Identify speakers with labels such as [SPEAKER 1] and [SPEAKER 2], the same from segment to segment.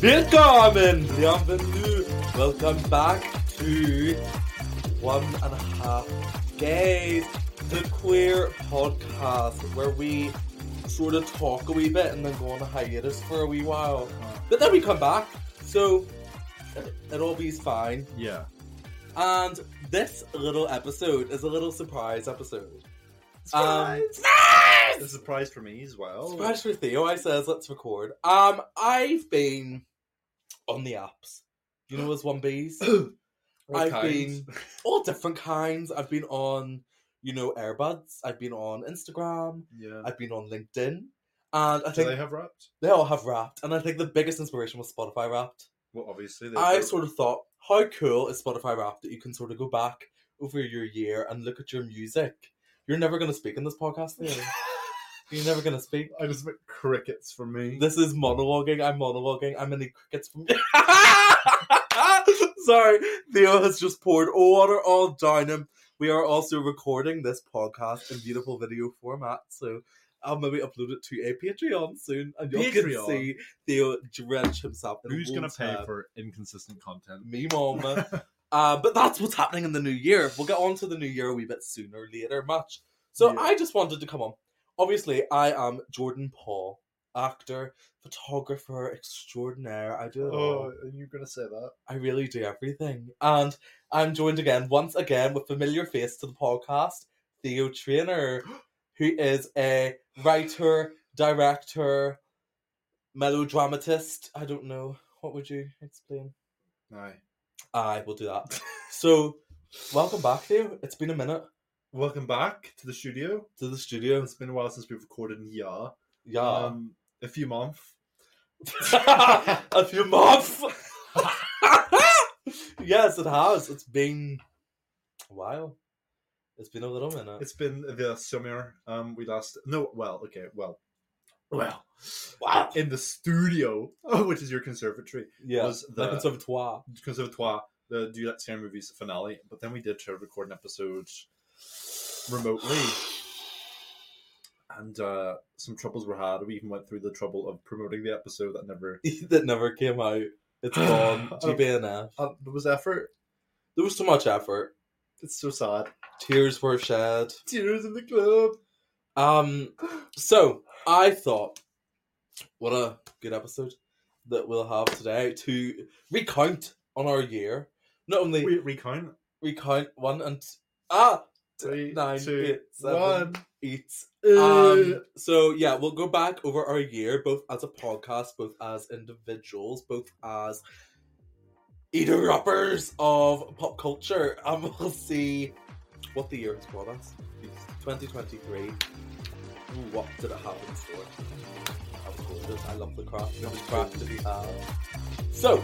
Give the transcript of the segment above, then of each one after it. [SPEAKER 1] Velkommen! Bienvenue! Welcome back to One and a Half Gays, the queer podcast where we sort of talk a wee bit and then go on a hiatus for a wee while. But then we come back, so it, it'll be fine.
[SPEAKER 2] Yeah.
[SPEAKER 1] And this little episode is a little surprise episode. Um,
[SPEAKER 2] It's a surprise for me as well.
[SPEAKER 1] Surprise for Theo. I says, let's record. Um, I've been on the apps. You know, as one bees.
[SPEAKER 2] All
[SPEAKER 1] I've
[SPEAKER 2] kinds.
[SPEAKER 1] been all different kinds. I've been on, you know, Airbuds. I've been on Instagram.
[SPEAKER 2] Yeah.
[SPEAKER 1] I've been on LinkedIn. And I
[SPEAKER 2] Do
[SPEAKER 1] think
[SPEAKER 2] they
[SPEAKER 1] they,
[SPEAKER 2] have wrapped?
[SPEAKER 1] all have Wrapped. And I think the biggest inspiration was Spotify Wrapped.
[SPEAKER 2] Well, obviously. They
[SPEAKER 1] I
[SPEAKER 2] do.
[SPEAKER 1] sort of thought, how cool is Spotify Wrapped that you can sort of go back over your year and look at your music? You're never going to speak in this podcast, Theo. You're never going to speak.
[SPEAKER 2] I just meant crickets for me.
[SPEAKER 1] This is monologuing. I'm monologuing. I'm in the crickets from. Sorry, Theo has just poured water all down him. We are also recording this podcast in beautiful video format, so I'll maybe upload it to a Patreon soon, and you can
[SPEAKER 2] Patreon?
[SPEAKER 1] see Theo drench himself. In
[SPEAKER 2] Who's gonna
[SPEAKER 1] wolf's
[SPEAKER 2] pay
[SPEAKER 1] hair.
[SPEAKER 2] for inconsistent content?
[SPEAKER 1] me, mama? Uh, but that's what's happening in the new year. We'll get on to the new year a wee bit sooner or later, much. So
[SPEAKER 2] Yeah.
[SPEAKER 1] I just wanted to come on. Obviously, I am Jordan Paul, actor, photographer extraordinaire. I do it all.
[SPEAKER 2] Oh, are you gonna say that?
[SPEAKER 1] I really do everything. And I'm joined again, once again, with familiar face to the podcast, Theo Trainer, who is a writer, director, melodramatist. I don't know. What would you explain?
[SPEAKER 2] No.
[SPEAKER 1] I will do that. So, welcome back, Theo. It's been a minute
[SPEAKER 2] Welcome back to the studio.
[SPEAKER 1] to the studio.
[SPEAKER 2] It's been a while since we've recorded in yeah.
[SPEAKER 1] Yeah,
[SPEAKER 2] Um a few months.
[SPEAKER 1] a few months. yes, it has. It's been a while. It's been a little minute.
[SPEAKER 2] It's been the summer. Um we last no well, okay, well. Well.
[SPEAKER 1] wow.
[SPEAKER 2] In the studio, which is your conservatory.
[SPEAKER 1] yeah,
[SPEAKER 2] was
[SPEAKER 1] the
[SPEAKER 2] the-
[SPEAKER 1] conservatoire.
[SPEAKER 2] Conservatoire, the Do You Like Scary Movies finale, but then we did try to record an episode remotely. And uh, some troubles were had. We even went through the trouble of promoting the episode that never.
[SPEAKER 1] that never came out. It's gone. GBNF.
[SPEAKER 2] Uh, there was effort.
[SPEAKER 1] There was so much effort.
[SPEAKER 2] It's so sad.
[SPEAKER 1] Tears were shed.
[SPEAKER 2] Tears in the club.
[SPEAKER 1] Um, so I thought, what a good episode that we'll have today to recount on our year. Not only
[SPEAKER 2] We recount.
[SPEAKER 1] recount one and ah
[SPEAKER 2] Three,
[SPEAKER 1] nine,
[SPEAKER 2] two,
[SPEAKER 1] eight, seven,
[SPEAKER 2] one.
[SPEAKER 1] eight.
[SPEAKER 2] Uh,
[SPEAKER 1] Um, so yeah, we'll go back over our year, both as a podcast, both as individuals, both as eater uppers of pop culture, and we'll see what the year has brought us. Twenty twenty three grew up to the Happens store. I was golden. I love the craft. It was craft that we have. So,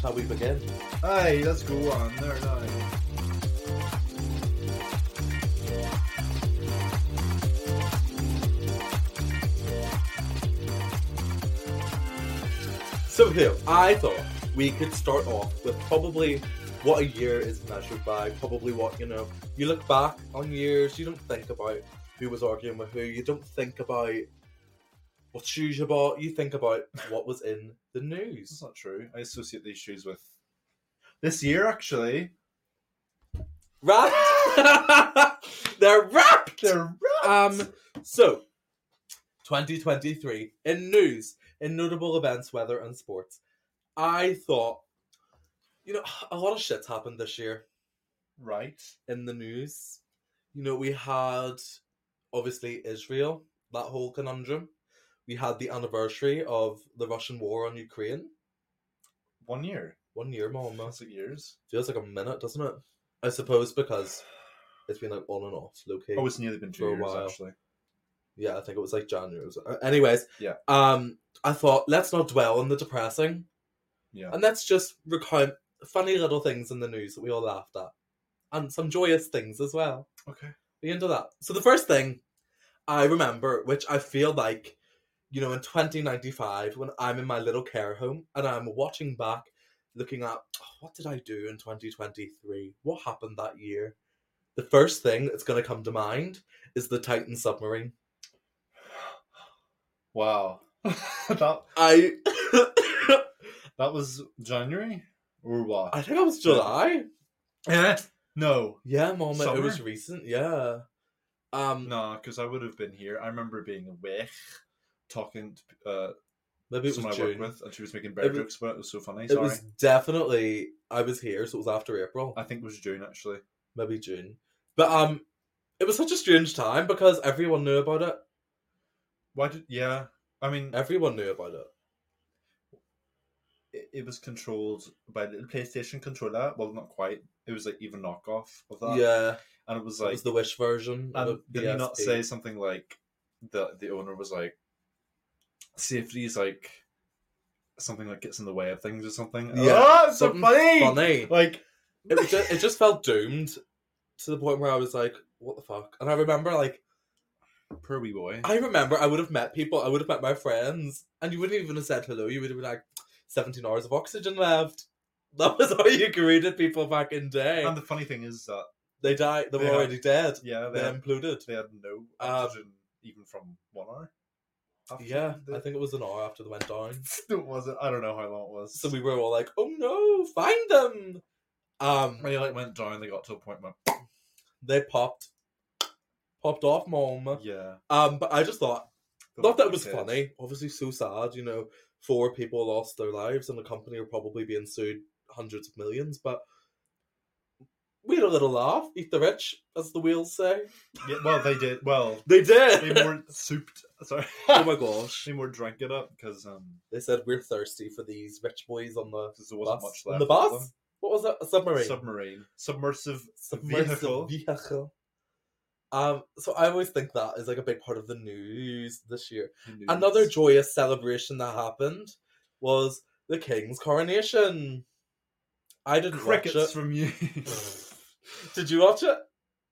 [SPEAKER 1] shall we begin?
[SPEAKER 2] Hey, let's go on there now.
[SPEAKER 1] So, Hugh, I thought we could start off with probably what a year is measured by, probably what, you know, you look back on years, you don't think about who was arguing with who, you don't think about what shoes you bought, you think about what was in the
[SPEAKER 2] It's
[SPEAKER 1] news.
[SPEAKER 2] not true. I associate these shoes with this year. Actually,
[SPEAKER 1] Wrapped! They're wrapped!
[SPEAKER 2] they're
[SPEAKER 1] Um, so, 2023 in news, in notable events, weather, and sports. I thought, you know, a lot of shit's happened this year
[SPEAKER 2] right.
[SPEAKER 1] in the news. You know, we had obviously Israel, that whole conundrum. We had the anniversary of the Russian war on Ukraine.
[SPEAKER 2] One year.
[SPEAKER 1] One year, Mom.
[SPEAKER 2] That's like years.
[SPEAKER 1] Feels like a minute, doesn't it? I suppose because it's been like on and off, located.
[SPEAKER 2] Oh, it's nearly been two
[SPEAKER 1] For a
[SPEAKER 2] years
[SPEAKER 1] while.
[SPEAKER 2] actually.
[SPEAKER 1] Yeah, I think it was like January. or so. Uh, Anyways,
[SPEAKER 2] Yeah.
[SPEAKER 1] Um, I thought let's not dwell on the depressing,
[SPEAKER 2] Yeah.
[SPEAKER 1] and let's just recount funny little things in the news that we all laughed at, and some joyous things as well.
[SPEAKER 2] okay.
[SPEAKER 1] Are you into that? So the first thing I remember, which I feel like, you know, in 2095, when I'm in my little care home and I'm watching back, looking at "Oh, what did I do in 2023? What happened that year? The first thing that's going to come to mind is the Titan submarine.
[SPEAKER 2] Wow. that
[SPEAKER 1] I
[SPEAKER 2] that was January or what?
[SPEAKER 1] I think it was July.
[SPEAKER 2] Eh, no,
[SPEAKER 1] Yeah, mom, it was
[SPEAKER 2] Summer?
[SPEAKER 1] recent. Yeah. Um,
[SPEAKER 2] no, because I would have been here. I remember being awake, talking to uh,
[SPEAKER 1] maybe it
[SPEAKER 2] someone
[SPEAKER 1] was
[SPEAKER 2] I worked
[SPEAKER 1] June.
[SPEAKER 2] with, and she was making bear
[SPEAKER 1] It was-
[SPEAKER 2] jokes, but it was so funny.
[SPEAKER 1] It
[SPEAKER 2] Sorry,
[SPEAKER 1] was definitely I was here, so it was after April.
[SPEAKER 2] I think it was June actually.
[SPEAKER 1] maybe June. But um, it was such a strange time because everyone knew about it.
[SPEAKER 2] Why did? Yeah, I mean,
[SPEAKER 1] Everyone knew about it.
[SPEAKER 2] it, it was controlled by a little PlayStation controller. Well, not quite. It was like even knockoff of that.
[SPEAKER 1] yeah,
[SPEAKER 2] and it was
[SPEAKER 1] that
[SPEAKER 2] like
[SPEAKER 1] was the Wish version. of
[SPEAKER 2] And
[SPEAKER 1] the
[SPEAKER 2] did he not
[SPEAKER 1] PSP.
[SPEAKER 2] say something like the the owner was like safety is like something that gets in the way of things or something?
[SPEAKER 1] Yeah,
[SPEAKER 2] oh, it's so
[SPEAKER 1] something
[SPEAKER 2] funny.
[SPEAKER 1] funny?
[SPEAKER 2] Like
[SPEAKER 1] It, was just, it just felt doomed to the point where I was like, "What the fuck?" And I remember, like,
[SPEAKER 2] poor wee boy.
[SPEAKER 1] I remember I would have met people. I would have met my friends, and you wouldn't even have said hello. You would have been like, 17 hours of oxygen left." That was how you greeted people back in day.
[SPEAKER 2] and the funny thing is that
[SPEAKER 1] they died. They were
[SPEAKER 2] Yeah.
[SPEAKER 1] already dead.
[SPEAKER 2] yeah,
[SPEAKER 1] They
[SPEAKER 2] they had,
[SPEAKER 1] imploded.
[SPEAKER 2] they had no
[SPEAKER 1] Um,
[SPEAKER 2] oxygen even from one hour. after
[SPEAKER 1] Yeah,
[SPEAKER 2] they-
[SPEAKER 1] I think it was an hour after they went down.
[SPEAKER 2] it wasn't. I don't know how long it was.
[SPEAKER 1] So we were all like, "Oh no, find them!" Um,
[SPEAKER 2] when they like went down, they got to a point where
[SPEAKER 1] they popped, popped off, mom.
[SPEAKER 2] yeah,
[SPEAKER 1] Um, but I just thought,
[SPEAKER 2] the
[SPEAKER 1] thought that
[SPEAKER 2] lockdown
[SPEAKER 1] was
[SPEAKER 2] stage.
[SPEAKER 1] funny. Obviously, so sad. You know, four people lost their lives, and the company are probably being sued hundreds of millions. But we had a little laugh. Eat the rich, as the wheels say.
[SPEAKER 2] Yeah, well, they did. Well,
[SPEAKER 1] They
[SPEAKER 2] they
[SPEAKER 1] did.
[SPEAKER 2] more souped. Sorry.
[SPEAKER 1] oh my gosh!
[SPEAKER 2] They more drank it up because um,
[SPEAKER 1] They said we're thirsty for these rich boys on the
[SPEAKER 2] 'cause there wasn't
[SPEAKER 1] bus.
[SPEAKER 2] much left.
[SPEAKER 1] on the
[SPEAKER 2] of them.
[SPEAKER 1] bus. What was that? A submarine.
[SPEAKER 2] submarine, submersive
[SPEAKER 1] submersive
[SPEAKER 2] vehicle.
[SPEAKER 1] vehicle. Um, so I always think that is like a big part of the news this year. Another joyous celebration that happened was the king's coronation. I didn't watch
[SPEAKER 2] crickets
[SPEAKER 1] it.
[SPEAKER 2] from you.
[SPEAKER 1] Did you watch it?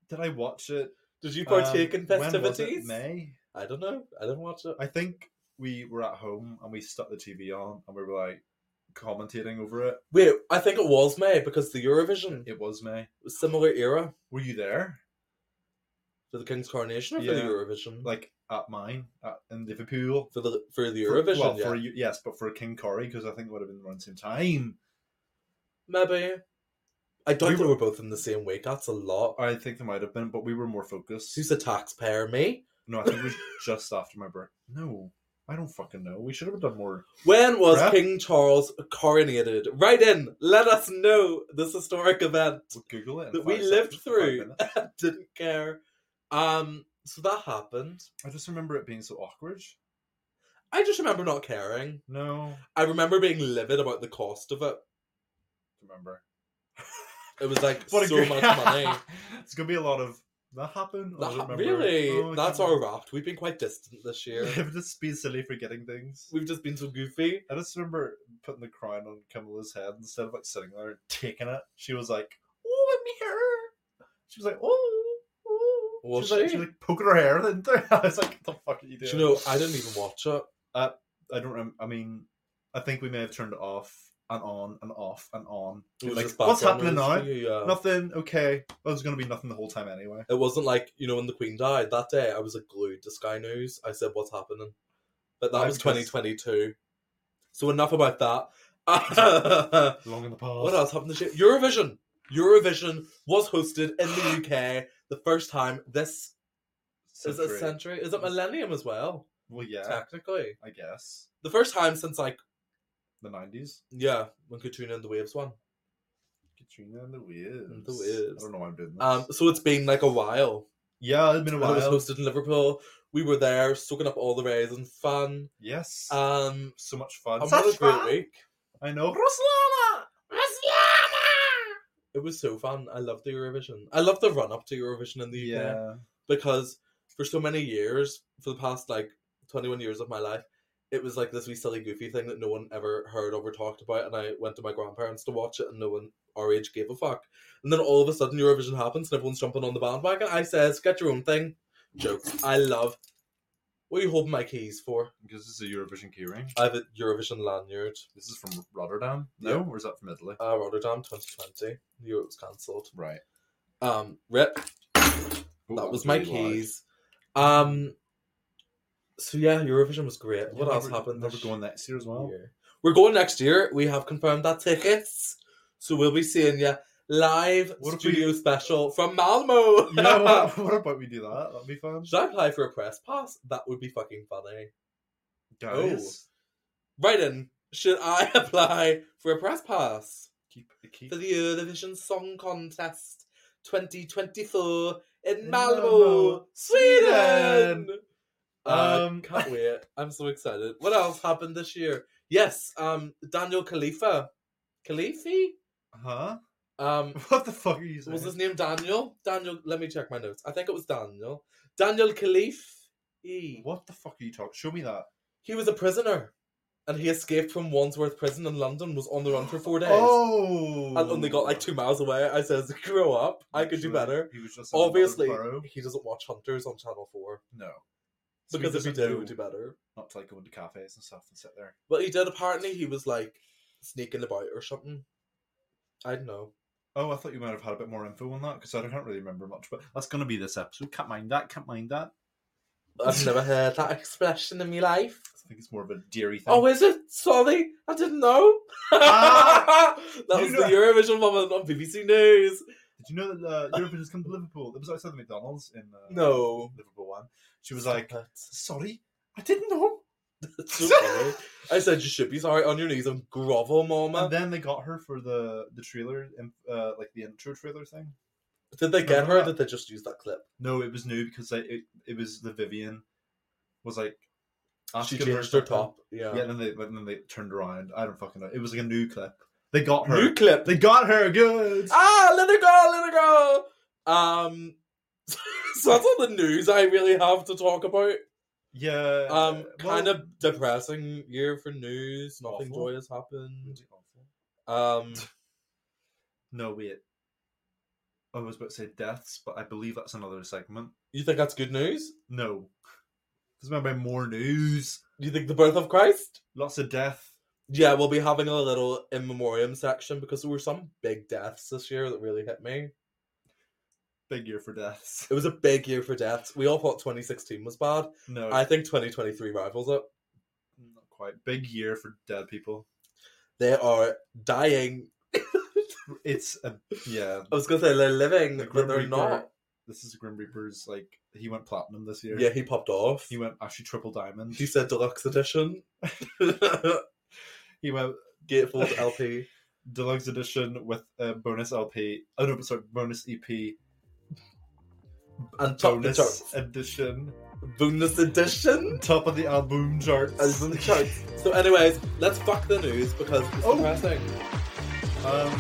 [SPEAKER 2] Did I watch it?
[SPEAKER 1] Did you
[SPEAKER 2] Um,
[SPEAKER 1] partake in
[SPEAKER 2] when was it?
[SPEAKER 1] festivities?
[SPEAKER 2] May.
[SPEAKER 1] I don't know. I didn't watch it.
[SPEAKER 2] I think we were at home and we stuck the TV on and we were like commentating over it.
[SPEAKER 1] Wait, I think it was May because the Eurovision
[SPEAKER 2] It was May.
[SPEAKER 1] was similar era
[SPEAKER 2] Were you there?
[SPEAKER 1] for the king's coronation or for the
[SPEAKER 2] Yeah,
[SPEAKER 1] Eurovision.
[SPEAKER 2] Like at mine at, in Liverpool.
[SPEAKER 1] for the for the
[SPEAKER 2] For-
[SPEAKER 1] Eurovision,
[SPEAKER 2] well,
[SPEAKER 1] yeah.
[SPEAKER 2] for you, yes, but for King Corrie because I think it would have been around the same time.
[SPEAKER 1] maybe. I don't
[SPEAKER 2] We
[SPEAKER 1] think
[SPEAKER 2] were-
[SPEAKER 1] we're both in the same week. That's a lot.
[SPEAKER 2] I think there might have been, but we were more focused.
[SPEAKER 1] Who's a taxpayer? Me?
[SPEAKER 2] No, I think it was just after my birth. No, I don't fucking know. We should have done more.
[SPEAKER 1] When was
[SPEAKER 2] Right.
[SPEAKER 1] King Charles coronated? Write in. Let us know this historic event.
[SPEAKER 2] We'll Google it. in
[SPEAKER 1] That we
[SPEAKER 2] five
[SPEAKER 1] lived
[SPEAKER 2] seconds, five
[SPEAKER 1] through.
[SPEAKER 2] minutes.
[SPEAKER 1] Didn't care. Um, so that happened.
[SPEAKER 2] I just remember it being so awkward.
[SPEAKER 1] I just remember not caring.
[SPEAKER 2] No,
[SPEAKER 1] I remember being livid about the cost of it.
[SPEAKER 2] remember.
[SPEAKER 1] It was like so much money.
[SPEAKER 2] it's gonna be a lot of that happened? I don't
[SPEAKER 1] That,
[SPEAKER 2] remember.
[SPEAKER 1] really?
[SPEAKER 2] Oh, I
[SPEAKER 1] That's
[SPEAKER 2] can't
[SPEAKER 1] our
[SPEAKER 2] remember.
[SPEAKER 1] wrapped. We've been quite distant this year.
[SPEAKER 2] I've just been silly forgetting things.
[SPEAKER 1] We've just been so goofy.
[SPEAKER 2] I just remember putting the crown on Camilla's head instead of like sitting there and taking it. She was like, "Oh, let me hair." She was like, "Oh." oh."
[SPEAKER 1] Was
[SPEAKER 2] she was like,
[SPEAKER 1] she?
[SPEAKER 2] she was like poking her hair then I was like, "What the fuck are you
[SPEAKER 1] Do
[SPEAKER 2] doing?"
[SPEAKER 1] you know, I didn't even watch it.
[SPEAKER 2] I don't. Rem- I mean, I think we may have turned it off and on and off and on.
[SPEAKER 1] It was
[SPEAKER 2] Like,
[SPEAKER 1] just
[SPEAKER 2] what's
[SPEAKER 1] background
[SPEAKER 2] happening now?
[SPEAKER 1] noise for you, yeah.
[SPEAKER 2] Nothing. Okay. Well, there's gonna be nothing the whole time anyway.
[SPEAKER 1] It wasn't like, you know, when the Queen died that day, I was like glued to Sky News. I said, What's happening? But that
[SPEAKER 2] Right,
[SPEAKER 1] was
[SPEAKER 2] because-
[SPEAKER 1] 2022. So enough about that.
[SPEAKER 2] Long in the past.
[SPEAKER 1] what else happened this year? Eurovision! Eurovision was hosted in the UK the first time this is it
[SPEAKER 2] Century.
[SPEAKER 1] century? Is it millennium as well?
[SPEAKER 2] Well, yeah.
[SPEAKER 1] Technically.
[SPEAKER 2] I guess
[SPEAKER 1] The first time since like
[SPEAKER 2] the nineties.
[SPEAKER 1] yeah, when Katrina and the Waves won.
[SPEAKER 2] Katrina and the Waves.
[SPEAKER 1] And the Waves.
[SPEAKER 2] I don't know why I'm doing this.
[SPEAKER 1] Um so it's been like a while.
[SPEAKER 2] yeah, it's been a
[SPEAKER 1] When
[SPEAKER 2] while.
[SPEAKER 1] it was hosted in Liverpool. We were there soaking up all the rays and fun.
[SPEAKER 2] yes.
[SPEAKER 1] Um
[SPEAKER 2] so much fun.
[SPEAKER 1] and what a great week.
[SPEAKER 2] I know.
[SPEAKER 1] Ruslana! It was so fun. I loved the Eurovision. I love the run up to Eurovision in the UK
[SPEAKER 2] Yeah.
[SPEAKER 1] because for so many years, for the past like 21 years of my life, it was like this wee silly goofy thing that no one ever heard of or talked about. And I went to my grandparents to watch it and no one our age gave a fuck. And then all of a sudden Eurovision happens and everyone's jumping on the bandwagon. I says, get your own thing. Jokes. I love. What are you holding my keys for?
[SPEAKER 2] Because this is a Eurovision keyring.
[SPEAKER 1] I have a Eurovision lanyard.
[SPEAKER 2] This is from Rotterdam.
[SPEAKER 1] Uh, Yeah.
[SPEAKER 2] No, or is that from Italy?
[SPEAKER 1] Uh, Rotterdam 2020. The Euro was cancelled.
[SPEAKER 2] right.
[SPEAKER 1] Um, rip.
[SPEAKER 2] Oh,
[SPEAKER 1] that was my
[SPEAKER 2] really loud.
[SPEAKER 1] keys. Um, so yeah, Eurovision was great.
[SPEAKER 2] Yeah,
[SPEAKER 1] what else
[SPEAKER 2] remember-
[SPEAKER 1] happened?
[SPEAKER 2] Remember
[SPEAKER 1] this
[SPEAKER 2] going next year as well.
[SPEAKER 1] year? We're going next year. We have confirmed that tickets, so we'll be seeing you live
[SPEAKER 2] What if
[SPEAKER 1] studio
[SPEAKER 2] we-
[SPEAKER 1] special from Malmo.
[SPEAKER 2] yeah, what, what about we do that? That'd be fun.
[SPEAKER 1] Should I apply for a press pass? That would be fucking funny. oh,
[SPEAKER 2] Guys,
[SPEAKER 1] Right in. Should I apply for a press pass?
[SPEAKER 2] keep keep
[SPEAKER 1] for the Eurovision Song Contest 2024 in
[SPEAKER 2] In
[SPEAKER 1] Malmo,
[SPEAKER 2] Malmö,
[SPEAKER 1] Sweden.
[SPEAKER 2] Sweden.
[SPEAKER 1] Um,
[SPEAKER 2] Um,
[SPEAKER 1] can't wait! I'm so excited. What else happened this year? Yes, um, Daniel Khalifa, Khalifi.
[SPEAKER 2] Huh?
[SPEAKER 1] Um,
[SPEAKER 2] What the fuck are you saying?
[SPEAKER 1] was his name Daniel? Daniel. Let me check my notes. I think it was Daniel. Daniel Khalif.
[SPEAKER 2] What the fuck are you talking? Show me that.
[SPEAKER 1] He was a prisoner, and he escaped from Wandsworth Prison in London. Was on the run for four days.
[SPEAKER 2] Oh,
[SPEAKER 1] And only got like two miles away. I says, "Grow up! I could do
[SPEAKER 2] Literally,
[SPEAKER 1] better."
[SPEAKER 2] He was just in another
[SPEAKER 1] Obviously,
[SPEAKER 2] borough.
[SPEAKER 1] he doesn't watch Hunters on Channel 4.
[SPEAKER 2] no, So
[SPEAKER 1] Because if he
[SPEAKER 2] doesn't
[SPEAKER 1] did, it
[SPEAKER 2] know
[SPEAKER 1] would do better.
[SPEAKER 2] not to like go into cafes and stuff and sit there.
[SPEAKER 1] But he did, apparently, he was like sneaking about or something. I don't know.
[SPEAKER 2] Oh, I thought you might have had a bit more info on that because I can't really remember much. But that's gonna be this episode. Can't mind that. Can't mind that.
[SPEAKER 1] I've never heard that expression in my life.
[SPEAKER 2] I think it's more of a dairy thing.
[SPEAKER 1] Oh, is it? Sorry, I didn't know.
[SPEAKER 2] Ah!
[SPEAKER 1] that
[SPEAKER 2] You
[SPEAKER 1] was
[SPEAKER 2] know-
[SPEAKER 1] the Eurovision moment on BBC News.
[SPEAKER 2] Did you know that uh, Eurovision has come to Liverpool? It was outside the McDonald's in uh,
[SPEAKER 1] No.
[SPEAKER 2] Liverpool one. She was like,
[SPEAKER 1] Stop
[SPEAKER 2] "Sorry, I didn't know."
[SPEAKER 1] it. So funny. I said you should be sorry on your knees and grovel, mama.
[SPEAKER 2] And then they got her for the the trailer, and uh, like the intro trailer thing.
[SPEAKER 1] did they get
[SPEAKER 2] Remember
[SPEAKER 1] her? Or
[SPEAKER 2] that?
[SPEAKER 1] did they just use that clip?
[SPEAKER 2] No, it was new because like, it it was the Vivian was like
[SPEAKER 1] she
[SPEAKER 2] asking
[SPEAKER 1] changed her
[SPEAKER 2] something.
[SPEAKER 1] top.
[SPEAKER 2] Yeah, and then they but then they turned around. I don't fucking know. It was like a new clip. They got her.
[SPEAKER 1] New clip.
[SPEAKER 2] They got her good.
[SPEAKER 1] Ah, let her go, let her go. Um, so that's all the news I really have to talk about.
[SPEAKER 2] Yeah.
[SPEAKER 1] Um,
[SPEAKER 2] Uh, well,
[SPEAKER 1] kind of depressing year for news. Nothing
[SPEAKER 2] Awful. Mm.
[SPEAKER 1] joyous happened.
[SPEAKER 2] really awful.
[SPEAKER 1] Um,
[SPEAKER 2] No wait. I was about to say deaths, but I believe that's another segment.
[SPEAKER 1] you think that's good news?
[SPEAKER 2] No, because remember more news.
[SPEAKER 1] You think the birth of Christ?
[SPEAKER 2] Lots of death.
[SPEAKER 1] Yeah, we'll be having a little in memoriam section because there were some big deaths this year that really hit me.
[SPEAKER 2] Big year for deaths.
[SPEAKER 1] It was a big year for deaths. We all thought 2016 was bad.
[SPEAKER 2] No,
[SPEAKER 1] I think 2023 rivals it.
[SPEAKER 2] not quite. Big year for dead people.
[SPEAKER 1] They are dying.
[SPEAKER 2] It's a yeah.
[SPEAKER 1] I was gonna say they're living,
[SPEAKER 2] The
[SPEAKER 1] but
[SPEAKER 2] Grim
[SPEAKER 1] they're
[SPEAKER 2] Reaper-
[SPEAKER 1] not.
[SPEAKER 2] This is Grim Reaper's like he went platinum this year.
[SPEAKER 1] Yeah, he popped off.
[SPEAKER 2] He went actually triple diamond.
[SPEAKER 1] He said deluxe edition.
[SPEAKER 2] He went
[SPEAKER 1] Gatefold LP.
[SPEAKER 2] deluxe edition with a bonus LP. Oh no, sorry, bonus EP.
[SPEAKER 1] And top the
[SPEAKER 2] Bonus
[SPEAKER 1] charts.
[SPEAKER 2] edition.
[SPEAKER 1] Bonus edition?
[SPEAKER 2] Top of the album charts.
[SPEAKER 1] Album charts. So anyways, let's fuck the news because it's
[SPEAKER 2] Oh.
[SPEAKER 1] depressing.
[SPEAKER 2] Um,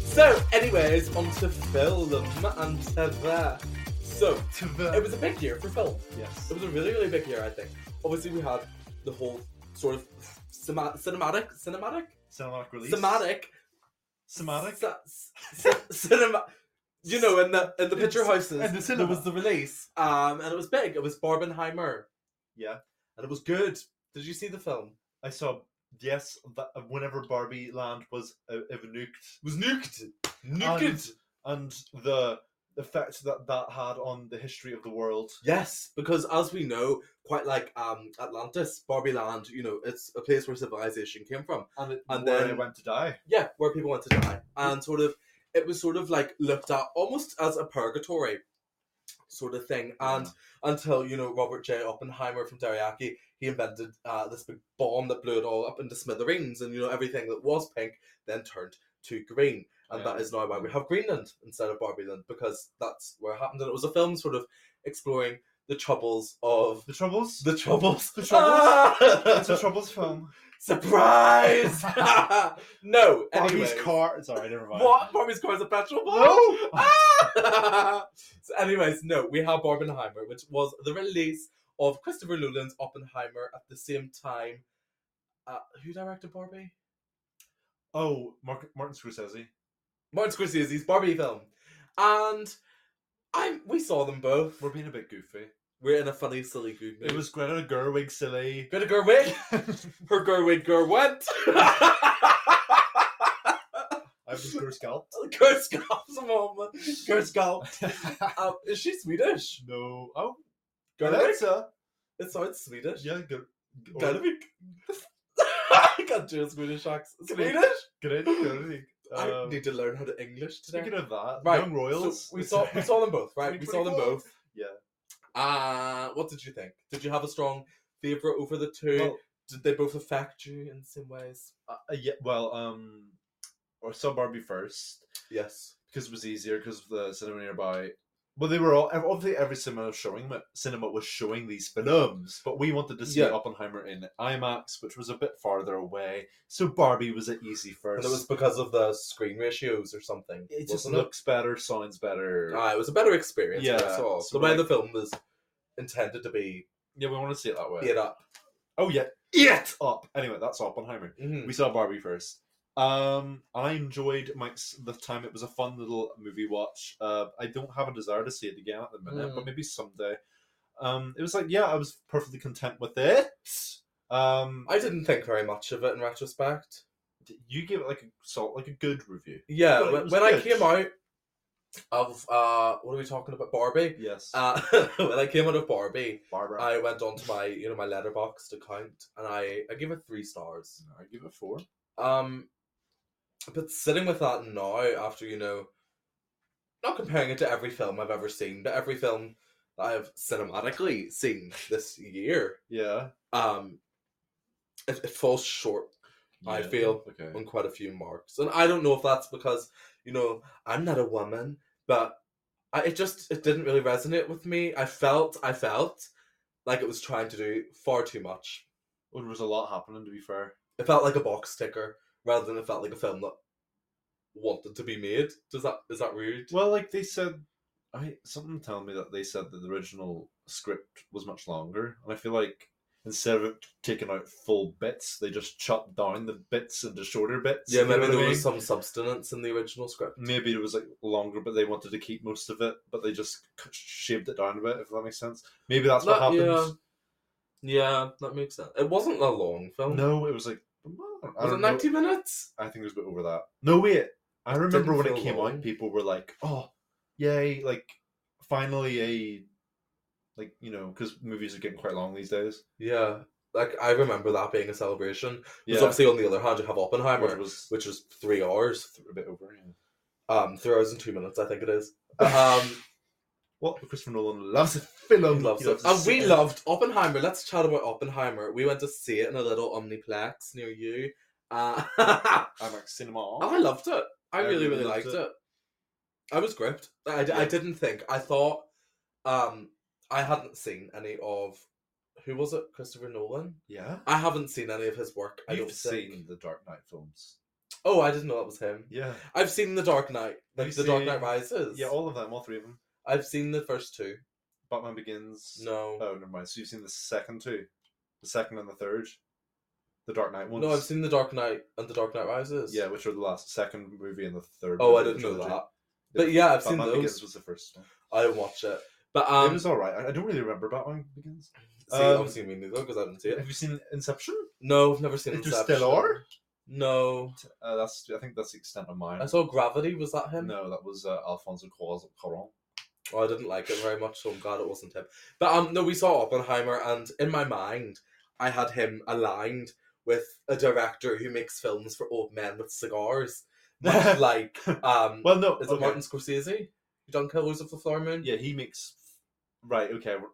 [SPEAKER 1] So, anyways, on to film and to that. So, it was a big year for film.
[SPEAKER 2] Yes.
[SPEAKER 1] It was a really, really big year, I think. Obviously, we had the whole sort of cima- cinematic, cinematic,
[SPEAKER 2] Cinematic release.
[SPEAKER 1] cinematic,
[SPEAKER 2] Cinematic.
[SPEAKER 1] ci- ci- cinema. You know, in the in the picture houses,
[SPEAKER 2] in the
[SPEAKER 1] there
[SPEAKER 2] cinema.
[SPEAKER 1] was the release, um, and it was big. It was Barbenheimer,
[SPEAKER 2] Yeah.
[SPEAKER 1] and it was good. Did you see the film?
[SPEAKER 2] I saw. Yes, that whenever Barbie Land was uh, uh, nuked,
[SPEAKER 1] It was nuked, nuked.
[SPEAKER 2] and the effect that that had on the history of the world.
[SPEAKER 1] Yes, because as we know, quite like um Atlantis, Barbie Land, you know, it's a place where civilization came from.
[SPEAKER 2] and, it,
[SPEAKER 1] And
[SPEAKER 2] where
[SPEAKER 1] then-
[SPEAKER 2] I went to die.
[SPEAKER 1] Yeah, where people went to die, and sort of it was sort of like looked at almost as a purgatory sort of thing, and until you know Robert J. Oppenheimer from Dariaki, he invented uh, this big bomb that blew it all up into smithereens, and you know everything that was pink then turned to green, and that
[SPEAKER 2] Yeah.
[SPEAKER 1] is now why we have Greenland instead of Barbie Land because that's where it happened, and it was a film sort of exploring the troubles of
[SPEAKER 2] the troubles.
[SPEAKER 1] the troubles.
[SPEAKER 2] The troubles.
[SPEAKER 1] Ah!
[SPEAKER 2] it's a troubles film.
[SPEAKER 1] Surprise! no.
[SPEAKER 2] Barbie's
[SPEAKER 1] anyways.
[SPEAKER 2] car. It's alright. Never mind.
[SPEAKER 1] What? Barbie's car is a petrol bomb?
[SPEAKER 2] No.
[SPEAKER 1] Ah! so, anyways, no, we have Barbenheimer, which was the release of Christopher Nolan's Oppenheimer at the same time. Uh, who directed Barbie?
[SPEAKER 2] Oh, Mark, Martin Scorsese.
[SPEAKER 1] Martin Scorsese's Barbie film, and I we saw them both.
[SPEAKER 2] We're being a bit goofy.
[SPEAKER 1] We're in a funny, silly good mood.
[SPEAKER 2] It was Greta Gerwig silly.
[SPEAKER 1] Greta Gerwig. Her Gerwig Gerwent.
[SPEAKER 2] I was Gerscalped.
[SPEAKER 1] Gerskalp's mom. Gerskalp. Um, is she Swedish?
[SPEAKER 2] no. Oh,
[SPEAKER 1] Gerwig?
[SPEAKER 2] Greta.
[SPEAKER 1] It sounds Swedish.
[SPEAKER 2] Yeah, Ger- or-
[SPEAKER 1] Gerwig. I can't do a Swedish accent.
[SPEAKER 2] Can we-
[SPEAKER 1] Swedish?
[SPEAKER 2] Greta Gerwig.
[SPEAKER 1] I
[SPEAKER 2] Um,
[SPEAKER 1] need to learn how to English today.
[SPEAKER 2] Speaking of that,
[SPEAKER 1] right,
[SPEAKER 2] Young Royals.
[SPEAKER 1] so we saw we saw them both, right? We saw them both.
[SPEAKER 2] 2024. Yeah.
[SPEAKER 1] Uh what did you think? Did you have a strong favourite over the two?
[SPEAKER 2] Well,
[SPEAKER 1] did they both affect you in some ways?
[SPEAKER 2] uh, yeah. Well, um, or saw Barbie first.
[SPEAKER 1] Yes.
[SPEAKER 2] because it was easier because the cinema nearby. Well, they were all ev- obviously every cinema was showing cinema was showing these films, but we wanted to see
[SPEAKER 1] Yeah.
[SPEAKER 2] Oppenheimer in IMAX, which was a bit farther away. So Barbie was an easy
[SPEAKER 1] But
[SPEAKER 2] first.
[SPEAKER 1] it was because of the screen ratios or something.
[SPEAKER 2] it just
[SPEAKER 1] wasn't
[SPEAKER 2] looks better, sounds better.
[SPEAKER 1] Ah, it was a better experience. Yeah,
[SPEAKER 2] Yeah,
[SPEAKER 1] that's all.
[SPEAKER 2] so
[SPEAKER 1] the way
[SPEAKER 2] like-
[SPEAKER 1] the film was intended to be
[SPEAKER 2] yeah, we want to see it that way.
[SPEAKER 1] it up.
[SPEAKER 2] Oh yeah, it up. Anyway, that's Oppenheimer.
[SPEAKER 1] Mhm.
[SPEAKER 2] We saw Barbie first. Um, I enjoyed Mike's the time. It was a fun little movie watch. Uh, I don't have a desire to see it again at the minute,
[SPEAKER 1] Mm.
[SPEAKER 2] but maybe someday. Um, it was like yeah, I was perfectly content with it. Um,
[SPEAKER 1] I didn't think very much of it in retrospect.
[SPEAKER 2] you gave it like a salt, like a good review.
[SPEAKER 1] Yeah,
[SPEAKER 2] But it
[SPEAKER 1] when,
[SPEAKER 2] was
[SPEAKER 1] when I
[SPEAKER 2] good.
[SPEAKER 1] came out of uh, what are we talking about, Barbie?
[SPEAKER 2] Yes,
[SPEAKER 1] Uh, when I came out of Barbie,
[SPEAKER 2] Barbara.
[SPEAKER 1] I went onto my you know my letterboxed account and I I give it three stars.
[SPEAKER 2] No, I give it four.
[SPEAKER 1] Um, but sitting with that now after you know, not comparing it to every film I've ever seen, but every film that I have cinematically seen this year,
[SPEAKER 2] Yeah,
[SPEAKER 1] um, it, it falls short I
[SPEAKER 2] Yeah,
[SPEAKER 1] feel-
[SPEAKER 2] okay.
[SPEAKER 1] on quite a few marks, and I don't know if that's because you know I'm not a woman, but I, it just it didn't really resonate with me. I felt I felt like it was trying to do far too much.
[SPEAKER 2] Well, there was a lot happening. To be fair,
[SPEAKER 1] It felt like a box sticker rather than it felt like a film that wanted to be made. Does that is that rude?
[SPEAKER 2] well, like they said, I something telling me that they said that the original script was much longer, and I feel like instead of it taking out full bits, they just chopped down the bits into shorter bits.
[SPEAKER 1] yeah,
[SPEAKER 2] if you know
[SPEAKER 1] maybe
[SPEAKER 2] what I
[SPEAKER 1] there was
[SPEAKER 2] mean?
[SPEAKER 1] some substance in the original script.
[SPEAKER 2] Maybe it was like longer, but they wanted to keep most of it, but they just c- shaved it down a bit. If that makes sense, maybe that's what
[SPEAKER 1] That-
[SPEAKER 2] happened.
[SPEAKER 1] yeah. Yeah, that makes sense. It wasn't a long film.
[SPEAKER 2] No, it was like well, I
[SPEAKER 1] was it
[SPEAKER 2] don't know.
[SPEAKER 1] ninety minutes?
[SPEAKER 2] I think it was a bit over that. No wait, I remember
[SPEAKER 1] didn't
[SPEAKER 2] when it
[SPEAKER 1] feel
[SPEAKER 2] came
[SPEAKER 1] long.
[SPEAKER 2] out, people were like, "Oh, yay! Like finally a like you know because movies are getting quite long these days."
[SPEAKER 1] Yeah, like I remember that being a celebration.
[SPEAKER 2] Yeah,
[SPEAKER 1] Because obviously, on the other hand, you have Oppenheimer,
[SPEAKER 2] which was
[SPEAKER 1] which was three hours,
[SPEAKER 2] a bit over. Yeah.
[SPEAKER 1] um, three hours and two minutes, I think it is. Um,
[SPEAKER 2] What Christopher Nolan loves a film.
[SPEAKER 1] he loves
[SPEAKER 2] he
[SPEAKER 1] it,
[SPEAKER 2] to
[SPEAKER 1] and
[SPEAKER 2] see
[SPEAKER 1] we loved Oppenheimer. Let's chat about Oppenheimer. We went to see it in a little omniplex near you, uh, and
[SPEAKER 2] IMAX cinema.
[SPEAKER 1] I loved it. I,
[SPEAKER 2] I
[SPEAKER 1] really,
[SPEAKER 2] really
[SPEAKER 1] really
[SPEAKER 2] loved
[SPEAKER 1] liked it.
[SPEAKER 2] it.
[SPEAKER 1] I was gripped. I, d- I
[SPEAKER 2] Yeah.
[SPEAKER 1] didn't think. I thought, um, I hadn't seen any of who was it, Christopher Nolan.
[SPEAKER 2] yeah,
[SPEAKER 1] I haven't seen any of his work. I
[SPEAKER 2] you've
[SPEAKER 1] don't think.
[SPEAKER 2] seen the Dark Knight films.
[SPEAKER 1] Oh, I didn't know that was him.
[SPEAKER 2] Yeah.
[SPEAKER 1] I've seen The Dark Knight, like
[SPEAKER 2] Have
[SPEAKER 1] The
[SPEAKER 2] you
[SPEAKER 1] Dark Knight
[SPEAKER 2] seen-
[SPEAKER 1] Rises.
[SPEAKER 2] Yeah, all of them, all three of them.
[SPEAKER 1] I've seen the first two.
[SPEAKER 2] Batman Begins.
[SPEAKER 1] No,
[SPEAKER 2] Oh, never mind. So you've seen the second two, the second and the third, the Dark Knight ones.
[SPEAKER 1] no, I've seen The Dark Knight and The Dark Knight Rises.
[SPEAKER 2] Yeah, which were the last second movie and the third.
[SPEAKER 1] Oh, I
[SPEAKER 2] movie of
[SPEAKER 1] didn't
[SPEAKER 2] the
[SPEAKER 1] know
[SPEAKER 2] trilogy.
[SPEAKER 1] that. But yeah, I've seen
[SPEAKER 2] Batman
[SPEAKER 1] those.
[SPEAKER 2] Begins was the first. One.
[SPEAKER 1] I didn't watch it, but
[SPEAKER 2] it
[SPEAKER 1] um,
[SPEAKER 2] was all right. I, I don't really remember Batman Begins.
[SPEAKER 1] see,
[SPEAKER 2] um,
[SPEAKER 1] obviously me neither because I didn't see it.
[SPEAKER 2] Have you seen Inception?
[SPEAKER 1] No, I've never seen Inception.
[SPEAKER 2] Interstellar.
[SPEAKER 1] No,
[SPEAKER 2] Uh, that's I think that's the extent of mine.
[SPEAKER 1] I saw Gravity. Was that him?
[SPEAKER 2] No, that was uh, Alfonso Cuarón. Cuarón.
[SPEAKER 1] Oh, I didn't like it very much, so I'm glad it wasn't him. But um, no, we saw Oppenheimer, and in my mind, I had him aligned with a director who makes films for old men with cigars, much like um,
[SPEAKER 2] Well, no,
[SPEAKER 1] is it
[SPEAKER 2] okay.
[SPEAKER 1] Martin Scorsese who done Killers of the Flower Moon?
[SPEAKER 2] Yeah, he makes. Right. Okay. we're-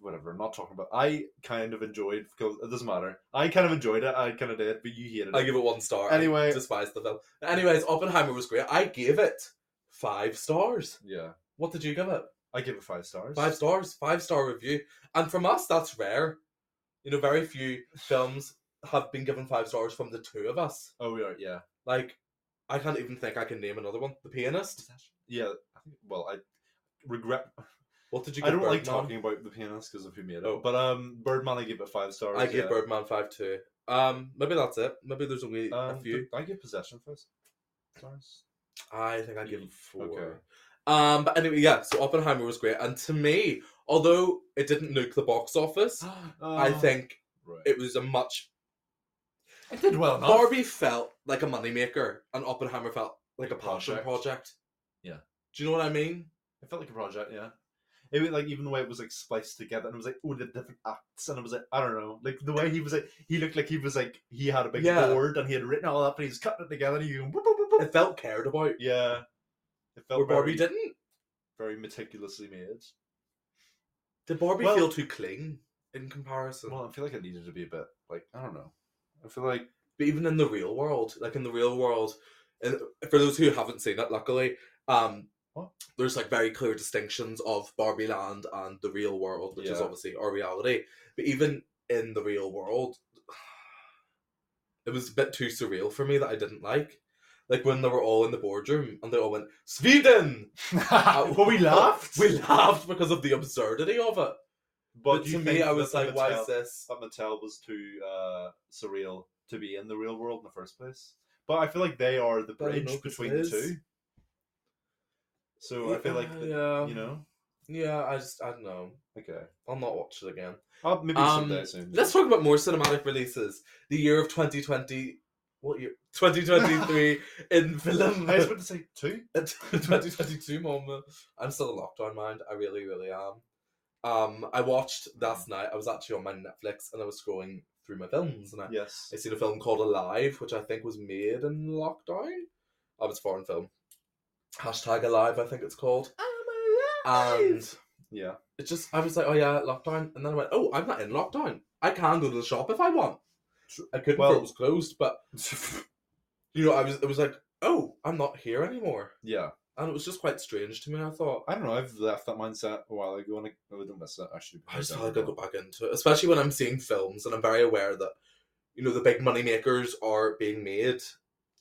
[SPEAKER 2] Whatever. I'm not talking about. I kind of enjoyed because it doesn't matter. I kind of enjoyed it. I kind of did, but you hated it.
[SPEAKER 1] I give it one star. I
[SPEAKER 2] Anyway.
[SPEAKER 1] despise the film. Anyways, Oppenheimer was great. I gave it five stars.
[SPEAKER 2] Yeah,
[SPEAKER 1] What did you give it?
[SPEAKER 2] I give it five stars.
[SPEAKER 1] Five stars, five star review. And from us, that's rare. You know, very few films have been given five stars from the two of us.
[SPEAKER 2] Oh, we are. Yeah.
[SPEAKER 1] Like, I can't even think I can name another one. The Pianist.
[SPEAKER 2] Yeah. I think, well, I regret.
[SPEAKER 1] What did you
[SPEAKER 2] I
[SPEAKER 1] give
[SPEAKER 2] don't like
[SPEAKER 1] Birdman?
[SPEAKER 2] talking about the pianist because of who made it.
[SPEAKER 1] Oh.
[SPEAKER 2] But um, Birdman, I give it five stars.
[SPEAKER 1] I give
[SPEAKER 2] yeah.
[SPEAKER 1] Birdman five too. Um, maybe that's it. Maybe there's only
[SPEAKER 2] Um,
[SPEAKER 1] a few.
[SPEAKER 2] I give Possession first. Stars.
[SPEAKER 1] I think I give it four.
[SPEAKER 2] Okay.
[SPEAKER 1] Um, but anyway, yeah. So Oppenheimer was great, and to me, although it didn't nuke the box office, I
[SPEAKER 2] Uh,
[SPEAKER 1] think
[SPEAKER 2] right.
[SPEAKER 1] it was a much
[SPEAKER 2] It did well enough.
[SPEAKER 1] Barbie felt like a moneymaker, and Oppenheimer felt like a
[SPEAKER 2] Like a
[SPEAKER 1] passion
[SPEAKER 2] project.
[SPEAKER 1] project.
[SPEAKER 2] Yeah.
[SPEAKER 1] Do you know what I mean?
[SPEAKER 2] It felt like a project, yeah. It was like even the way it was like spliced together, and it was like all the different acts, and it was like I don't know, like the way he was like he looked like he was like he had a big
[SPEAKER 1] Yeah.
[SPEAKER 2] board and he had written all up, and he was cutting it together, and he was boop, boop, boop, boop.
[SPEAKER 1] It felt cared about.
[SPEAKER 2] yeah, it felt
[SPEAKER 1] Where Barbie
[SPEAKER 2] very,
[SPEAKER 1] didn't.
[SPEAKER 2] very meticulously made.
[SPEAKER 1] Did Barbie
[SPEAKER 2] Well-
[SPEAKER 1] feel too clean in comparison?
[SPEAKER 2] Well, I feel like it needed to be a bit like I don't know. I feel like
[SPEAKER 1] but even in the real world, like in the real world, and for those who haven't seen it, luckily, um,
[SPEAKER 2] What?
[SPEAKER 1] there's like very clear distinctions of Barbie Land and the real world, which is
[SPEAKER 2] Yeah.
[SPEAKER 1] obviously our reality. But even in the real world, it was a bit too surreal for me that I didn't like. Like when they were all in the boardroom and they all went Sweden. Uh,
[SPEAKER 2] but we laughed.
[SPEAKER 1] We laughed because of the absurdity of it. But,
[SPEAKER 2] do
[SPEAKER 1] to
[SPEAKER 2] you
[SPEAKER 1] me,
[SPEAKER 2] think
[SPEAKER 1] I was like,
[SPEAKER 2] that
[SPEAKER 1] "Why is
[SPEAKER 2] Mattel- Oh.
[SPEAKER 1] this?"
[SPEAKER 2] that Mattel was too uh, surreal to be in the real world in the first place. But I feel like they are the
[SPEAKER 1] But I don't know
[SPEAKER 2] bridge
[SPEAKER 1] if this
[SPEAKER 2] between the
[SPEAKER 1] is.
[SPEAKER 2] two. So I feel like, the-
[SPEAKER 1] yeah,
[SPEAKER 2] you know,
[SPEAKER 1] yeah. I just, I don't know.
[SPEAKER 2] okay.
[SPEAKER 1] I'll not watch it again.
[SPEAKER 2] Uh, maybe
[SPEAKER 1] Um,
[SPEAKER 2] someday soon.
[SPEAKER 1] Let's talk about more cinematic releases. The year of 2020. What year? 2023 in film.
[SPEAKER 2] I was about to say two.
[SPEAKER 1] 2022 moment. I'm still in lockdown, mind. I really, really am. Um, I watched last night. I was actually on my Netflix and I was scrolling through my films, and I,
[SPEAKER 2] Yes.
[SPEAKER 1] I seen a film called Alive, which I think was made in lockdown. Oh, it's a foreign film. Hashtag Alive, I think it's called. And
[SPEAKER 2] Yeah.
[SPEAKER 1] it just I was like, oh yeah, lockdown, and then I went, oh, I'm not in lockdown. I can go to the shop if I want. I couldn't well,
[SPEAKER 2] Well-
[SPEAKER 1] it was closed, but you know, I was it was like, oh, I'm not here anymore,
[SPEAKER 2] Yeah.
[SPEAKER 1] and it was just quite strange to me. I thought
[SPEAKER 2] I don't know. I've left that mindset a while ago, and I, I wouldn't miss it. I should.
[SPEAKER 1] I just
[SPEAKER 2] don't
[SPEAKER 1] feel like I
[SPEAKER 2] know.
[SPEAKER 1] go back into it, especially when I'm seeing films, and I'm very aware that you know the big money makers are being made.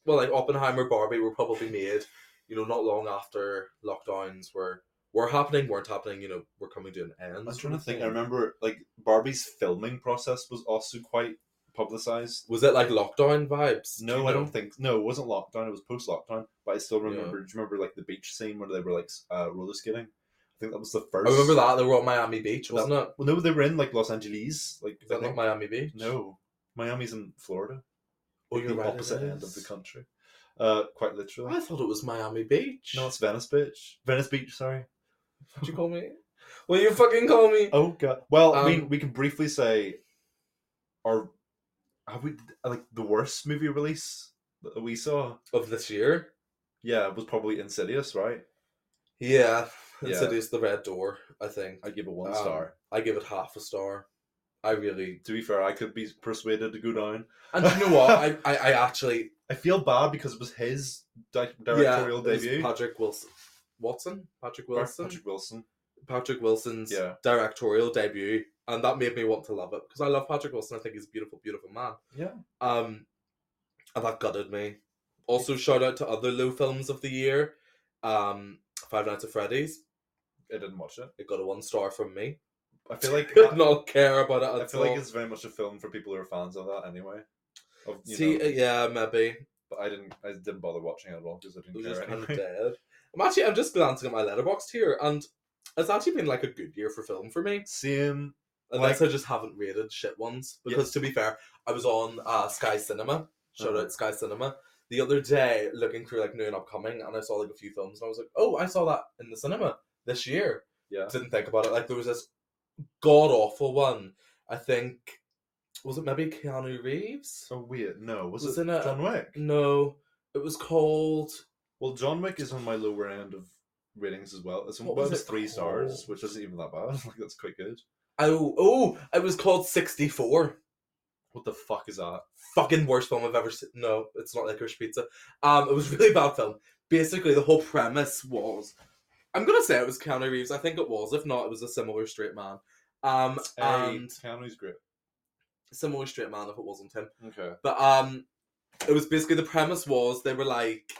[SPEAKER 1] Well, like Oppenheimer, Barbie were probably made, you know, not long after lockdowns were were happening, weren't happening. You know, were coming to an end.
[SPEAKER 2] I'm
[SPEAKER 1] sort
[SPEAKER 2] trying to
[SPEAKER 1] of
[SPEAKER 2] think. I
[SPEAKER 1] thing.
[SPEAKER 2] remember like Barbie's filming process was also quite publicized.
[SPEAKER 1] Was it like lockdown vibes? Do
[SPEAKER 2] No,
[SPEAKER 1] you
[SPEAKER 2] I
[SPEAKER 1] know?
[SPEAKER 2] don't think. No, it wasn't lockdown. It was post lockdown. But I still remember. Do you remember like the beach scene where they were like s- uh, roller skating? I think that was the first.
[SPEAKER 1] I remember that they were on Miami Beach,
[SPEAKER 2] Well,
[SPEAKER 1] wasn't it?
[SPEAKER 2] Well, no, they were in like Los Angeles. Like
[SPEAKER 1] Is
[SPEAKER 2] I
[SPEAKER 1] that not
[SPEAKER 2] think-
[SPEAKER 1] Miami Beach?
[SPEAKER 2] No, Miami's in Florida.
[SPEAKER 1] Oh,
[SPEAKER 2] like,
[SPEAKER 1] you're
[SPEAKER 2] the
[SPEAKER 1] right, it
[SPEAKER 2] opposite end of the
[SPEAKER 1] is.
[SPEAKER 2] country. Uh, quite literally.
[SPEAKER 1] I thought it was Miami Beach.
[SPEAKER 2] No, it's Venice Beach. Venice Beach. Sorry.
[SPEAKER 1] What'd you call me? Will you fucking call me?
[SPEAKER 2] Oh god. Well, I
[SPEAKER 1] Um,
[SPEAKER 2] mean, we can briefly say, our have we like the worst movie release that we saw?
[SPEAKER 1] Of this year?
[SPEAKER 2] Yeah, it was probably Insidious, right?
[SPEAKER 1] Yeah.
[SPEAKER 2] Yeah.
[SPEAKER 1] Insidious The Red Door, I think.
[SPEAKER 2] I give it one
[SPEAKER 1] Um,
[SPEAKER 2] star.
[SPEAKER 1] I give it half a star. I really.
[SPEAKER 2] To be fair, I could be persuaded to go down.
[SPEAKER 1] And you know what? I, I, I actually.
[SPEAKER 2] I feel bad because it was his di-
[SPEAKER 1] yeah,
[SPEAKER 2] directorial
[SPEAKER 1] it was
[SPEAKER 2] debut.
[SPEAKER 1] Patrick Wilson. Watson? Patrick
[SPEAKER 2] Or
[SPEAKER 1] Wilson?
[SPEAKER 2] Patrick Wilson.
[SPEAKER 1] Patrick Wilson's
[SPEAKER 2] Yeah.
[SPEAKER 1] directorial debut, and that made me want to love it because I love Patrick Wilson. I think he's a beautiful, beautiful man.
[SPEAKER 2] Yeah.
[SPEAKER 1] Um, and that gutted me Also, shout out to other low films of the year. Um, Five Nights at Freddy's.
[SPEAKER 2] I didn't watch it.
[SPEAKER 1] It got a one star from me.
[SPEAKER 2] I feel like
[SPEAKER 1] Did not care about
[SPEAKER 2] I
[SPEAKER 1] it at
[SPEAKER 2] feel
[SPEAKER 1] all.
[SPEAKER 2] like it's very much a film for people who are fans of that anyway. Of, you
[SPEAKER 1] See,
[SPEAKER 2] know,
[SPEAKER 1] uh, yeah, maybe
[SPEAKER 2] but I didn't. I didn't bother watching it at all because I
[SPEAKER 1] it
[SPEAKER 2] didn't
[SPEAKER 1] was
[SPEAKER 2] care.
[SPEAKER 1] just kind of
[SPEAKER 2] anyway.
[SPEAKER 1] dead. I'm actually, I'm just glancing at my letterbox here, and it's actually been like a good year for film for me.
[SPEAKER 2] Same.
[SPEAKER 1] Unless
[SPEAKER 2] Like-
[SPEAKER 1] I just haven't rated shit ones.
[SPEAKER 2] Yeah.
[SPEAKER 1] Because to be fair, I was on uh, Sky Cinema. Shout
[SPEAKER 2] Uh-huh.
[SPEAKER 1] out Sky Cinema. The other day, looking through like new and upcoming, and I saw like a few films, and I was like, "Oh, I saw that in the cinema this year."
[SPEAKER 2] Yeah.
[SPEAKER 1] Didn't think about it. Like there was this god awful one. I think was it maybe Keanu Reeves?
[SPEAKER 2] So weird. No, was,
[SPEAKER 1] Was
[SPEAKER 2] it
[SPEAKER 1] in a- uh,
[SPEAKER 2] John Wick?
[SPEAKER 1] No, it was called.
[SPEAKER 2] Well, John Wick is on my lower end of ratings as well. It's on
[SPEAKER 1] What was
[SPEAKER 2] about
[SPEAKER 1] it
[SPEAKER 2] three stars,
[SPEAKER 1] called?
[SPEAKER 2] which isn't even that bad. Like that's quite good.
[SPEAKER 1] Oh, oh, it was called Sixty Four.
[SPEAKER 2] What the fuck is that?
[SPEAKER 1] fucking worst film I've ever seen. No, it's not Licorice Pizza. Um, it was a really bad film. Basically, the whole premise was, I'm gonna say it was Keanu Reeves. I think it was. If not, it was a similar straight man. Um,
[SPEAKER 2] And
[SPEAKER 1] and
[SPEAKER 2] Keanu's great.
[SPEAKER 1] similar straight man if it wasn't him.
[SPEAKER 2] Okay.
[SPEAKER 1] But um, it was basically the premise was they were like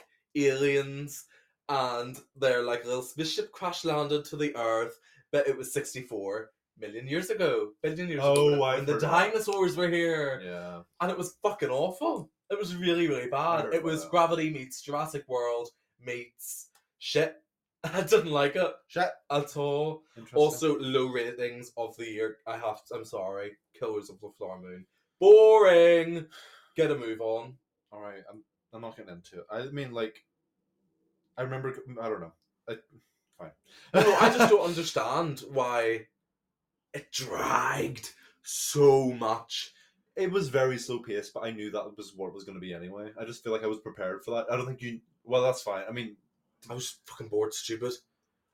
[SPEAKER 1] aliens, and their like little spaceship crash landed to the Earth, but it was 64 million years ago, billion years
[SPEAKER 2] Oh,
[SPEAKER 1] ago,
[SPEAKER 2] I
[SPEAKER 1] when the
[SPEAKER 2] forgot.
[SPEAKER 1] dinosaurs were here
[SPEAKER 2] Yeah.
[SPEAKER 1] and it was fucking awful. It was really, really bad.
[SPEAKER 2] heard
[SPEAKER 1] It
[SPEAKER 2] about
[SPEAKER 1] was
[SPEAKER 2] that.
[SPEAKER 1] Gravity meets Jurassic World meets shit. I didn't like it
[SPEAKER 2] Shit.
[SPEAKER 1] at all.
[SPEAKER 2] Interesting.
[SPEAKER 1] Also, low ratings of the year. I have. To, I'm sorry. Killers of the Flower Moon. Boring. Get a move on.
[SPEAKER 2] All right, I'm I'm not getting into it. I mean, like, I remember. I don't know. I, fine.
[SPEAKER 1] No, I just don't understand why it dragged so much.
[SPEAKER 2] it was very slow paced, but I knew that was what it was going to be anyway. I just feel like I was prepared for that. I don't think you. Well, that's fine. I mean,
[SPEAKER 1] I was fucking bored, stupid.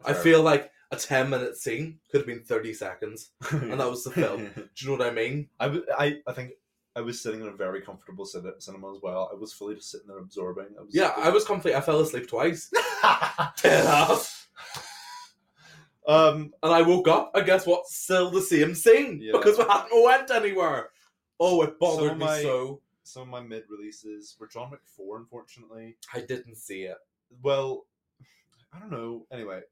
[SPEAKER 1] I
[SPEAKER 2] fair.
[SPEAKER 1] feel like a ten minute scene could have been thirty seconds, and that was the film. Do you know what I mean?
[SPEAKER 2] I, w- I, I think I was sitting in a very comfortable cin- cinema as well. I was fully just sitting there absorbing. I was
[SPEAKER 1] Yeah, I was comfy. I fell asleep twice.
[SPEAKER 2] um,
[SPEAKER 1] And I woke up, and guess what? Still the same scene
[SPEAKER 2] Yeah.
[SPEAKER 1] because we hadn't went anywhere. Oh, it
[SPEAKER 2] Some
[SPEAKER 1] bothered
[SPEAKER 2] of
[SPEAKER 1] me
[SPEAKER 2] my-
[SPEAKER 1] so.
[SPEAKER 2] some of my mid releases were John Wick four, unfortunately.
[SPEAKER 1] I didn't see it.
[SPEAKER 2] Well, I don't know. Anyway,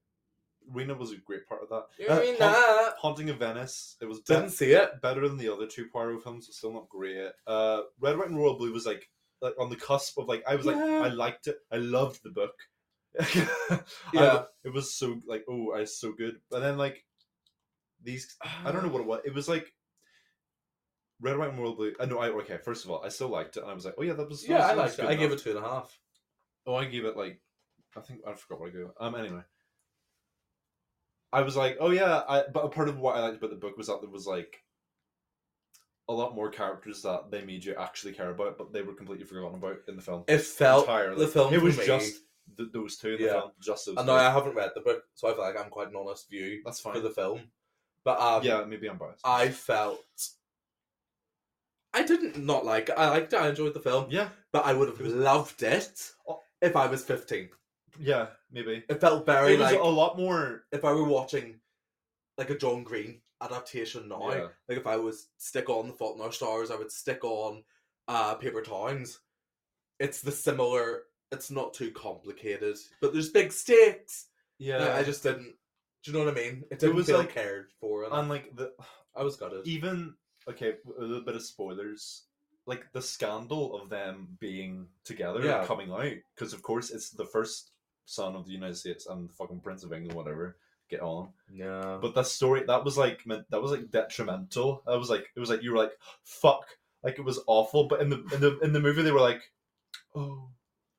[SPEAKER 2] Rena was a great part of that.
[SPEAKER 1] You
[SPEAKER 2] Uh,
[SPEAKER 1] mean
[SPEAKER 2] Haunt-
[SPEAKER 1] that?
[SPEAKER 2] Haunting of Venice. It was be-
[SPEAKER 1] Didn't see it.
[SPEAKER 2] better than the other two Poirot films, but still not great. Uh, Red, White, and Royal Blue was like like on the cusp of like I was like
[SPEAKER 1] Yeah.
[SPEAKER 2] I liked it. I loved the book. I-
[SPEAKER 1] Yeah.
[SPEAKER 2] it was so like oh, I so good. But then like these, I don't know what it was. It was like. Red, white, and royal blue. Uh, no, I okay. First of all, I still liked it, and I was like, "Oh yeah, that was." that
[SPEAKER 1] Yeah,
[SPEAKER 2] was-
[SPEAKER 1] I
[SPEAKER 2] that was
[SPEAKER 1] liked it.
[SPEAKER 2] good
[SPEAKER 1] I gave
[SPEAKER 2] enough.
[SPEAKER 1] it two and a half.
[SPEAKER 2] Oh, I gave it like, I think I forgot what I gave it. Um, anyway, I was like, oh yeah, I, but a part of what I liked about the book was that there was like a lot more characters that they made you actually care about, but they were completely forgotten about in the film.
[SPEAKER 1] It felt
[SPEAKER 2] entirely.
[SPEAKER 1] the film.
[SPEAKER 2] It was
[SPEAKER 1] for me,
[SPEAKER 2] just th- those two in the
[SPEAKER 1] Yeah.
[SPEAKER 2] film, just those.
[SPEAKER 1] And
[SPEAKER 2] two.
[SPEAKER 1] now I haven't read the book, so I feel like I'm quite an honest view
[SPEAKER 2] That's
[SPEAKER 1] for
[SPEAKER 2] fine.
[SPEAKER 1] the film. But um,
[SPEAKER 2] yeah, maybe I'm biased.
[SPEAKER 1] I felt I didn't not like. it. I liked it. I enjoyed the film.
[SPEAKER 2] yeah,
[SPEAKER 1] but I would have
[SPEAKER 2] It was-
[SPEAKER 1] loved it
[SPEAKER 2] Oh.
[SPEAKER 1] if I was 15.
[SPEAKER 2] yeah, maybe.
[SPEAKER 1] It felt very
[SPEAKER 2] it was
[SPEAKER 1] like
[SPEAKER 2] a lot more.
[SPEAKER 1] if I were watching like a John Green adaptation now.
[SPEAKER 2] Yeah.
[SPEAKER 1] Like if I was stick on The Fault in Our Stars, I would stick on uh, Paper Towns. It's the similar. It's not too complicated, but there's big stakes.
[SPEAKER 2] Yeah,
[SPEAKER 1] Like, I just didn't. Do you know what I mean? It
[SPEAKER 2] There
[SPEAKER 1] didn't
[SPEAKER 2] was,
[SPEAKER 1] feel
[SPEAKER 2] like- e-
[SPEAKER 1] cared for, and
[SPEAKER 2] and like the
[SPEAKER 1] I was gutted.
[SPEAKER 2] even okay a little bit of spoilers like the scandal of them being together
[SPEAKER 1] Yeah.
[SPEAKER 2] coming out because of course it's the first son of the united states and the fucking prince of england whatever get on
[SPEAKER 1] Yeah,
[SPEAKER 2] but that story that was like meant that was like detrimental i was like it was like you were like fuck like it was awful but in the in the in the movie they were like oh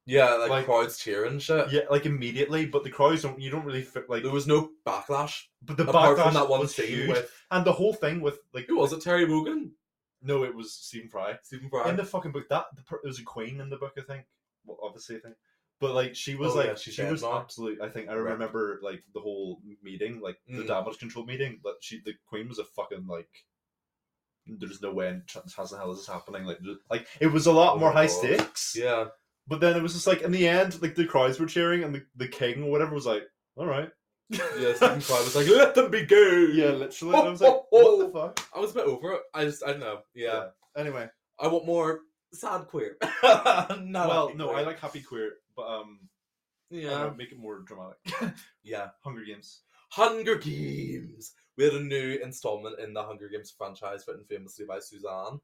[SPEAKER 1] yeah, like,
[SPEAKER 2] like-
[SPEAKER 1] crowds cheering shit.
[SPEAKER 2] yeah like immediately but the crowds don't you don't really fit like
[SPEAKER 1] There was no backlash
[SPEAKER 2] but the
[SPEAKER 1] apart
[SPEAKER 2] backlash
[SPEAKER 1] from that one
[SPEAKER 2] was
[SPEAKER 1] scene
[SPEAKER 2] huge.
[SPEAKER 1] with
[SPEAKER 2] and the whole thing with like
[SPEAKER 1] who was it? Terry Wogan,
[SPEAKER 2] no it was stephen fry
[SPEAKER 1] Stephen Fry.
[SPEAKER 2] in the fucking book that the, per- there was a queen in the book i think well obviously i think but like she was
[SPEAKER 1] Oh,
[SPEAKER 2] like
[SPEAKER 1] yeah, she
[SPEAKER 2] she,
[SPEAKER 1] said
[SPEAKER 2] was
[SPEAKER 1] that.
[SPEAKER 2] absolutely i think i
[SPEAKER 1] Right.
[SPEAKER 2] remember like the whole meeting like the
[SPEAKER 1] Mm.
[SPEAKER 2] damage control meeting but she the queen was a fucking like there's no way in ch- chance in hell this is happening like th- like it was a lot
[SPEAKER 1] Oh
[SPEAKER 2] more
[SPEAKER 1] my
[SPEAKER 2] high
[SPEAKER 1] God.
[SPEAKER 2] stakes
[SPEAKER 1] yeah,
[SPEAKER 2] but then it was just like in the end like the crowds were cheering and the, the king or whatever was like all right
[SPEAKER 1] yeah. Stephen Fry was like, "Let them be gay."
[SPEAKER 2] yeah literally and i was like what the fuck
[SPEAKER 1] I was a bit over it. I just, I don't know. Yeah,
[SPEAKER 2] anyway
[SPEAKER 1] I want more sad queer. Not
[SPEAKER 2] well,
[SPEAKER 1] happy
[SPEAKER 2] no, I
[SPEAKER 1] queer.
[SPEAKER 2] like happy queer, but um, I don't
[SPEAKER 1] yeah,
[SPEAKER 2] know, make it more dramatic.
[SPEAKER 1] yeah.
[SPEAKER 2] Hunger Games.
[SPEAKER 1] Hunger Games. We had a new installment in the Hunger Games franchise, written famously by Suzanne.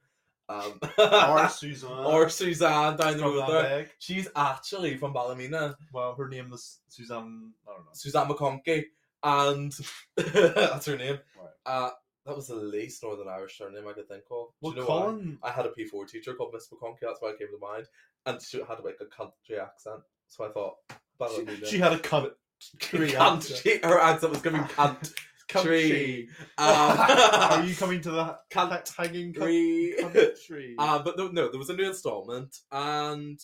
[SPEAKER 1] Um,
[SPEAKER 2] Or Suzanne.
[SPEAKER 1] or Suzanne down the
[SPEAKER 2] from Oh.
[SPEAKER 1] road there.
[SPEAKER 2] Lambeg.
[SPEAKER 1] She's actually from Ballymena,
[SPEAKER 2] Well, her name was Suzanne. I don't know.
[SPEAKER 1] Suzanne McConkey, and that's her name.
[SPEAKER 2] Right.
[SPEAKER 1] Uh, that was the least Northern Irish surname I could think of. Do
[SPEAKER 2] Well,
[SPEAKER 1] you know why?
[SPEAKER 2] Colin.
[SPEAKER 1] I had a P4 teacher called Miss McConkey, that's why it came to mind. And she had like a country accent. So I thought,
[SPEAKER 2] She,
[SPEAKER 1] Ballymena.
[SPEAKER 2] she had a cunt.
[SPEAKER 1] cunt. She, her accent was giving cunt. Country.
[SPEAKER 2] Country. Are
[SPEAKER 1] Um,
[SPEAKER 2] you coming to the
[SPEAKER 1] Cunt.
[SPEAKER 2] cunt hanging
[SPEAKER 1] Country.
[SPEAKER 2] country?
[SPEAKER 1] Uh, but no, no, there was a new installment, and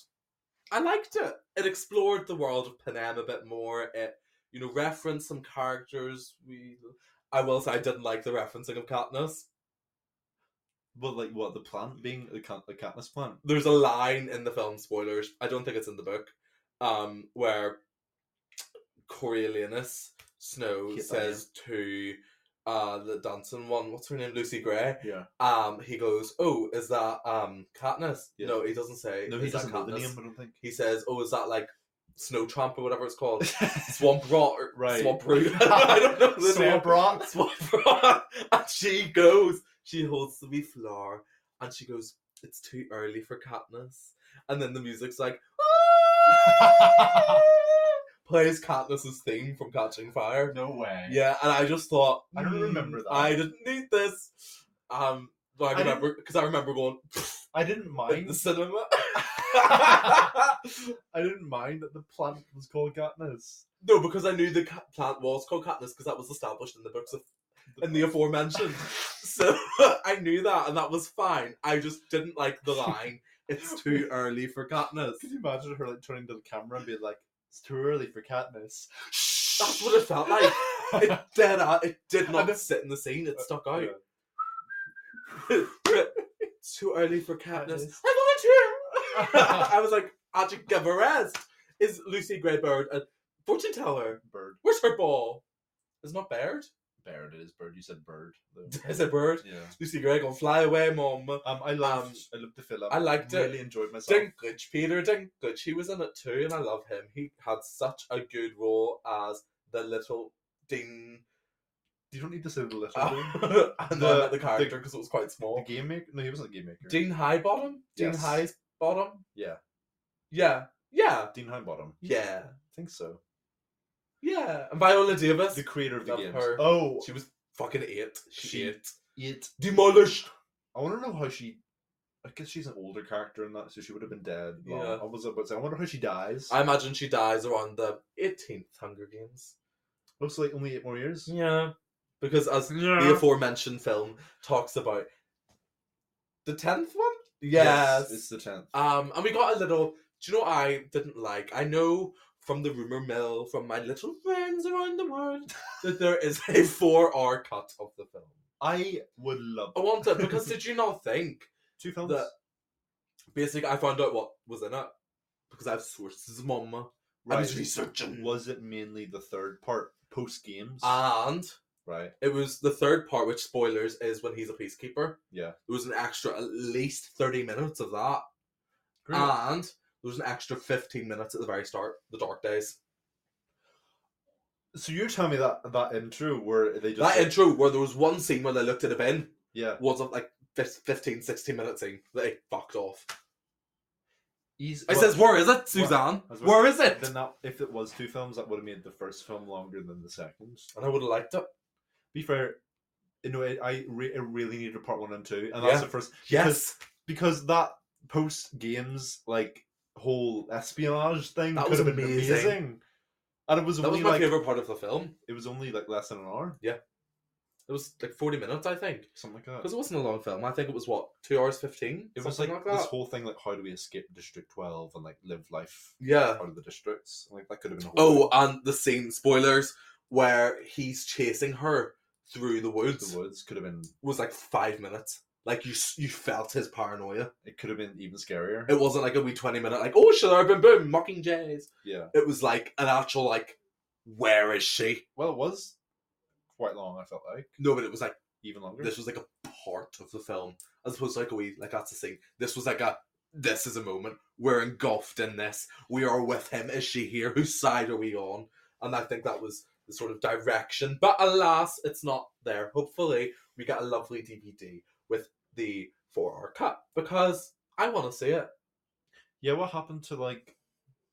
[SPEAKER 1] I liked it. It explored the world of Panem a bit more. It, you know, referenced some characters. We, I will say, I didn't like the referencing of Katniss.
[SPEAKER 2] well, like what the plant being the cat the Katniss plant.
[SPEAKER 1] There's a line in the film spoilers. I don't think it's in the book, um, where Coriolanus Snow
[SPEAKER 2] Hate that
[SPEAKER 1] says to uh the dancing one, what's her name, Lucy Gray.
[SPEAKER 2] Yeah.
[SPEAKER 1] Um, he goes, "Oh, is that um Katniss?"
[SPEAKER 2] Yeah.
[SPEAKER 1] No, he doesn't say.
[SPEAKER 2] No, he
[SPEAKER 1] "Is that
[SPEAKER 2] doesn't know the
[SPEAKER 1] Katniss?"
[SPEAKER 2] name. I don't think.
[SPEAKER 1] he says, "Oh, is that like snow tramp or whatever it's called, swamp rot, or
[SPEAKER 2] Right.
[SPEAKER 1] swamp root? I don't know the
[SPEAKER 2] Swamp
[SPEAKER 1] name.
[SPEAKER 2] rot.
[SPEAKER 1] Swamp rot." And she goes, she holds the wee flower, and she goes, "It's too early for Katniss." And then the music's like plays Katniss's theme from Catching Fire.
[SPEAKER 2] no way.
[SPEAKER 1] Yeah, and I just thought
[SPEAKER 2] I don't
[SPEAKER 1] "Hmm,
[SPEAKER 2] remember that."
[SPEAKER 1] I didn't need this. Um, but I
[SPEAKER 2] I didn't-
[SPEAKER 1] remember because I remember going
[SPEAKER 2] I didn't
[SPEAKER 1] in
[SPEAKER 2] mind.
[SPEAKER 1] the cinema.
[SPEAKER 2] I didn't mind that the plant was called Katniss.
[SPEAKER 1] No, because I knew the ca- plant was called Katniss because that was established in the books of in the aforementioned. so I knew that, and that was fine. I just didn't like the line. It's too early for Katniss.
[SPEAKER 2] Could you imagine her like turning to the camera and being like, "It's too early for Katniss."
[SPEAKER 1] That's what it felt like. It dead. a- It did
[SPEAKER 2] And
[SPEAKER 1] not
[SPEAKER 2] it-
[SPEAKER 1] sit in the scene. It stuck out.
[SPEAKER 2] Yeah.
[SPEAKER 1] it's too early for Katniss.
[SPEAKER 2] Katniss.
[SPEAKER 1] I want you. I was like, actually, give a rest. Is Lucy Greybird a fortune teller?
[SPEAKER 2] Bird.
[SPEAKER 1] Where's her ball? It's not Baird.
[SPEAKER 2] Bird. It is bird. You said bird. though.
[SPEAKER 1] Is it Bird?
[SPEAKER 2] Yeah.
[SPEAKER 1] Lucy Grey gonna fly away, mom.
[SPEAKER 2] Um, I loved. I loved the film.
[SPEAKER 1] I liked it.
[SPEAKER 2] really enjoyed myself.
[SPEAKER 1] Dinklage, Peter Dinklage, he was in it too, and I love him. He had such a good role as the little Dean,
[SPEAKER 2] You don't need to say the little
[SPEAKER 1] and
[SPEAKER 2] thing.
[SPEAKER 1] the,
[SPEAKER 2] The-
[SPEAKER 1] the character because it was quite
[SPEAKER 2] The
[SPEAKER 1] small.
[SPEAKER 2] game maker? No, he wasn't a game maker.
[SPEAKER 1] Dean Highbottom, Dean
[SPEAKER 2] Yes.
[SPEAKER 1] High's bottom,
[SPEAKER 2] Yeah.
[SPEAKER 1] yeah, yeah,
[SPEAKER 2] Dean Highbottom.
[SPEAKER 1] yeah,
[SPEAKER 2] I think so.
[SPEAKER 1] yeah. And Viola Davis,
[SPEAKER 2] The creator of the
[SPEAKER 1] Love
[SPEAKER 2] games.
[SPEAKER 1] her.
[SPEAKER 2] Oh,
[SPEAKER 1] she was fucking eight.
[SPEAKER 2] She-
[SPEAKER 1] Shit,
[SPEAKER 2] it.
[SPEAKER 1] demolished.
[SPEAKER 2] I want to know how she. I guess she's an older character in that, so she would have been dead. long.
[SPEAKER 1] Yeah.
[SPEAKER 2] I was about to say. I wonder how she dies.
[SPEAKER 1] I imagine she dies around the 18th Hunger Games.
[SPEAKER 2] Looks like only eight more years.
[SPEAKER 1] Yeah. Because as
[SPEAKER 3] Uh-huh.
[SPEAKER 1] the aforementioned film talks about the tenth one? Yes.
[SPEAKER 2] it's the tenth.
[SPEAKER 1] um and we got a little do you know what I didn't like? I know from the rumour mill, from my little friends around the world, that there is a four hour cut of the film.
[SPEAKER 2] I would love
[SPEAKER 1] I want it because did you not think?
[SPEAKER 2] two films.
[SPEAKER 1] that- Basically I found out what was in it. Because I have sources, mum. I was researching. Uh,
[SPEAKER 2] Was it mainly the third part post games?
[SPEAKER 1] And
[SPEAKER 2] right.
[SPEAKER 1] It was the third part, which spoilers is when he's a peacekeeper.
[SPEAKER 2] Yeah.
[SPEAKER 1] There was an extra at least thirty minutes of that,
[SPEAKER 2] Uh,
[SPEAKER 1] and there was an extra fifteen minutes at the very start, the dark days.
[SPEAKER 2] so you're telling me that that intro where they just
[SPEAKER 1] that
[SPEAKER 2] like-
[SPEAKER 1] intro where there was one scene where they looked at a bin
[SPEAKER 2] yeah
[SPEAKER 1] was of like fif- 15, 16 minute scene that they fucked off.
[SPEAKER 2] he's
[SPEAKER 1] I
[SPEAKER 2] well,
[SPEAKER 1] says, "Where is it, Suzanne?
[SPEAKER 2] I was
[SPEAKER 1] Where
[SPEAKER 2] about-
[SPEAKER 1] is it?"
[SPEAKER 2] Then that if it was two films, that would have made the first film longer than the second.
[SPEAKER 1] And I would have liked it.
[SPEAKER 2] Be fair, you know, I- I re- I really needed part one and two, and that's
[SPEAKER 1] Yeah.
[SPEAKER 2] the first
[SPEAKER 1] Yes,
[SPEAKER 2] because that post games like whole espionage thing
[SPEAKER 1] That
[SPEAKER 2] could
[SPEAKER 1] was
[SPEAKER 2] have been
[SPEAKER 1] amazing.
[SPEAKER 2] amazing. And it was
[SPEAKER 1] that was
[SPEAKER 2] only
[SPEAKER 1] my
[SPEAKER 2] like
[SPEAKER 1] favorite part of the film.
[SPEAKER 2] it was only like less than an hour,
[SPEAKER 1] It was like forty minutes, I think,
[SPEAKER 2] something like
[SPEAKER 1] because it
[SPEAKER 2] that.
[SPEAKER 1] wasn't a long film. I think it was what two hours fifteen.
[SPEAKER 2] It was like,
[SPEAKER 1] Something
[SPEAKER 2] this
[SPEAKER 1] that.
[SPEAKER 2] whole thing like how do we escape District Twelve and like live life
[SPEAKER 1] yeah.
[SPEAKER 2] out of the districts? Like that could have been. A whole
[SPEAKER 1] Oh, and the scene spoilers where he's chasing her through the
[SPEAKER 2] thing.
[SPEAKER 1] woods
[SPEAKER 2] the woods could have been.
[SPEAKER 1] was like five minutes. Like you, s- you felt his paranoia.
[SPEAKER 2] It could have been even scarier.
[SPEAKER 1] It wasn't like a wee twenty minute like oh should I boom boom mocking jays.
[SPEAKER 2] yeah.
[SPEAKER 1] It was like an actual like where is she?
[SPEAKER 2] Well, it was quite long. I felt like
[SPEAKER 1] No, but it was like
[SPEAKER 2] even longer.
[SPEAKER 1] this was like a part of the film as opposed to like a wee like that's the scene. This was like a this is a moment. We're engulfed in this. We are with him. Is she here? Whose side are we on? And I think that was the sort of direction. But alas, it's not there. Hopefully, we get a lovely DVD with the four hour cut because I want to see it.
[SPEAKER 2] Yeah, what happened to like?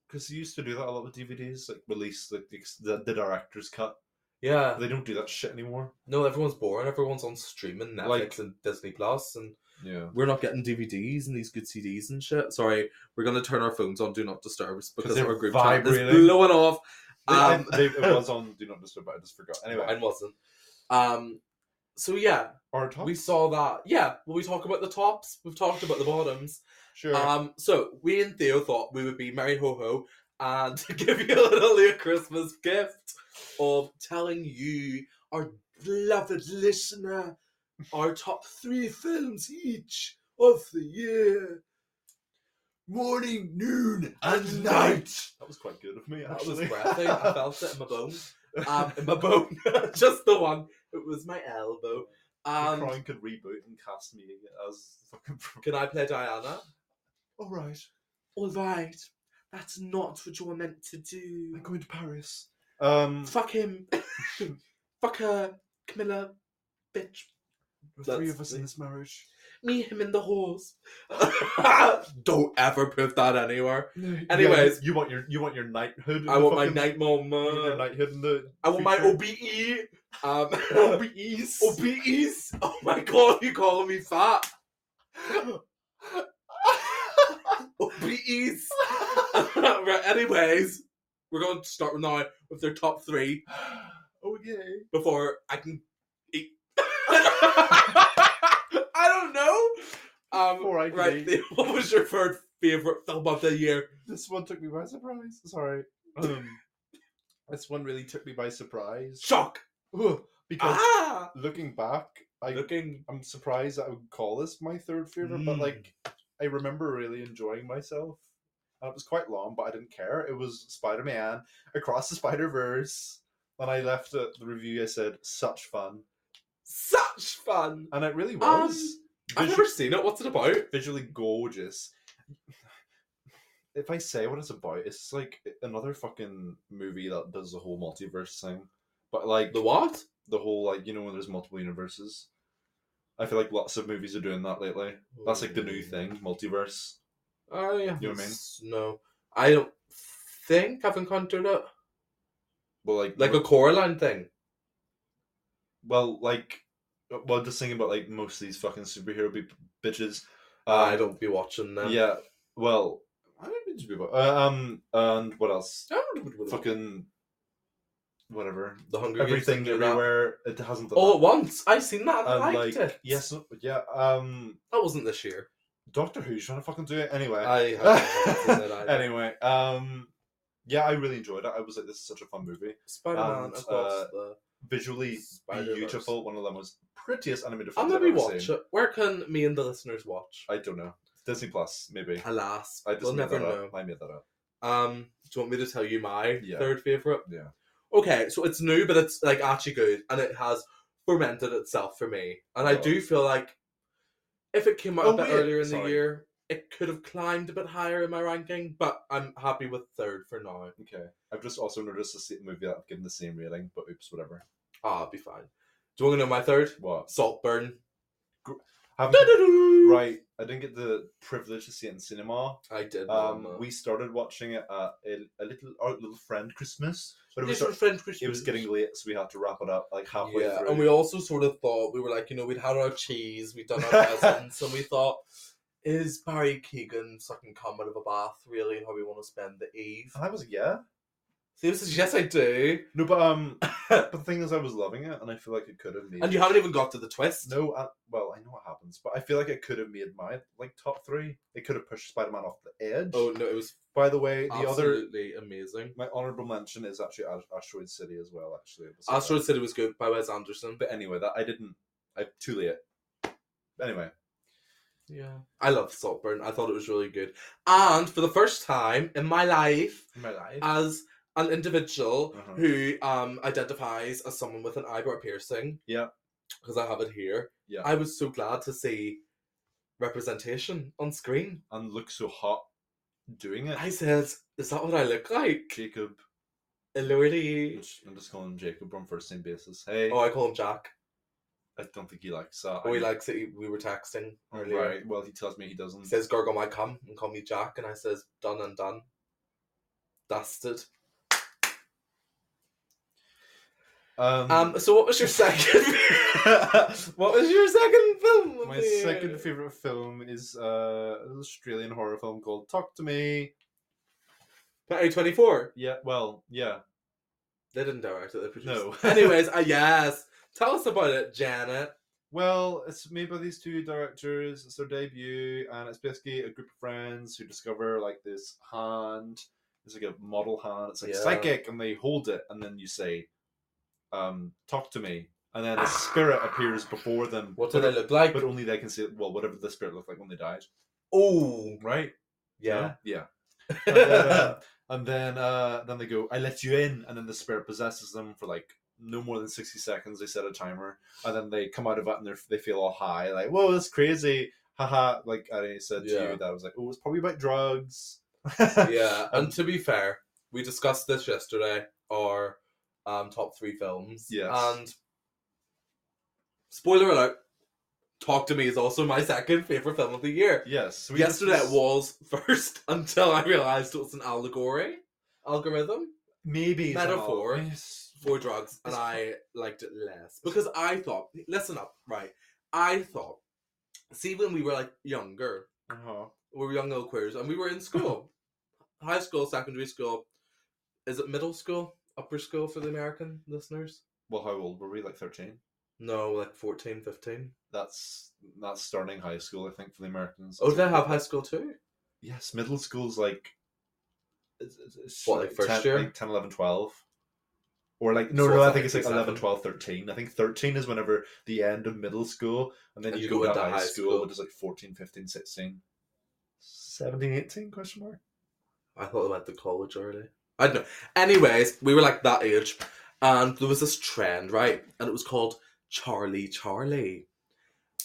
[SPEAKER 2] Because you used to do that a lot with DVDs, like release like the, ex- the, the director's cut.
[SPEAKER 1] Yeah.
[SPEAKER 2] They don't do that shit anymore.
[SPEAKER 1] No, everyone's boring. Everyone's on streaming Netflix
[SPEAKER 2] Like-
[SPEAKER 1] and Disney Plus, and
[SPEAKER 2] Yeah.
[SPEAKER 1] we're not getting DVDs and these good CDs and shit. Sorry, we're gonna turn our phones on Do Not Disturb us because
[SPEAKER 2] they're
[SPEAKER 1] our group chat is
[SPEAKER 2] vibrating.
[SPEAKER 1] blowing off. Um,
[SPEAKER 2] Um, they, it was on Do Not Disturb, but I just forgot. Anyway,
[SPEAKER 1] and wasn't. Um, so yeah,
[SPEAKER 2] our top.
[SPEAKER 1] we saw that. Yeah, well, we talk about the tops. We've talked about the bottoms.
[SPEAKER 2] sure.
[SPEAKER 1] Um, so we and Theo thought we would be merry ho ho and give you a little Leo Christmas gift of telling you, our beloved listener, our top three films each of the year. Morning, noon, and night.
[SPEAKER 2] that was quite good of me.
[SPEAKER 1] That was
[SPEAKER 2] actually.
[SPEAKER 1] breathy. I felt it in my bone. Um, in my bone, just the one. It was my elbow.
[SPEAKER 2] The
[SPEAKER 1] Um,
[SPEAKER 2] Crown could reboot and cast me as fucking.
[SPEAKER 1] can I play Diana?
[SPEAKER 2] All right,
[SPEAKER 1] All right. That's not what you were meant to do.
[SPEAKER 2] I'm going to Paris. Um,
[SPEAKER 1] Fuck him. Fuck her. Camilla. Bitch.
[SPEAKER 2] there are three
[SPEAKER 1] that's
[SPEAKER 2] of us
[SPEAKER 1] me.
[SPEAKER 2] in this marriage.
[SPEAKER 1] Me, him, and the horse. Don't ever put that anywhere. Anyways.
[SPEAKER 2] Anyways, you want your you want your knighthood. in
[SPEAKER 1] I
[SPEAKER 2] the
[SPEAKER 1] want my
[SPEAKER 2] fucking-
[SPEAKER 1] night
[SPEAKER 2] you want your
[SPEAKER 1] mama.
[SPEAKER 2] knighthood in the.
[SPEAKER 1] I want my
[SPEAKER 2] future.
[SPEAKER 1] OBE. Um,
[SPEAKER 2] OBEs.
[SPEAKER 1] OBEs. Oh my god, you calling me fat? OBEs. right, anyways, we're going to start now with their top three
[SPEAKER 2] Oh yeah.
[SPEAKER 1] before I can eat. I don't know. Um,
[SPEAKER 2] Before I can
[SPEAKER 1] right,
[SPEAKER 2] eat.
[SPEAKER 1] what was your third favorite film of the year?
[SPEAKER 2] This one took me by surprise. Sorry. Um, this one really took me by surprise.
[SPEAKER 1] Shock.
[SPEAKER 2] Ugh, because
[SPEAKER 1] Ah,
[SPEAKER 2] looking back, I
[SPEAKER 1] looking.
[SPEAKER 2] I'm surprised I would call this my third favorite, but
[SPEAKER 1] Mm.
[SPEAKER 2] like I remember really enjoying myself. And it was quite long, but I didn't care. It was Spider Man Across the Spider Verse. When I left uh, the review, I said such fun,
[SPEAKER 1] Such fun.
[SPEAKER 2] and it really was
[SPEAKER 1] Um, I've
[SPEAKER 2] visu-
[SPEAKER 1] never seen it. What's it about?
[SPEAKER 2] visually gorgeous. If I say what it's about, it's like another fucking movie that does the whole multiverse thing. But like
[SPEAKER 1] The what?
[SPEAKER 2] the whole like you know when there's multiple universes. I feel like lots of movies are doing that lately. That's like the new thing, multiverse.
[SPEAKER 1] I haven't
[SPEAKER 2] know what I mean?
[SPEAKER 1] Oh, s- No, I don't think I've encountered it.
[SPEAKER 2] Well, like
[SPEAKER 1] Like a Coraline thing.
[SPEAKER 2] well, like well, just thinking about like most of these fucking superhero b- bitches.
[SPEAKER 1] I
[SPEAKER 2] um,
[SPEAKER 1] don't be watching that.
[SPEAKER 2] Yeah. Well, I don't need to be about. Uh, um, and what else?
[SPEAKER 1] Oh.
[SPEAKER 2] Fucking whatever.
[SPEAKER 1] The Hunger Games.
[SPEAKER 2] Everything,
[SPEAKER 1] didn't do that.
[SPEAKER 2] everywhere. It hasn't done
[SPEAKER 1] All at
[SPEAKER 2] that.
[SPEAKER 1] once. I seen that. and I
[SPEAKER 2] And
[SPEAKER 1] liked
[SPEAKER 2] like
[SPEAKER 1] it.
[SPEAKER 2] yes, yeah. Um,
[SPEAKER 1] That wasn't this year.
[SPEAKER 2] Doctor Who's trying to fucking do it anyway.
[SPEAKER 1] I haven't seen it either.
[SPEAKER 2] anyway, um, yeah, I really enjoyed it. I was like, this is such a fun movie.
[SPEAKER 1] Spider Man
[SPEAKER 2] And,
[SPEAKER 1] across
[SPEAKER 2] uh,
[SPEAKER 1] the.
[SPEAKER 2] Visually
[SPEAKER 1] Spider-Verse.
[SPEAKER 2] beautiful. One of the most prettiest animated
[SPEAKER 1] I'm
[SPEAKER 2] films I've
[SPEAKER 1] gonna
[SPEAKER 2] ever
[SPEAKER 1] watch
[SPEAKER 2] seen.
[SPEAKER 1] it. Where can me and the listeners watch?
[SPEAKER 2] I don't know. Disney Plus, maybe.
[SPEAKER 1] Alas,
[SPEAKER 2] I just
[SPEAKER 1] we'll
[SPEAKER 2] made
[SPEAKER 1] never
[SPEAKER 2] that
[SPEAKER 1] know.
[SPEAKER 2] up. I made that up.
[SPEAKER 1] Um, do you want me to tell you my
[SPEAKER 2] Yeah.
[SPEAKER 1] third favorite?
[SPEAKER 2] Yeah.
[SPEAKER 1] Okay, so it's new, but it's like actually good, and it has fermented itself for me. And I
[SPEAKER 2] Oh.
[SPEAKER 1] do feel like if it came out
[SPEAKER 2] Oh,
[SPEAKER 1] a bit
[SPEAKER 2] wait,
[SPEAKER 1] earlier in the
[SPEAKER 2] sorry.
[SPEAKER 1] year, it could have climbed a bit higher in my ranking. But I'm happy with third for now.
[SPEAKER 2] Okay. I've just also noticed a se- movie that I've given the same rating, but oops, whatever.
[SPEAKER 1] Ah, I'll be fine. Do you want to know my third?
[SPEAKER 2] What?
[SPEAKER 1] Saltburn. Right.
[SPEAKER 2] Haven't, right. I didn't get the privilege to see it in cinema.
[SPEAKER 1] I did.
[SPEAKER 2] Um,
[SPEAKER 1] Mama.
[SPEAKER 2] we started watching it at a, a little our little friend Christmas, but it was,
[SPEAKER 1] Little
[SPEAKER 2] sort-
[SPEAKER 1] French Christmas.
[SPEAKER 2] it was getting late, so we had to wrap it up like halfway
[SPEAKER 1] yeah,
[SPEAKER 2] through.
[SPEAKER 1] and we also sort of thought we were like, you know, we'd had our cheese, we'd done our presents, and we thought, is Barry Keegan sucking cum out of a bath really how we want to spend the eve?
[SPEAKER 2] and I was like, yeah,
[SPEAKER 1] Theo says, yes, I do,
[SPEAKER 2] no, but um, but the thing is, I was loving it, and I feel like it could have made.
[SPEAKER 1] and you haven't even got to the twist.
[SPEAKER 2] No, I, well, I know what happens, but I feel like it could have made my like top three. It could have pushed Spider Man off the edge.
[SPEAKER 1] Oh no, it was
[SPEAKER 2] By the way, the other
[SPEAKER 1] absolutely amazing.
[SPEAKER 2] my honorable mention is actually Ash- Asteroid City as well. Actually, It was-
[SPEAKER 1] Asteroid City was good by Wes Anderson.
[SPEAKER 2] But anyway, that I didn't. I too late. Anyway,
[SPEAKER 1] Yeah, I love Saltburn. I thought it was really good, and for the first time in my life,
[SPEAKER 2] my life.
[SPEAKER 1] as an individual
[SPEAKER 2] Uh-huh.
[SPEAKER 1] who um identifies as someone with an eyebrow piercing.
[SPEAKER 2] Yeah.
[SPEAKER 1] Because I have it here.
[SPEAKER 2] Yeah.
[SPEAKER 1] I was so glad to see representation on screen.
[SPEAKER 2] and look so hot doing it.
[SPEAKER 1] I said, "Is that what I look like?"
[SPEAKER 2] Jacob,
[SPEAKER 1] Elodie.
[SPEAKER 2] which I'm just calling him Jacob on first name basis. Hey,
[SPEAKER 1] Oh, I call him Jack.
[SPEAKER 2] I don't think he likes that.
[SPEAKER 1] Oh, he
[SPEAKER 2] I-
[SPEAKER 1] likes it. We were texting earlier.
[SPEAKER 2] Right. Well, he tells me he doesn't.
[SPEAKER 1] He says, Gorgo, my come and call me Jack. And I says, done and done. Dusted.
[SPEAKER 2] um,
[SPEAKER 1] Um, so what was your second? what was your second film? of
[SPEAKER 2] my
[SPEAKER 1] the year?
[SPEAKER 2] second favorite film is uh, an Australian horror film called Talk to Me.
[SPEAKER 1] Hey, 24.
[SPEAKER 2] Yeah. Well, yeah.
[SPEAKER 1] They didn't direct it, they produced
[SPEAKER 2] No.
[SPEAKER 1] it. Anyways, uh, yes. Tell us about it, Janet.
[SPEAKER 2] Well, it's made by these two directors. It's their debut, and it's basically a group of friends who discover like this hand. It's like a model hand. It's like
[SPEAKER 1] Yeah.
[SPEAKER 2] psychic, and they hold it, and then you say, um, "Talk to me," and then a spirit appears before them.
[SPEAKER 1] What do
[SPEAKER 2] but-
[SPEAKER 1] they look like?
[SPEAKER 2] But only they can see. Well, whatever the spirit looked like when they died,
[SPEAKER 1] Oh,
[SPEAKER 2] right?
[SPEAKER 1] yeah.
[SPEAKER 2] yeah. And then, uh, and then, uh, then they go, "I let you in," and then the spirit possesses them for like no more than sixty seconds. They set a timer, and then they come out of it and they they feel all high, like, "Whoa, that's crazy!" Haha. Like I said to
[SPEAKER 1] Yeah.
[SPEAKER 2] you, that I was like, "Oh, it's probably about drugs."
[SPEAKER 1] yeah.
[SPEAKER 2] Um,
[SPEAKER 1] And to be fair, we discussed this yesterday, our um, top three films.
[SPEAKER 2] Yes.
[SPEAKER 1] And spoiler alert, Talk to Me is also my second favourite film of the year.
[SPEAKER 2] yes. so we just-
[SPEAKER 1] yesterday it was first until I realised it was an allegory, algorithm
[SPEAKER 2] maybe it's
[SPEAKER 1] metaphor.
[SPEAKER 2] not- Yes.
[SPEAKER 1] for drugs, and
[SPEAKER 2] It's-
[SPEAKER 1] I liked it less because I thought, listen up, right? I thought, see, when we were like younger,
[SPEAKER 2] Uh-huh.
[SPEAKER 1] we were young little queers, and we were in school, high school, secondary school. Is it middle school, upper school for the American listeners?
[SPEAKER 2] Well, how old were we? Like thirteen.
[SPEAKER 1] No, like 14, 15.
[SPEAKER 2] That's that's starting high school, I think, for the Americans.
[SPEAKER 1] Oh, did I have high school too?
[SPEAKER 2] Yes, middle school's like. it's- it's- it's
[SPEAKER 1] What, like first
[SPEAKER 2] 10,
[SPEAKER 1] year?
[SPEAKER 2] Like 10, 11, 12. Or like, no,
[SPEAKER 1] So
[SPEAKER 2] no,
[SPEAKER 1] it's
[SPEAKER 2] I
[SPEAKER 1] like
[SPEAKER 2] think it's like
[SPEAKER 1] 67.
[SPEAKER 2] 11, 12, 13. I think 13 is whenever the end of middle school, and then
[SPEAKER 1] And
[SPEAKER 2] you, go, into high, school,
[SPEAKER 1] school.
[SPEAKER 2] which is like 14, 15, 16. 17, 18, question mark?
[SPEAKER 1] I thought I went to college already. I don't know. Anyways, we were like that age, and there was this trend, right? And it was called Charlie Charlie.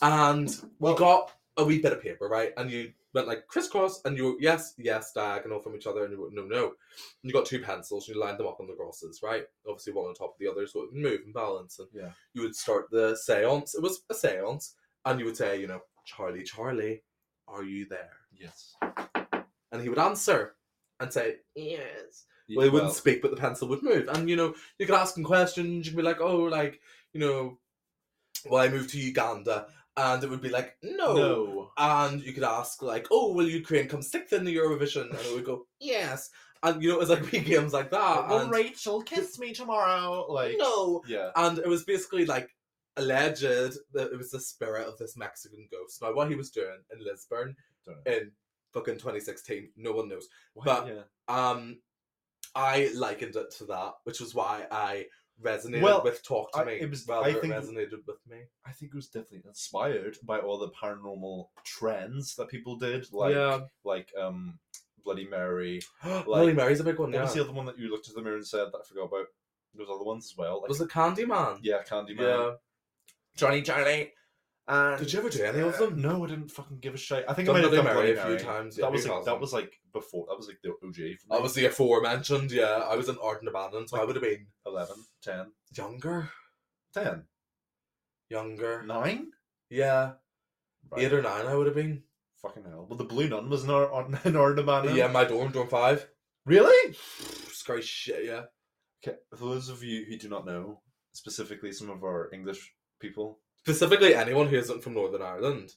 [SPEAKER 1] And
[SPEAKER 2] Well-
[SPEAKER 1] you got a wee bit of paper, right? And you went like crisscross, and you were yes, yes, diagonal from each other, and you were no, no. And you got two pencils, and you lined them up on the grosses, right? Obviously, one on top of the other, so it would move and balance. And
[SPEAKER 2] Yeah.
[SPEAKER 1] you would start the seance. It was a seance, and you would say, you know, Charlie Charlie, are you there?
[SPEAKER 2] Yes.
[SPEAKER 1] and he would answer and say yes. Well, he wouldn't speak, but the pencil would move, and you know you could ask him questions. You could be like, oh, like you know, well, I moved to Uganda, and it would be like no.
[SPEAKER 2] No.
[SPEAKER 1] And you could ask like, oh, will Ukraine come sixth in the Eurovision? And it would go yes, and you know it was like big games like that.
[SPEAKER 2] oh,
[SPEAKER 1] Uh, and
[SPEAKER 2] Rachel, kiss me tomorrow. Like,
[SPEAKER 1] No,
[SPEAKER 2] Yeah.
[SPEAKER 1] and it was basically like alleged that it was the spirit of this Mexican ghost. Now, what he was doing in Lisbon
[SPEAKER 2] Don't know.
[SPEAKER 1] in fucking 2016, no one knows.
[SPEAKER 2] Why-
[SPEAKER 1] but-
[SPEAKER 2] yeah.
[SPEAKER 1] Um, I likened it to that, which was why I resonated
[SPEAKER 2] Well,
[SPEAKER 1] with "Talk to
[SPEAKER 2] I-
[SPEAKER 1] Me."
[SPEAKER 2] it was-
[SPEAKER 1] rather
[SPEAKER 2] I
[SPEAKER 1] it
[SPEAKER 2] think-
[SPEAKER 1] resonated with me.
[SPEAKER 2] I think it was definitely inspired by all the paranormal trends that people did, like
[SPEAKER 1] Yeah.
[SPEAKER 2] like um Bloody Mary,
[SPEAKER 1] Like,
[SPEAKER 2] Like-
[SPEAKER 1] Mary's a big one.
[SPEAKER 2] What
[SPEAKER 1] Oh, Yeah.
[SPEAKER 2] was the other one that you looked into the mirror and said that I forgot about? There was other ones as well. Like,
[SPEAKER 1] Was it Candyman?
[SPEAKER 2] yeah, Candyman.
[SPEAKER 1] Yeah.
[SPEAKER 2] Johnny Charlie. And
[SPEAKER 1] Did you ever do any of them?
[SPEAKER 2] No, I didn't fucking give a shit. I think
[SPEAKER 1] Done
[SPEAKER 2] I might have
[SPEAKER 1] Bloody
[SPEAKER 2] done
[SPEAKER 1] Mary
[SPEAKER 2] Bloody
[SPEAKER 1] a few
[SPEAKER 2] Mary
[SPEAKER 1] times, yeah,
[SPEAKER 2] That was
[SPEAKER 1] who
[SPEAKER 2] like
[SPEAKER 1] calls
[SPEAKER 2] that
[SPEAKER 1] them?
[SPEAKER 2] was like before. That was like the OG.
[SPEAKER 1] I was the aforementioned. Yeah, I was an art and abandon, so I would have been
[SPEAKER 2] 11, 10,
[SPEAKER 1] younger,
[SPEAKER 2] 10,
[SPEAKER 1] younger.
[SPEAKER 2] 9?
[SPEAKER 1] Yeah,
[SPEAKER 2] Right.
[SPEAKER 1] eight or nine, I would have been.
[SPEAKER 2] Fucking hell. Well, the Blue Nun was an Ar- on an Ornamana.
[SPEAKER 1] Yeah, my dorm, dorm five.
[SPEAKER 2] Really?
[SPEAKER 1] Scary shit. Yeah.
[SPEAKER 2] Okay, for those of you who do not know, specifically some of our English people,
[SPEAKER 1] Specifically, anyone who isn't from Northern Ireland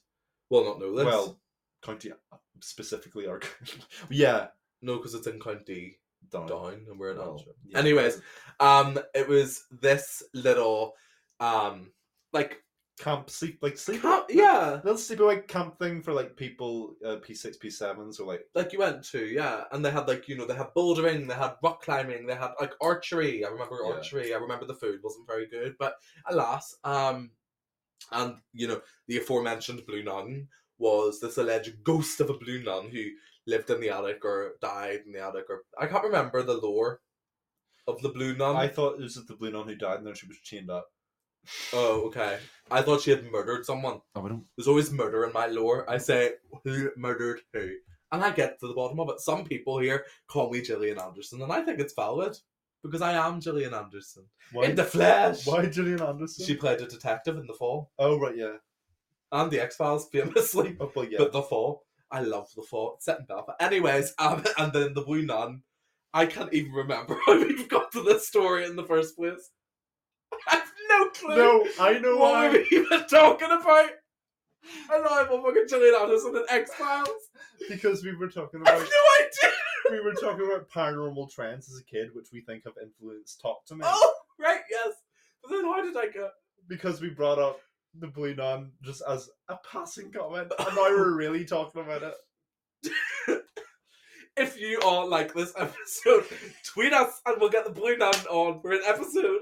[SPEAKER 1] will not know this.
[SPEAKER 2] well, county specifically our yeah,
[SPEAKER 1] no, because it's in County
[SPEAKER 2] Down.
[SPEAKER 1] Down, and we're in
[SPEAKER 2] Well,
[SPEAKER 1] Antrim.
[SPEAKER 2] yeah.
[SPEAKER 1] Anyways, um it was this little um like
[SPEAKER 2] camp sleep like sleep
[SPEAKER 1] camp, yeah
[SPEAKER 2] little sleepaway camp thing for like people uh, p6 p7 so like
[SPEAKER 1] like you went to yeah and they had like you know they had bouldering they had rock climbing they had like archery i remember
[SPEAKER 2] Yeah.
[SPEAKER 1] archery i remember the food wasn't very good but alas um and you know the aforementioned blue nun was this alleged ghost of a blue nun who lived in the attic or died in the attic or i can't remember the lore of the blue nun Um,
[SPEAKER 2] i thought it was the blue nun who died and then she was chained up
[SPEAKER 1] Oh, okay. I thought she had murdered someone.
[SPEAKER 2] Oh, I don't.
[SPEAKER 1] There's always murder in my lore. I say, who murdered who? And I get to the bottom of it. Some people here call me Gillian Anderson, and I think it's valid because I am Gillian Anderson.
[SPEAKER 2] Why,
[SPEAKER 1] In the flesh!
[SPEAKER 2] Why Gillian Anderson?
[SPEAKER 1] She played a detective in The Fall
[SPEAKER 2] oh right, yeah.
[SPEAKER 1] and The X Files, famously.
[SPEAKER 2] Oh, well, yeah.
[SPEAKER 1] But The Fall, I love The Fall. It's set in Belfast. Anyways, um, and then The Woo Nun. I can't even remember how we've got to this story in the first place. I have no clue.
[SPEAKER 2] no, I know
[SPEAKER 1] What were
[SPEAKER 2] why.
[SPEAKER 1] we even talking about? I know I'm a fucking Gillian Anderson in X Files.
[SPEAKER 2] Because we were talking
[SPEAKER 1] I have
[SPEAKER 2] about
[SPEAKER 1] no idea.
[SPEAKER 2] we were talking about paranormal trends as a kid, which we think have influenced talk to me.
[SPEAKER 1] Oh, right, yes. But then how did I go?
[SPEAKER 2] Because we brought up the blue nun just as a passing comment, and now we're really talking about it.
[SPEAKER 1] If you all like this episode, tweet us and we'll get the blue nun on for an episode.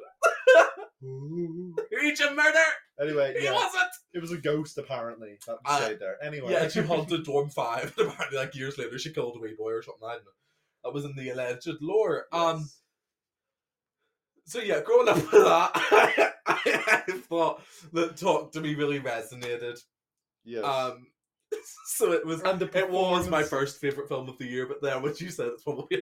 [SPEAKER 1] Who did you murder?
[SPEAKER 2] Anyway,
[SPEAKER 1] Who
[SPEAKER 2] yeah,
[SPEAKER 1] was it?
[SPEAKER 2] it was a ghost apparently that
[SPEAKER 1] Uh,
[SPEAKER 2] stayed there. Anyway,
[SPEAKER 1] Yeah, she haunted dorm five. and Apparently, like years later, she killed a wee boy or something. I don't know. That was in the alleged lore. Um,
[SPEAKER 2] Yes.
[SPEAKER 1] So yeah, growing up with that, I, thought that talk to me really resonated.
[SPEAKER 2] yes.
[SPEAKER 1] Um, so it was,
[SPEAKER 2] And the
[SPEAKER 1] it was my
[SPEAKER 2] performance.
[SPEAKER 1] first favorite film of the year. But then, what you said, it's probably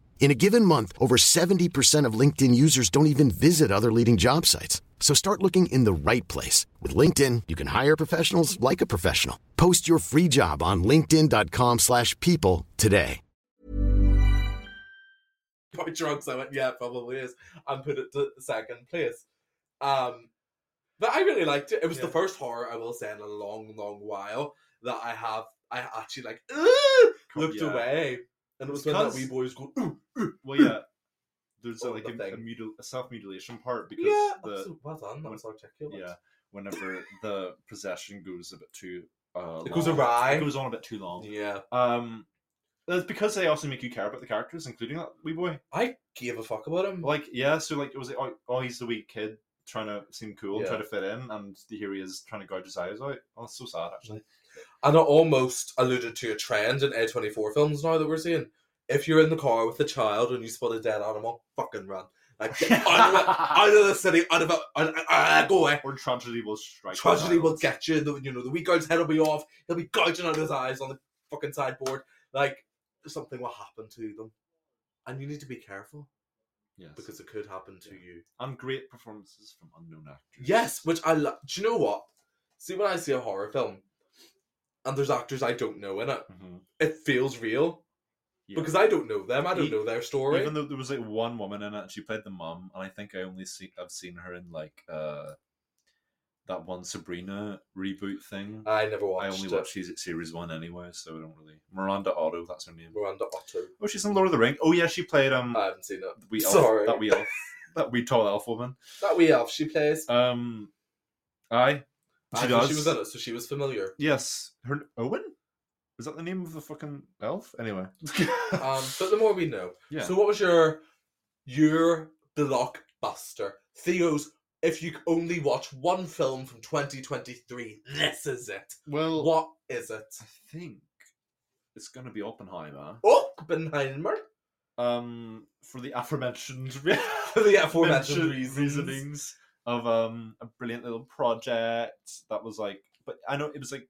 [SPEAKER 4] In a given month, over 70% of LinkedIn users don't even visit other leading job sites. So start looking in the right place. With LinkedIn, you can hire professionals like a professional. Post your free job on linkedin.com/people slash people today.
[SPEAKER 1] about drugs. I went, yeah, it probably is, and put it to second place. Um, but I really liked it. It was the
[SPEAKER 2] Yeah.
[SPEAKER 1] first horror I will say in a long, long while that I have. I actually like "Ugh," looked
[SPEAKER 2] yeah.
[SPEAKER 1] away, and it was when that
[SPEAKER 2] Because-
[SPEAKER 1] wee boy was going. Ooh, ooh.
[SPEAKER 2] well, yeah. There's
[SPEAKER 1] Oh,
[SPEAKER 2] like
[SPEAKER 1] the
[SPEAKER 2] a,
[SPEAKER 1] thing.
[SPEAKER 2] a, mutil- a self mutilation part because
[SPEAKER 1] Yeah,
[SPEAKER 2] the
[SPEAKER 1] absolute- well done. That was articulate.
[SPEAKER 2] yeah whenever the possession goes a bit too uh,
[SPEAKER 1] It goes
[SPEAKER 2] long,
[SPEAKER 1] awry.
[SPEAKER 2] it goes on a bit too long.
[SPEAKER 1] yeah.
[SPEAKER 2] Um, that's because they also make you care about the characters, including that wee boy.
[SPEAKER 1] I gave a fuck about him.
[SPEAKER 2] Like, yeah, so like it was like, oh, oh he's the weak kid trying to seem cool,
[SPEAKER 1] Yeah.
[SPEAKER 2] try to fit in, and here he is trying to gouge his eyes out. Oh, it's so sad, actually.
[SPEAKER 1] Mm-hmm. and it almost alluded to a trend in A24 films now that we're seeing. If you're in the car with a child and you spot a dead animal, fucking run. Like, get out of, it, out of the city, out of it, out- out- out- go away.
[SPEAKER 2] Or tragedy will strike. the
[SPEAKER 1] Tragedy will
[SPEAKER 2] islands.
[SPEAKER 1] get you. The, you know, the wee girl's head will be off. He'll be gouging out his eyes on the fucking sideboard. Like, something will happen to them. And you need to be careful
[SPEAKER 2] Yes.
[SPEAKER 1] because it could happen to you.
[SPEAKER 2] and great performances from unknown actors.
[SPEAKER 1] Yes, which I love. Do you know what? See, when I see a horror film and there's actors I don't know in it,
[SPEAKER 2] Mhm.
[SPEAKER 1] it feels real
[SPEAKER 2] Yeah.
[SPEAKER 1] because I don't know them. I don't
[SPEAKER 2] E-
[SPEAKER 1] know their story.
[SPEAKER 2] Even though there was like one woman in it, and she played the mum, and I think I only see I've seen her in like uh that one Sabrina reboot thing.
[SPEAKER 1] I never watched.
[SPEAKER 2] I only
[SPEAKER 1] it.
[SPEAKER 2] watched these- series one anyway, so I don't really. Miranda Otto, that's her name.
[SPEAKER 1] Miranda Otto.
[SPEAKER 2] Oh, she's in Lord of the Ring. Oh yeah, she played um
[SPEAKER 1] I haven't seen it.
[SPEAKER 2] the wee elf,
[SPEAKER 1] Sorry,
[SPEAKER 2] that wee elf, that wee tall elf woman.
[SPEAKER 1] That wee elf she plays.
[SPEAKER 2] Um, aye, she
[SPEAKER 1] I thought
[SPEAKER 2] does.
[SPEAKER 1] She was in it, so she was familiar.
[SPEAKER 2] Yes, her Owen. Is that the name of the fucking elf? Anyway,
[SPEAKER 1] Um, but the more we know.
[SPEAKER 2] yeah.
[SPEAKER 1] So, what was your your blockbuster? Theo's. If you could only watch one film from 2023, this is it.
[SPEAKER 2] well,
[SPEAKER 1] What is it?
[SPEAKER 2] I think it's gonna be Oppenheimer.
[SPEAKER 1] Oh, Oppenheimer.
[SPEAKER 2] um for the aforementioned
[SPEAKER 1] For the aforementioned
[SPEAKER 2] mentioned
[SPEAKER 1] reasons.
[SPEAKER 2] reasonings of um a brilliant little project that was like but i know it was like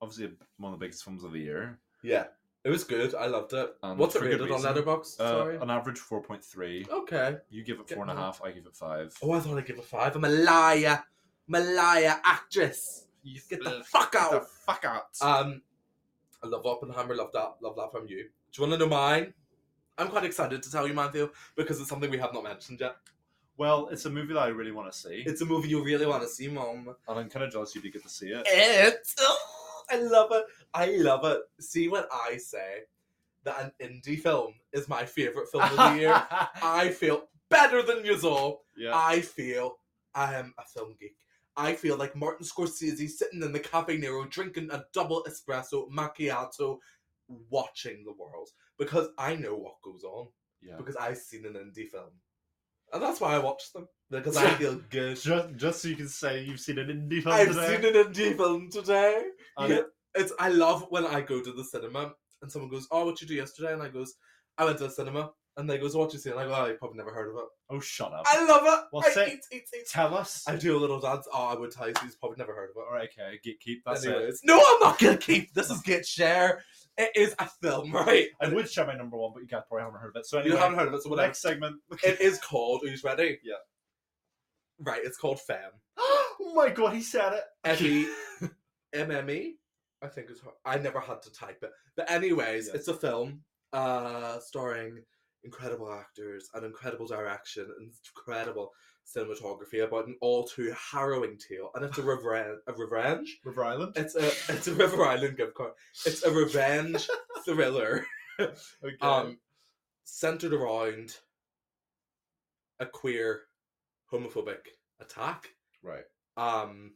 [SPEAKER 2] obviously a- one of the biggest films of the year
[SPEAKER 1] Yeah, it was good. I loved it.
[SPEAKER 2] And
[SPEAKER 1] What's it
[SPEAKER 2] for good
[SPEAKER 1] rated on
[SPEAKER 2] reason.
[SPEAKER 1] Letterboxd?
[SPEAKER 2] Um, uh,
[SPEAKER 1] Sorry.
[SPEAKER 2] on average 4.3
[SPEAKER 1] Okay.
[SPEAKER 2] you give it
[SPEAKER 1] Get
[SPEAKER 2] four and a
[SPEAKER 1] more.
[SPEAKER 2] half i give it five
[SPEAKER 1] Oh, I thought I'd give a five. I'm a liar. I'm a liar actress.
[SPEAKER 2] you
[SPEAKER 1] Get the
[SPEAKER 2] ugh,
[SPEAKER 1] fuck
[SPEAKER 2] get the
[SPEAKER 1] out.
[SPEAKER 2] fuck out Uh,
[SPEAKER 1] Um, I love Oppenheimer. Love that. Love that from you. Do you want to know mine? I'm quite excited to tell you, Matthew, because it's something we have not mentioned yet.
[SPEAKER 2] Well, it's a movie that I really want to see,
[SPEAKER 1] It's a movie you really want to see, Mom.
[SPEAKER 2] and I'm kind of jealous you didn't get to see it.
[SPEAKER 1] It. I love it. I love it. See when I say that an indie film is my favorite film of the year. I feel better than you all.
[SPEAKER 2] yeah,
[SPEAKER 1] I feel I am a film geek. I feel like Martin Scorsese sitting in the Cafe Nero drinking a double espresso macchiato, watching the world because I know what goes on
[SPEAKER 2] yeah.
[SPEAKER 1] because I've seen an indie film, and that's why I watch them because I feel good.
[SPEAKER 2] Just, just so you can say you've seen an indie film
[SPEAKER 1] I've
[SPEAKER 2] today.
[SPEAKER 1] seen an indie film today.
[SPEAKER 2] And-
[SPEAKER 1] Yeah, it's I love when I go to the cinema and someone goes, "Oh, what you do yesterday?" and I goes, "I went to the cinema." And they goes, "What you see?" And I go, "Oh, you probably never heard of it."
[SPEAKER 2] Oh, shut up!
[SPEAKER 1] I love it.
[SPEAKER 2] Well,
[SPEAKER 1] I
[SPEAKER 2] say-
[SPEAKER 1] eat, eat, eat.
[SPEAKER 2] Tell us.
[SPEAKER 1] I do a little dance. Oh, I would tell you, so you've probably never heard of it.
[SPEAKER 2] All right, okay, get keep. That's it.
[SPEAKER 1] Anyways, no, I'm not gonna keep. This is get share. It is a film, right?
[SPEAKER 2] I would share my number one, but you guys probably haven't heard of it. So
[SPEAKER 1] You
[SPEAKER 2] anyway,
[SPEAKER 1] haven't heard of it, so whatever.
[SPEAKER 2] next segment.
[SPEAKER 1] It is called. Who's ready?
[SPEAKER 2] Yeah.
[SPEAKER 1] Right. It's called E Femme.
[SPEAKER 2] oh my god, he said it.
[SPEAKER 1] Effie MME, E, I think it's her. I never had to type it. But anyways,
[SPEAKER 2] Yeah.
[SPEAKER 1] it's a film uh starring incredible actors and incredible direction and incredible cinematography about an all too harrowing tale and it's a revenge a revenge
[SPEAKER 2] River Island.
[SPEAKER 1] it's a it's a river island gift card it's a revenge thriller
[SPEAKER 2] Okay.
[SPEAKER 1] um centered around a queer homophobic attack
[SPEAKER 2] right.
[SPEAKER 1] um,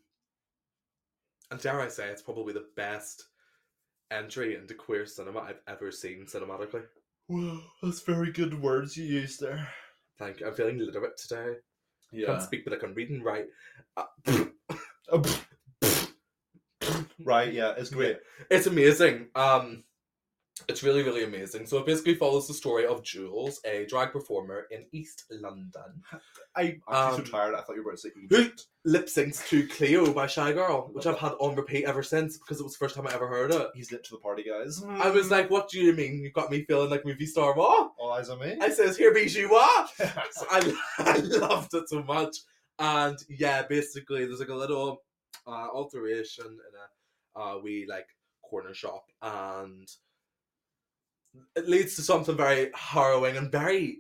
[SPEAKER 1] and dare I say, it's probably the best entry into queer cinema I've ever seen cinematically.
[SPEAKER 2] Well, that's very good words you used there.
[SPEAKER 1] Thank you. I'm feeling literate today. I can't
[SPEAKER 2] Yeah. Uh,
[SPEAKER 1] speak, but I can read and write. Uh,
[SPEAKER 2] right. Yeah, it's great.
[SPEAKER 1] it's amazing. Um, it's really, really amazing. So it basically follows the story of Jules, a drag performer in East London,
[SPEAKER 2] I, I'm
[SPEAKER 1] Um,
[SPEAKER 2] actually so tired. I thought you were about to say
[SPEAKER 1] who
[SPEAKER 2] Egypt.
[SPEAKER 1] lip syncs to Cleo by Shy Girl, which
[SPEAKER 2] Love
[SPEAKER 1] I've had on repeat ever since because it was the first time I ever heard it.
[SPEAKER 2] He's lit to the party, guys.
[SPEAKER 1] I was like, "What do you mean? You got me feeling like movie star, what?"
[SPEAKER 2] all eyes on me.
[SPEAKER 1] I says, "Here be you are." So I, I loved it so much, and yeah, basically there's like a little uh, alteration in a uh, we like corner shop, and it leads to something very harrowing and very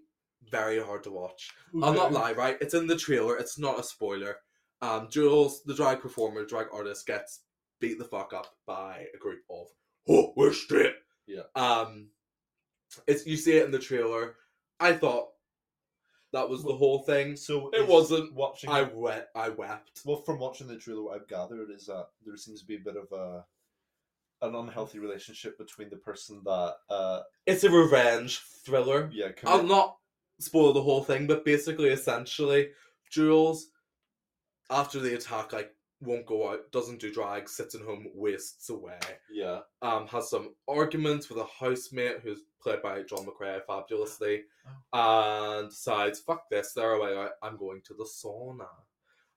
[SPEAKER 1] very hard to watch. I'll not lie, right? It's in the trailer. It's not a spoiler. Um, Jules, the drag performer, drag artist, gets beat the fuck up by a group of oh, we're straight.
[SPEAKER 2] Yeah.
[SPEAKER 1] Um, it's you see it in the trailer. I thought that was the whole thing.
[SPEAKER 2] So
[SPEAKER 1] It
[SPEAKER 2] is
[SPEAKER 1] wasn't.
[SPEAKER 2] watching.
[SPEAKER 1] I wept. I wept.
[SPEAKER 2] well, from watching the trailer, what I've gathered is that there seems to be a bit of a an unhealthy relationship between the person that uh
[SPEAKER 1] It's a revenge thriller.
[SPEAKER 2] yeah
[SPEAKER 1] I'll
[SPEAKER 2] commit-
[SPEAKER 1] not spoil the whole thing, but basically, essentially, Jules, after the attack, like won't go out, doesn't do drag, sits at home, wastes away.
[SPEAKER 2] yeah
[SPEAKER 1] Um, has some arguments with a housemate who's played by John McRae fabulously, and decides, "Fuck this, they're away. out, I'm going to the sauna,"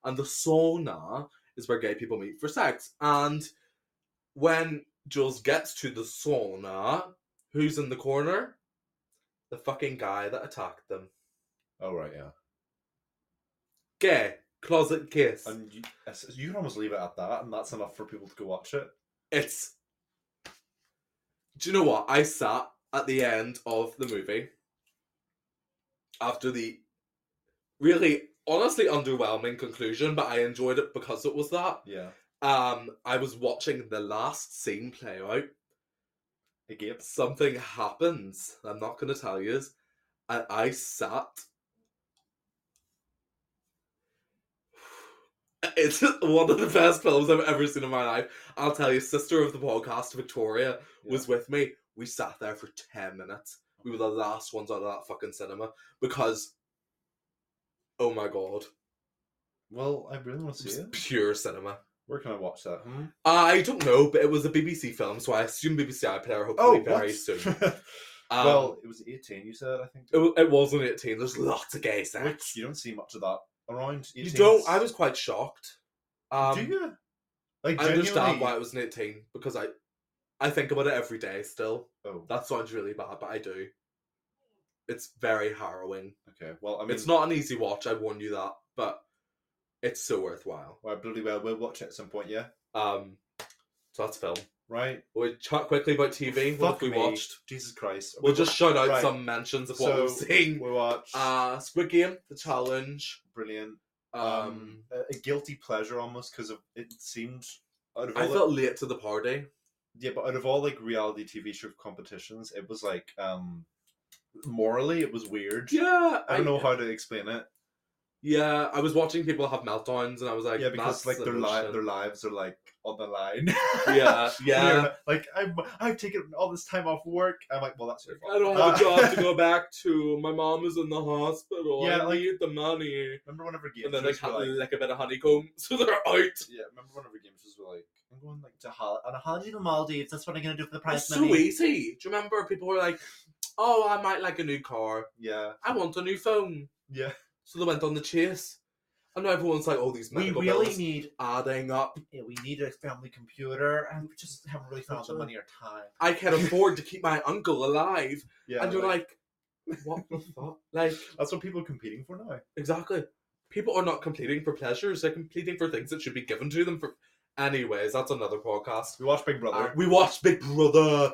[SPEAKER 1] and the sauna is where gay people meet for sex. And when Jules gets to the sauna, who's in the corner? The fucking guy that attacked them.
[SPEAKER 2] oh right yeah
[SPEAKER 1] Gay closet kiss.
[SPEAKER 2] and you, it's- you can almost leave it at that and that's enough for people to go watch it
[SPEAKER 1] It's. Do you know what? I sat at the end of the movie after the really, honestly underwhelming conclusion, but I enjoyed it because it was that.
[SPEAKER 2] yeah
[SPEAKER 1] Um, I was watching the last scene play out.
[SPEAKER 2] it gapes
[SPEAKER 1] Something happens. I'm not going to tell you. And I sat. It's one of the best films I've ever seen in my life. I'll tell you, sister of the podcast, Victoria, was with me. We sat there for 10 minutes. We were the last ones out of that fucking cinema because, oh my god,
[SPEAKER 2] well I really want
[SPEAKER 1] it
[SPEAKER 2] to
[SPEAKER 1] was
[SPEAKER 2] see it
[SPEAKER 1] pure cinema.
[SPEAKER 2] where can I watch that hmm?
[SPEAKER 1] I don't know, but it was a BBC film, so I assume BBC iPlayer hopefully very
[SPEAKER 2] Oh, what?
[SPEAKER 1] soon. Um,
[SPEAKER 2] well it was 18 you said I think
[SPEAKER 1] It, wa- it wasn't 18. There's lots of gay sex.
[SPEAKER 2] which you don't see much of that around 18
[SPEAKER 1] You don't. I was quite shocked. Um,
[SPEAKER 2] do you like
[SPEAKER 1] I understand
[SPEAKER 2] genuinely-
[SPEAKER 1] why it was an 18 because I, I think about it every day still.
[SPEAKER 2] oh
[SPEAKER 1] That sounds really bad, but I do. It's very harrowing.
[SPEAKER 2] okay well I mean
[SPEAKER 1] it's not an easy watch. I warn you that, but it's so worthwhile.
[SPEAKER 2] well, I bloody well will watch it at some point yeah
[SPEAKER 1] Um, so that's film.
[SPEAKER 2] right?
[SPEAKER 1] We'll chat quickly about TV. What
[SPEAKER 2] Fuck
[SPEAKER 1] have we
[SPEAKER 2] me.
[SPEAKER 1] watched?
[SPEAKER 2] Jesus Christ.
[SPEAKER 1] We'll just shout out
[SPEAKER 2] Right.
[SPEAKER 1] some mentions of what
[SPEAKER 2] so
[SPEAKER 1] we've seen.
[SPEAKER 2] We watched
[SPEAKER 1] Uh, Squid Game, The Challenge.
[SPEAKER 2] brilliant.
[SPEAKER 1] Um,
[SPEAKER 2] Um, a, a guilty pleasure almost because of it seemed out of all
[SPEAKER 1] I
[SPEAKER 2] the-
[SPEAKER 1] felt late to the party.
[SPEAKER 2] yeah, but out of all like reality TV show competitions, it was like um morally it was weird.
[SPEAKER 1] Yeah,
[SPEAKER 2] I don't know how to explain it.
[SPEAKER 1] Yeah, I was watching people have meltdowns, and I was like,
[SPEAKER 2] yeah, because
[SPEAKER 1] that's
[SPEAKER 2] like their
[SPEAKER 1] bullshit.
[SPEAKER 2] li- their lives are like on the line.
[SPEAKER 1] Yeah, yeah.
[SPEAKER 2] They're Like I'm, I've taken all this time off work. I'm like, well, that's your fault.
[SPEAKER 1] I don't have a job to
[SPEAKER 2] Uh,
[SPEAKER 1] go back to. My mom is in the hospital.
[SPEAKER 2] Yeah,
[SPEAKER 1] Yeah, I
[SPEAKER 2] like-
[SPEAKER 1] need the money.
[SPEAKER 2] Remember whenever games
[SPEAKER 1] and then they
[SPEAKER 2] were
[SPEAKER 1] had
[SPEAKER 2] like,
[SPEAKER 1] like, a bit of honeycomb, so they're out.
[SPEAKER 2] yeah, remember whenever games was like, I'm going like to hol- on a holiday to Maldives. That's what I'm gonna do for the prize
[SPEAKER 1] It's
[SPEAKER 2] money.
[SPEAKER 1] so easy. Do you remember people were like, "Oh, I might like a new car.
[SPEAKER 2] Yeah,
[SPEAKER 1] I want a new phone."
[SPEAKER 2] yeah.
[SPEAKER 1] So they went on the chase, and now everyone's like, "All these medical bills
[SPEAKER 2] need.
[SPEAKER 1] adding up.
[SPEAKER 2] Yeah, we need a family computer, and we just haven't really found the money or time.
[SPEAKER 1] I can afford to keep my uncle alive."
[SPEAKER 2] Yeah,
[SPEAKER 1] and you're like, "What the fuck?" Like
[SPEAKER 2] that's what people are competing for now.
[SPEAKER 1] exactly. People are not completing for pleasures; they're completing for things that should be given to them. For anyways, that's another podcast.
[SPEAKER 2] We watch Big Brother.
[SPEAKER 1] Uh, we watched Big Brother.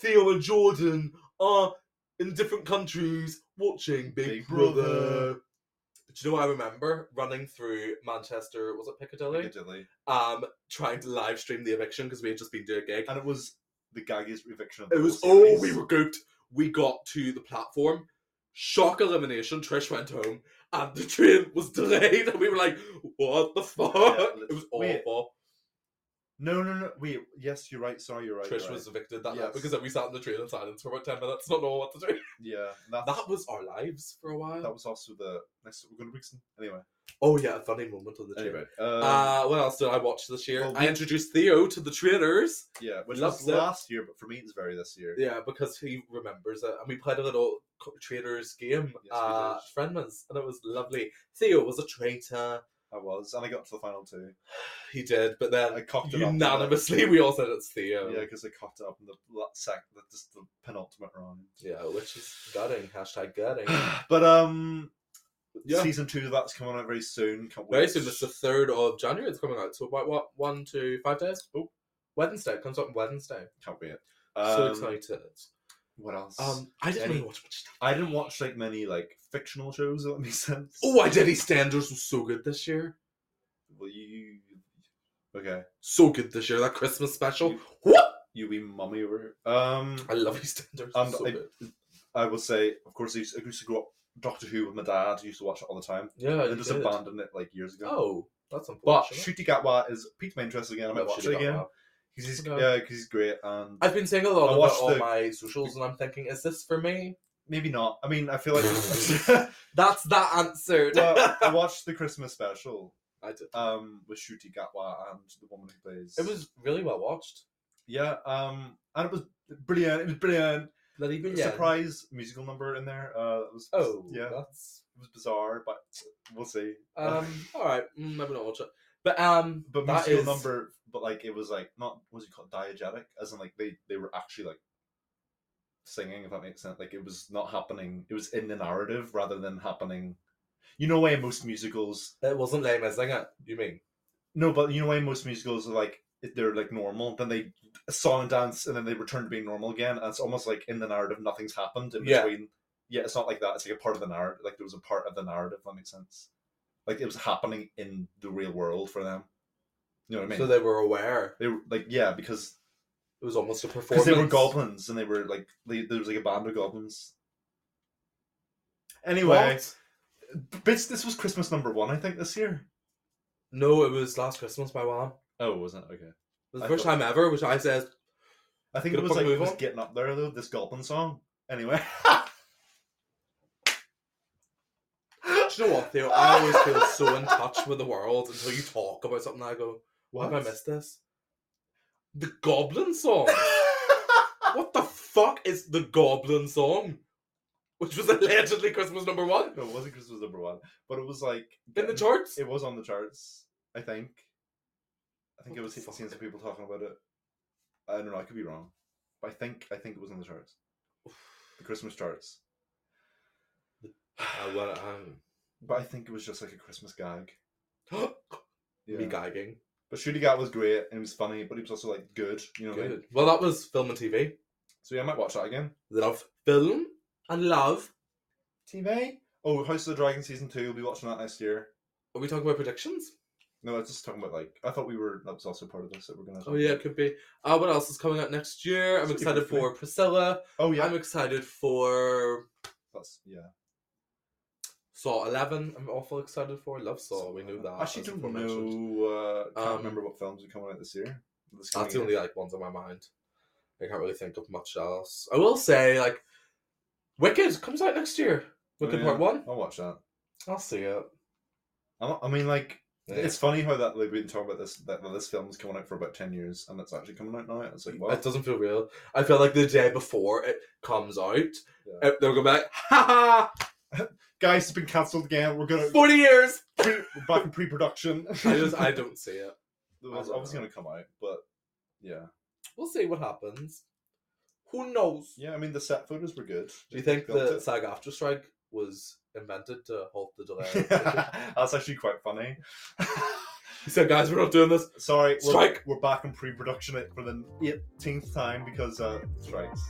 [SPEAKER 1] Theo and Jordan are in different countries watching Big,
[SPEAKER 2] Big
[SPEAKER 1] Brother.
[SPEAKER 2] Brother.
[SPEAKER 1] Do you know what I remember? Running through Manchester, was it Piccadilly?
[SPEAKER 2] Piccadilly.
[SPEAKER 1] Um, trying to live stream the eviction because we had just been doing a gig.
[SPEAKER 2] and it was the gaggiest eviction. Of the
[SPEAKER 1] It was
[SPEAKER 2] whole
[SPEAKER 1] oh,
[SPEAKER 2] series.
[SPEAKER 1] we were gooped. We got to the platform. Shock elimination. Trish went home, and the train was delayed, and we were like, "What the fuck?"
[SPEAKER 2] Yeah,
[SPEAKER 1] it was
[SPEAKER 2] wait,
[SPEAKER 1] awful.
[SPEAKER 2] No, no, no. Wait, yes, you're right. Sorry, you're right.
[SPEAKER 1] Trish
[SPEAKER 2] you're
[SPEAKER 1] was
[SPEAKER 2] right.
[SPEAKER 1] evicted that
[SPEAKER 2] Yes.
[SPEAKER 1] night because then we sat in the train in silence for about ten minutes, not knowing what to do.
[SPEAKER 2] yeah. That's,
[SPEAKER 1] That was our lives for a while.
[SPEAKER 2] that was also the next. We're going to Brixton anyway.
[SPEAKER 1] oh yeah, a funny moment on the train.
[SPEAKER 2] Anyway, um,
[SPEAKER 1] uh, what else did I watch this year?
[SPEAKER 2] well,
[SPEAKER 1] I
[SPEAKER 2] we-
[SPEAKER 1] introduced Theo to the trainers.
[SPEAKER 2] yeah, which
[SPEAKER 1] love
[SPEAKER 2] was
[SPEAKER 1] that.
[SPEAKER 2] last year, but for me it's very this year.
[SPEAKER 1] Yeah, because he remembers it, and we played a little co- traitors game,
[SPEAKER 2] Yes, we
[SPEAKER 1] uh,
[SPEAKER 2] did.
[SPEAKER 1] friendmans, and it was lovely. Theo was a traitor.
[SPEAKER 2] I was, and I got to the final two.
[SPEAKER 1] He did, but then
[SPEAKER 2] I cocked it up.
[SPEAKER 1] unanimously we all said it's Theo.
[SPEAKER 2] Yeah, because I cocked it up in the la- sec, the, just the penultimate round.
[SPEAKER 1] Yeah, which is gutting. Hashtag gutting.
[SPEAKER 2] but um,
[SPEAKER 1] Yeah.
[SPEAKER 2] season two that's coming out very soon. Can't wait.
[SPEAKER 1] Very soon, it's the third of January. It's coming out. So what? What? One, two, five days. Oh, Wednesday it comes out on Wednesday.
[SPEAKER 2] Can't wait.
[SPEAKER 1] so
[SPEAKER 2] Um,
[SPEAKER 1] excited.
[SPEAKER 2] What else?
[SPEAKER 1] Um, I didn't
[SPEAKER 2] any-
[SPEAKER 1] really watch much. stuff.
[SPEAKER 2] I didn't watch like many like fictional shows. If that makes sense.
[SPEAKER 1] Oh, I did. Standards was so good this year.
[SPEAKER 2] Well, you. Okay,
[SPEAKER 1] So good this year. That Christmas special.
[SPEAKER 2] You-
[SPEAKER 1] What?
[SPEAKER 2] you be mummy over. here. Um,
[SPEAKER 1] I love his standards.
[SPEAKER 2] um,
[SPEAKER 1] so
[SPEAKER 2] I,
[SPEAKER 1] good.
[SPEAKER 2] I will say, of course, I used, I used to grow up Doctor Who with my dad. I used to watch it all the time.
[SPEAKER 1] Yeah,
[SPEAKER 2] I
[SPEAKER 1] Oh, you
[SPEAKER 2] just
[SPEAKER 1] did.
[SPEAKER 2] abandoned it like years ago.
[SPEAKER 1] Oh, that's
[SPEAKER 2] But
[SPEAKER 1] unfortunate.
[SPEAKER 2] Shooty Gatwa is piqued my interest again. I might
[SPEAKER 1] Love
[SPEAKER 2] watch
[SPEAKER 1] Shooty
[SPEAKER 2] it again
[SPEAKER 1] Gatwa.
[SPEAKER 2] because he's
[SPEAKER 1] Okay.
[SPEAKER 2] yeah, 'cause he's great and
[SPEAKER 1] I've been seeing a
[SPEAKER 2] I
[SPEAKER 1] lot of
[SPEAKER 2] watched
[SPEAKER 1] it on
[SPEAKER 2] the-
[SPEAKER 1] my socials, and I'm thinking, is this for me?
[SPEAKER 2] maybe not. I mean, I feel like
[SPEAKER 1] That's that answered.
[SPEAKER 2] well, I watched the Christmas special
[SPEAKER 1] I did.
[SPEAKER 2] um with Shooty Gatwa and the woman who plays.
[SPEAKER 1] It was really well watched.
[SPEAKER 2] yeah, um, and it was brilliant. It was brilliant.
[SPEAKER 1] Bloody brilliant.
[SPEAKER 2] Surprise musical number in there. Uh, it was
[SPEAKER 1] Oh,
[SPEAKER 2] yeah,
[SPEAKER 1] yeah. That's
[SPEAKER 2] it was bizarre, but we'll see.
[SPEAKER 1] um. all right, mm, maybe not watch it, but um.
[SPEAKER 2] but
[SPEAKER 1] that
[SPEAKER 2] musical
[SPEAKER 1] is-
[SPEAKER 2] number, but like it was like not what was it called diegetic, as in like they they were actually like singing, if that makes sense. Like it was not happening. It was in the narrative rather than happening. You know why most musicals?
[SPEAKER 1] It wasn't lame as it. You mean?
[SPEAKER 2] No, but you know why most musicals are like if they're like normal, then they song and dance, and then they return to being normal again. And it's almost like in the narrative, nothing's happened in
[SPEAKER 1] Yeah.
[SPEAKER 2] between. Yeah, it's not like that. It's like a part of the narrative. Like there was a part of the narrative. If that makes sense. Like it was happening in the real world for them. You know what I mean?
[SPEAKER 1] So they were aware.
[SPEAKER 2] They were like, yeah, because
[SPEAKER 1] It was almost a
[SPEAKER 2] because
[SPEAKER 1] performance.
[SPEAKER 2] they were goblins and they were like, they, there was like a band of goblins. Anyway,
[SPEAKER 1] What?
[SPEAKER 2] bitch, this was Christmas number one, I think, this year.
[SPEAKER 1] No, it was last Christmas by Wham. It
[SPEAKER 2] Oh, wasn't it? Okay.
[SPEAKER 1] was the
[SPEAKER 2] I
[SPEAKER 1] first
[SPEAKER 2] thought-
[SPEAKER 1] time ever, which I said
[SPEAKER 2] I think it
[SPEAKER 1] Gonna
[SPEAKER 2] was like
[SPEAKER 1] fucking
[SPEAKER 2] it
[SPEAKER 1] move
[SPEAKER 2] was
[SPEAKER 1] on?
[SPEAKER 2] getting up there though. This goblin song. Anyway,
[SPEAKER 1] Do you know what, Theo? I always feel so in touch with the world until you talk about something. I go, "What have I missed this?" The Goblin song. what the fuck is the Goblin song? Which was allegedly Christmas number one
[SPEAKER 2] no, it wasn't Christmas number one, but it was like
[SPEAKER 1] in the
[SPEAKER 2] getting-
[SPEAKER 1] charts.
[SPEAKER 2] It was on the charts, I think. I think
[SPEAKER 1] What
[SPEAKER 2] it
[SPEAKER 1] the
[SPEAKER 2] was
[SPEAKER 1] fuck?
[SPEAKER 2] seeing some people talking about it. I don't know. I could be wrong, but I think I think it was on the charts, the Christmas charts.
[SPEAKER 1] Uh, well, um,
[SPEAKER 2] um, But I think it was just like a Christmas gag.
[SPEAKER 1] me gagging.
[SPEAKER 2] But Shooting Gat was great and it was funny, but he was also like good, you know. what I mean?
[SPEAKER 1] Good. Well, that was film and TV.
[SPEAKER 2] So yeah, I might watch that again.
[SPEAKER 1] Love film and love.
[SPEAKER 2] TV. Oh, House of the Dragon season two. We'll be watching that next year.
[SPEAKER 1] Are we talking about predictions?
[SPEAKER 2] No, I was just talking about like I thought we were. That was also part of this that we're gonna.
[SPEAKER 1] Oh yeah, it could be. Uh, what else is coming out next year? I'm
[SPEAKER 2] Should be
[SPEAKER 1] excited
[SPEAKER 2] good for
[SPEAKER 1] for Priscilla.
[SPEAKER 2] Oh yeah.
[SPEAKER 1] I'm excited for
[SPEAKER 2] That's yeah.
[SPEAKER 1] Saw Eleven. I'm awful excited for. Love Saw. We knew that.
[SPEAKER 2] I actually
[SPEAKER 1] as
[SPEAKER 2] don't
[SPEAKER 1] aforementioned.
[SPEAKER 2] know. Uh, can't
[SPEAKER 1] Um,
[SPEAKER 2] remember what films are coming out this year. This coming
[SPEAKER 1] That's the
[SPEAKER 2] year.
[SPEAKER 1] only like ones on my mind. I can't really think of much else. I will say like, Wicked comes out next year.
[SPEAKER 2] Oh,
[SPEAKER 1] Wicked
[SPEAKER 2] yeah.
[SPEAKER 1] Part One.
[SPEAKER 2] I'll watch that.
[SPEAKER 1] I'll see it.
[SPEAKER 2] I'm not- I mean, like,
[SPEAKER 1] Yeah.
[SPEAKER 2] it's funny how that like, we've been talking about this that well, this film's coming out for about ten years and it's actually coming out now. It's like, wow,
[SPEAKER 1] It doesn't feel real. I feel like the day before it comes out,
[SPEAKER 2] Yeah.
[SPEAKER 1] it- they're gonna be like, ha
[SPEAKER 2] guys, it's been cancelled again. We're
[SPEAKER 1] ha,
[SPEAKER 2] gonna
[SPEAKER 1] forty years.
[SPEAKER 2] pre- we're back in pre-production.
[SPEAKER 1] I just I don't see it.
[SPEAKER 2] It was
[SPEAKER 1] don't
[SPEAKER 2] obviously
[SPEAKER 1] know.
[SPEAKER 2] gonna come out, but yeah,
[SPEAKER 1] We'll see what happens. Who knows?
[SPEAKER 2] yeah. I mean, the set photos were good.
[SPEAKER 1] Do you think
[SPEAKER 2] Built
[SPEAKER 1] the
[SPEAKER 2] it.
[SPEAKER 1] SAG after strike was invented to halt the delay?
[SPEAKER 2] That's actually quite funny.
[SPEAKER 1] he said, "Guys, we're not doing this."
[SPEAKER 2] Sorry, we're,
[SPEAKER 1] Strike.
[SPEAKER 2] we're back in pre-production it for the eighteenth time because uh, strikes.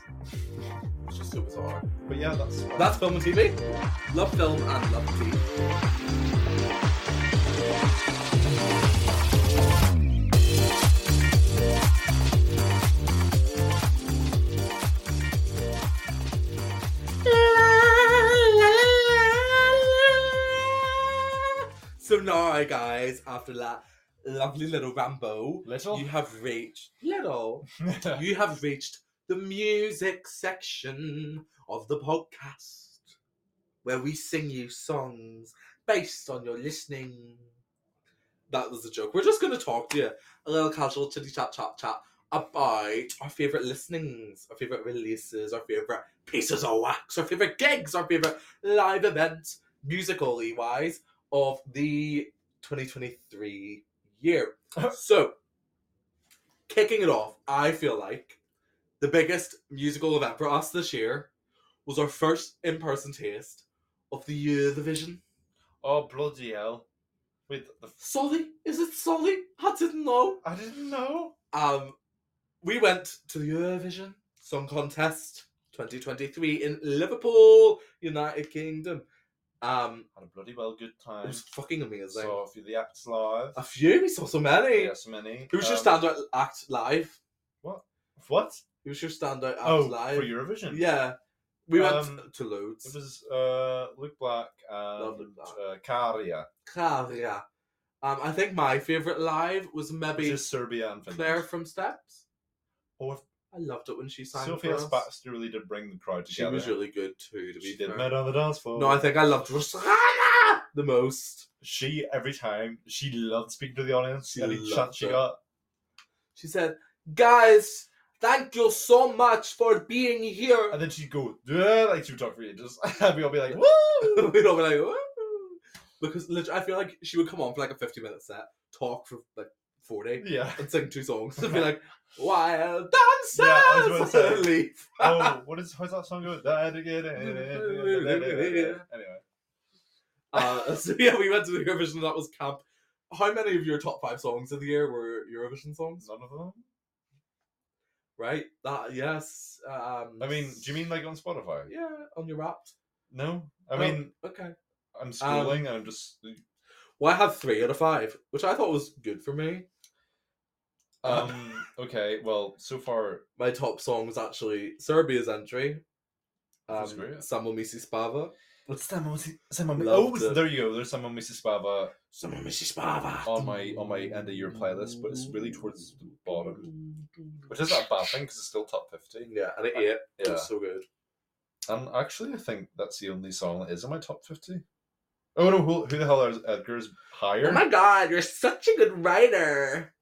[SPEAKER 1] It's just so bizarre.
[SPEAKER 2] But yeah, that's
[SPEAKER 1] That's film and TV. Love film and love TV. So now, guys, after that lovely little Rambo,
[SPEAKER 2] Little?
[SPEAKER 1] you have reached little. you have reached the music section of the podcast, where we sing you songs based on your listening. That was the joke. We're just going to talk to you a little casual chitty chat chat chat about our favorite listenings, our favorite releases, our favorite pieces of wax, our favorite gigs, our favorite live events, musically wise, of the 2023 year. so, kicking it off, I feel like the biggest musical event for us this year was our first in person taste of the Eurovision.
[SPEAKER 2] oh bloody hell! With the
[SPEAKER 1] Sorry, is it sorry? I didn't know.
[SPEAKER 2] I didn't know.
[SPEAKER 1] Um, we went to the Eurovision Song Contest 2023 in Liverpool, United Kingdom. Um,
[SPEAKER 2] Had a bloody well good
[SPEAKER 1] it
[SPEAKER 2] time.
[SPEAKER 1] was fucking amazing.
[SPEAKER 2] Saw a few of the acts live.
[SPEAKER 1] a few, we saw so many.
[SPEAKER 2] Yes, many.
[SPEAKER 1] Who's your
[SPEAKER 2] Um,
[SPEAKER 1] standout act live?
[SPEAKER 2] What?
[SPEAKER 1] Who's your standout act
[SPEAKER 2] Oh,
[SPEAKER 1] live?
[SPEAKER 2] for Eurovision.
[SPEAKER 1] Yeah, we went
[SPEAKER 2] Um,
[SPEAKER 1] to loads.
[SPEAKER 2] It was uh, Luke Black
[SPEAKER 1] Love
[SPEAKER 2] and
[SPEAKER 1] Luke Black.
[SPEAKER 2] uh, Karia,
[SPEAKER 1] Karia. Um, I think my favorite live was
[SPEAKER 2] which
[SPEAKER 1] maybe
[SPEAKER 2] is Serbia and Finland.
[SPEAKER 1] Claire from Steps.
[SPEAKER 2] Oh, if-
[SPEAKER 1] I loved it when she sang.
[SPEAKER 2] Sophia
[SPEAKER 1] for us.
[SPEAKER 2] Spaxter really did bring the crowd
[SPEAKER 1] She
[SPEAKER 2] together.
[SPEAKER 1] was really good too. To be
[SPEAKER 2] She did
[SPEAKER 1] fair.
[SPEAKER 2] met on the dance floor.
[SPEAKER 1] No, I think I loved Rosanna the most.
[SPEAKER 2] she every time she loved speaking to the audience.
[SPEAKER 1] She
[SPEAKER 2] Any
[SPEAKER 1] loved
[SPEAKER 2] chance she
[SPEAKER 1] it.
[SPEAKER 2] got.
[SPEAKER 1] She said, "Guys, thank you so much for being here."
[SPEAKER 2] And then she'd go, "Yeah," like she would talk for ages. and we'd all be like, "Woo!"
[SPEAKER 1] Woo! We'd all be like, "Woo!" because lit- I feel like she would come on for like a fifty-minute set, talk for like forty,
[SPEAKER 2] Yeah.
[SPEAKER 1] and sing two songs, and be like, "Wild
[SPEAKER 2] Yeah, I was
[SPEAKER 1] dancers,"
[SPEAKER 2] gonna
[SPEAKER 1] and leave.
[SPEAKER 2] oh, what is how's that song go? anyway,
[SPEAKER 1] Uh, so yeah, we went to the Eurovision. That was camp. How many of your top five songs of the year were Eurovision songs?
[SPEAKER 2] none of them.
[SPEAKER 1] Right? That yes. Um,
[SPEAKER 2] I mean, do you mean like on Spotify?
[SPEAKER 1] yeah on your app?
[SPEAKER 2] No, I
[SPEAKER 1] Oh,
[SPEAKER 2] mean
[SPEAKER 1] okay.
[SPEAKER 2] I'm
[SPEAKER 1] Um,
[SPEAKER 2] scrolling and I'm just.
[SPEAKER 1] Well, I had three out of five, which I thought was good for me.
[SPEAKER 2] Um. okay. Well, so far,
[SPEAKER 1] My top song was actually Serbia's entry. Um,
[SPEAKER 2] That's great.
[SPEAKER 1] Samo Misi Spava.
[SPEAKER 2] what's that? Someone.
[SPEAKER 1] Loved
[SPEAKER 2] Oh,
[SPEAKER 1] it.
[SPEAKER 2] there you go. There's someone Mrs. Spava
[SPEAKER 1] Samo Misi Spava.
[SPEAKER 2] on my on my end of year playlist, but it's really towards the bottom, which is not a bad thing because it's still top fifty.
[SPEAKER 1] Yeah, and it ate. It
[SPEAKER 2] Yeah.
[SPEAKER 1] was so good.
[SPEAKER 2] And actually, I think that's the only song that is in my top fifty. Oh no! Who, who the hell is Edgar's higher?
[SPEAKER 1] Oh my god, you're such a good writer.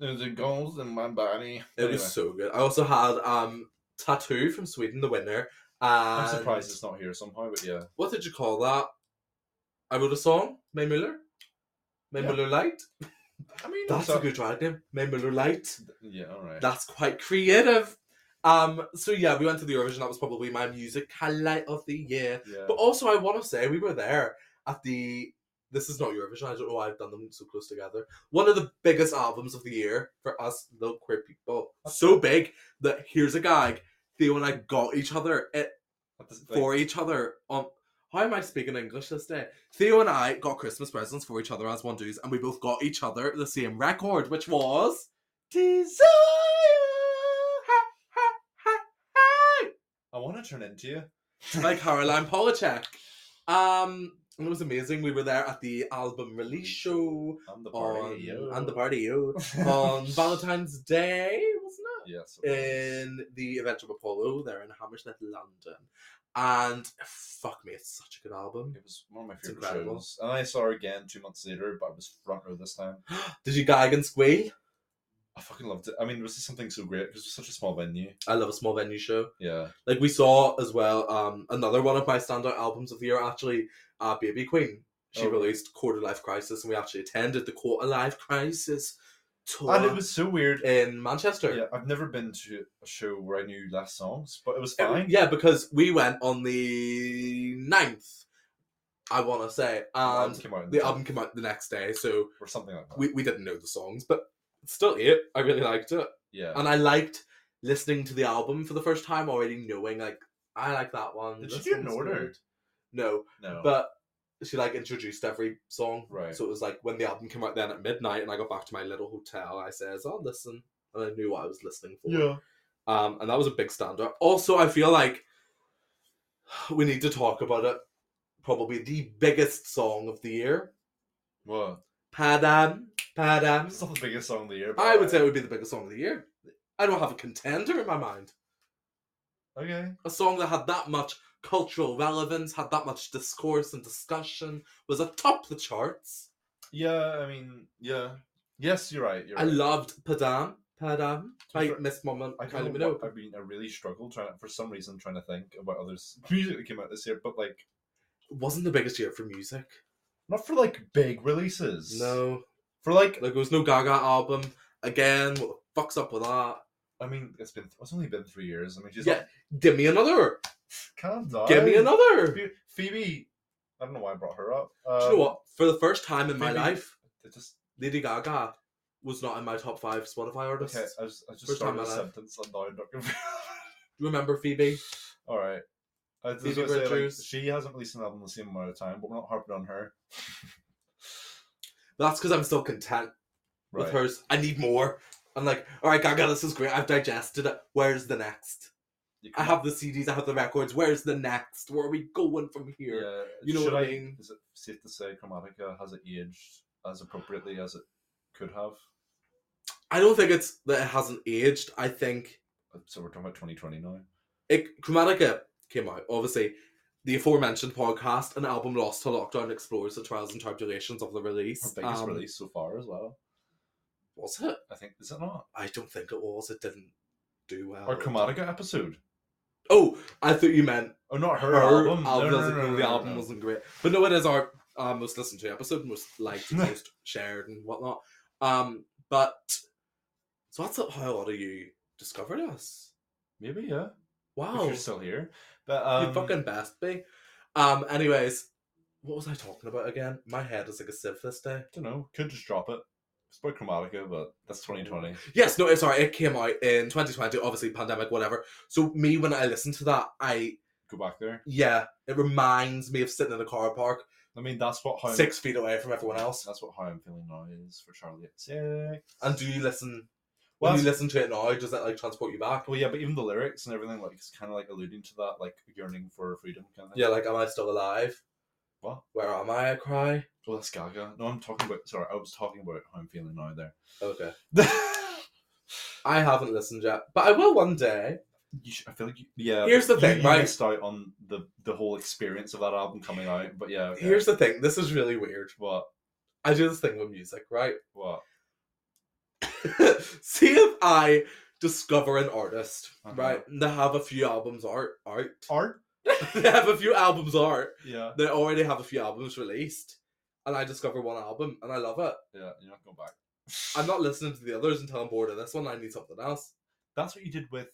[SPEAKER 2] There's a ghost in my body.
[SPEAKER 1] It
[SPEAKER 2] Anyway,
[SPEAKER 1] was so good. I also had um tattoo from Sweden, the winner. And
[SPEAKER 2] I'm surprised it's not here somehow, but yeah.
[SPEAKER 1] What did you call that? I wrote a song, May Muller. May
[SPEAKER 2] Yeah.
[SPEAKER 1] Muller Light.
[SPEAKER 2] I mean,
[SPEAKER 1] That's
[SPEAKER 2] so-
[SPEAKER 1] a good drag name, May Muller Light.
[SPEAKER 2] Yeah, all right.
[SPEAKER 1] That's quite creative. Um, so yeah, we went to the Eurovision. That was probably my music highlight of the year.
[SPEAKER 2] yeah.
[SPEAKER 1] But also, I want to say we were there at the this is not Eurovision. I don't know why I've done them so close together. One of the biggest albums of the year for us little queer people. So big that here's a gag. Theo and I got each other at,
[SPEAKER 2] What does it-
[SPEAKER 1] for
[SPEAKER 2] like,
[SPEAKER 1] each other. Um, how am I speaking English this day? Theo and I got Christmas presents for each other as one does, and we both got each other the same record, which was Desire.
[SPEAKER 2] I want to turn into you.
[SPEAKER 1] by Caroline Polachek. Um, it was amazing. We were there at the album release show
[SPEAKER 2] I'm the
[SPEAKER 1] on
[SPEAKER 2] party. yo.
[SPEAKER 1] and the party yo, on Um, Valentine's Day, wasn't
[SPEAKER 2] Yes.
[SPEAKER 1] it? In the Adventure of Apollo, there in Hammersmith, London, and fuck me, it's such a good album.
[SPEAKER 2] It was one of my
[SPEAKER 1] It's
[SPEAKER 2] favorite
[SPEAKER 1] incredible.
[SPEAKER 2] shows, and I saw her again two months later, but I was front row this time.
[SPEAKER 1] Did you gag and squeal?
[SPEAKER 2] I fucking loved it. I mean, it was just something so great because it was such a small venue.
[SPEAKER 1] I love a small venue show.
[SPEAKER 2] Yeah,
[SPEAKER 1] Like we saw as well, um, another one of my standout albums of the year actually, uh, Baby Queen. She
[SPEAKER 2] Oh.
[SPEAKER 1] released Quarter Life Crisis, and we actually attended the Quarter Life Crisis tour
[SPEAKER 2] and it was so weird.
[SPEAKER 1] in Manchester.
[SPEAKER 2] Yeah, I've never been to a show where I knew last songs, but it was
[SPEAKER 1] It-
[SPEAKER 2] fine.
[SPEAKER 1] yeah, because we went on the 9th, I want to say, and
[SPEAKER 2] album came out in
[SPEAKER 1] the
[SPEAKER 2] the
[SPEAKER 1] album came out the next day, so
[SPEAKER 2] or something like that.
[SPEAKER 1] we, we didn't know the songs, but still, it. I really liked it.
[SPEAKER 2] yeah,
[SPEAKER 1] and I liked listening to the album for the first time, already knowing like I like that one.
[SPEAKER 2] Did
[SPEAKER 1] this
[SPEAKER 2] she do it in
[SPEAKER 1] one's
[SPEAKER 2] order?
[SPEAKER 1] good. No,
[SPEAKER 2] no,
[SPEAKER 1] but she like introduced every song.
[SPEAKER 2] Right.
[SPEAKER 1] So it was like when the album came out then at midnight, and I got back to my little hotel. I says, "I'll listen," and I knew what I was listening for.
[SPEAKER 2] yeah,
[SPEAKER 1] Um, and that was a big standout. Also, I feel like we need to talk about it. Probably the biggest song of the year,
[SPEAKER 2] well,
[SPEAKER 1] Padam Padam.
[SPEAKER 2] it's not the biggest song of the year. but
[SPEAKER 1] I would say it would be the biggest song of the year. I don't have a contender in my mind.
[SPEAKER 2] okay.
[SPEAKER 1] a song that had that much cultural relevance, had that much discourse and discussion, was atop the charts.
[SPEAKER 2] Yeah, I mean, yeah, yes, you're right. You're
[SPEAKER 1] I
[SPEAKER 2] right.
[SPEAKER 1] loved Padam, Padam by
[SPEAKER 2] Sorry,
[SPEAKER 1] Miss Mama
[SPEAKER 2] I
[SPEAKER 1] Kylie
[SPEAKER 2] kind
[SPEAKER 1] Minogue.
[SPEAKER 2] of, I mean, I really struggled trying to, for some reason trying to think about other s- music that came out this year, but like
[SPEAKER 1] It wasn't the biggest year for music.
[SPEAKER 2] not for like big releases.
[SPEAKER 1] No,
[SPEAKER 2] for like
[SPEAKER 1] like there was no Gaga album again. What the fuck's up with that?
[SPEAKER 2] I mean, it's been it's only been three years. I mean, she's
[SPEAKER 1] Yeah.
[SPEAKER 2] like,
[SPEAKER 1] Give me another.
[SPEAKER 2] calm down.
[SPEAKER 1] Give me another.
[SPEAKER 2] Phoe- Phoebe, I don't know why I brought her up.
[SPEAKER 1] Do you know what? For the first time in my
[SPEAKER 2] maybe-
[SPEAKER 1] life,
[SPEAKER 2] It just
[SPEAKER 1] Lady Gaga was not in my top five Spotify artists.
[SPEAKER 2] okay. I just, I just
[SPEAKER 1] First time
[SPEAKER 2] started a
[SPEAKER 1] in my life.
[SPEAKER 2] sentence and now I'm not gonna.
[SPEAKER 1] Remember Phoebe?
[SPEAKER 2] All right. I was
[SPEAKER 1] Phoebe
[SPEAKER 2] gonna say, like,
[SPEAKER 1] Bridgers.
[SPEAKER 2] she hasn't released an album the same amount of time, but we're not harping on her.
[SPEAKER 1] That's because I'm still content
[SPEAKER 2] Right.
[SPEAKER 1] with hers. I need more. I'm like, all right, Gaga, this is great. I've digested it. Where's the next?
[SPEAKER 2] You
[SPEAKER 1] I
[SPEAKER 2] can-
[SPEAKER 1] have the CDs. I have the records. Where's the next? Where are we going from here?
[SPEAKER 2] Yeah,
[SPEAKER 1] You know
[SPEAKER 2] should
[SPEAKER 1] what I mean?
[SPEAKER 2] Is it safe to say Chromatica has it aged as appropriately as it could have?
[SPEAKER 1] I don't think it's that it hasn't aged. I think
[SPEAKER 2] Uh, So we're talking about 2020 now.
[SPEAKER 1] it, Chromatica came out. Obviously, the aforementioned podcast and album Lost to Lockdown explores the trials and tribulations of the release.
[SPEAKER 2] Her biggest
[SPEAKER 1] Um,
[SPEAKER 2] release so far as well.
[SPEAKER 1] was it?
[SPEAKER 2] I think is it not?
[SPEAKER 1] I don't think it was. It didn't do well.
[SPEAKER 2] Our Chromatica episode.
[SPEAKER 1] Oh, I thought you meant
[SPEAKER 2] Oh, not her,
[SPEAKER 1] her album.
[SPEAKER 2] album. No, no,
[SPEAKER 1] doesn't-
[SPEAKER 2] no, no,
[SPEAKER 1] the
[SPEAKER 2] no,
[SPEAKER 1] album
[SPEAKER 2] no.
[SPEAKER 1] wasn't great, but no, it is our uh, most listened to episode, most liked, most shared, and whatnot. Um, but so that's how a lot of you discovered us.
[SPEAKER 2] Maybe yeah.
[SPEAKER 1] Wow,
[SPEAKER 2] If you're still here, but um,
[SPEAKER 1] Oh. you fucking best be. Um, anyways, what was I talking about again? My head is like a sieve this day.
[SPEAKER 2] don't know. Could just drop it. It's by Chromatica, but that's 2020.
[SPEAKER 1] Yes, no, eh, sorry, it came out in 2020, obviously pandemic, whatever. So me, when I listen to that, I
[SPEAKER 2] Go back there.
[SPEAKER 1] yeah, it reminds me of sitting in a car park,
[SPEAKER 2] I mean, that's what how
[SPEAKER 1] six feet away from everyone else.
[SPEAKER 2] That's what how I'm feeling now is for Charlie at six.
[SPEAKER 1] And do you listen?
[SPEAKER 2] Well,
[SPEAKER 1] When you
[SPEAKER 2] that's-
[SPEAKER 1] listen to it now, does that like transport you back?
[SPEAKER 2] well, yeah, but even the lyrics and everything, like, it's kind of like alluding to that, like yearning for freedom, kind of.
[SPEAKER 1] Yeah, like uh, am I still alive?
[SPEAKER 2] What?
[SPEAKER 1] Where am I? I cry.
[SPEAKER 2] Oh, that's Gaga. No, I'm talking about. Sorry, I was talking about how I'm feeling now. There.
[SPEAKER 1] Okay. I haven't listened yet, but I will one day.
[SPEAKER 2] You should, I feel like you, yeah.
[SPEAKER 1] Here's the
[SPEAKER 2] you-
[SPEAKER 1] thing,
[SPEAKER 2] you
[SPEAKER 1] right?
[SPEAKER 2] missed out on the the whole experience of that album coming out. But yeah, okay.
[SPEAKER 1] Here's the thing. This is really weird.
[SPEAKER 2] what
[SPEAKER 1] I do this thing with music, right?
[SPEAKER 2] what
[SPEAKER 1] See if I discover an artist,
[SPEAKER 2] Uh-huh.
[SPEAKER 1] right? And they have a few albums art art.
[SPEAKER 2] art?
[SPEAKER 1] they have a few albums art.
[SPEAKER 2] Yeah,
[SPEAKER 1] They already have a few albums released, and I discover one album and I love it.
[SPEAKER 2] yeah. You're not going back.
[SPEAKER 1] I'm not listening to the others until I'm bored of this one. I need something else.
[SPEAKER 2] That's what you did with.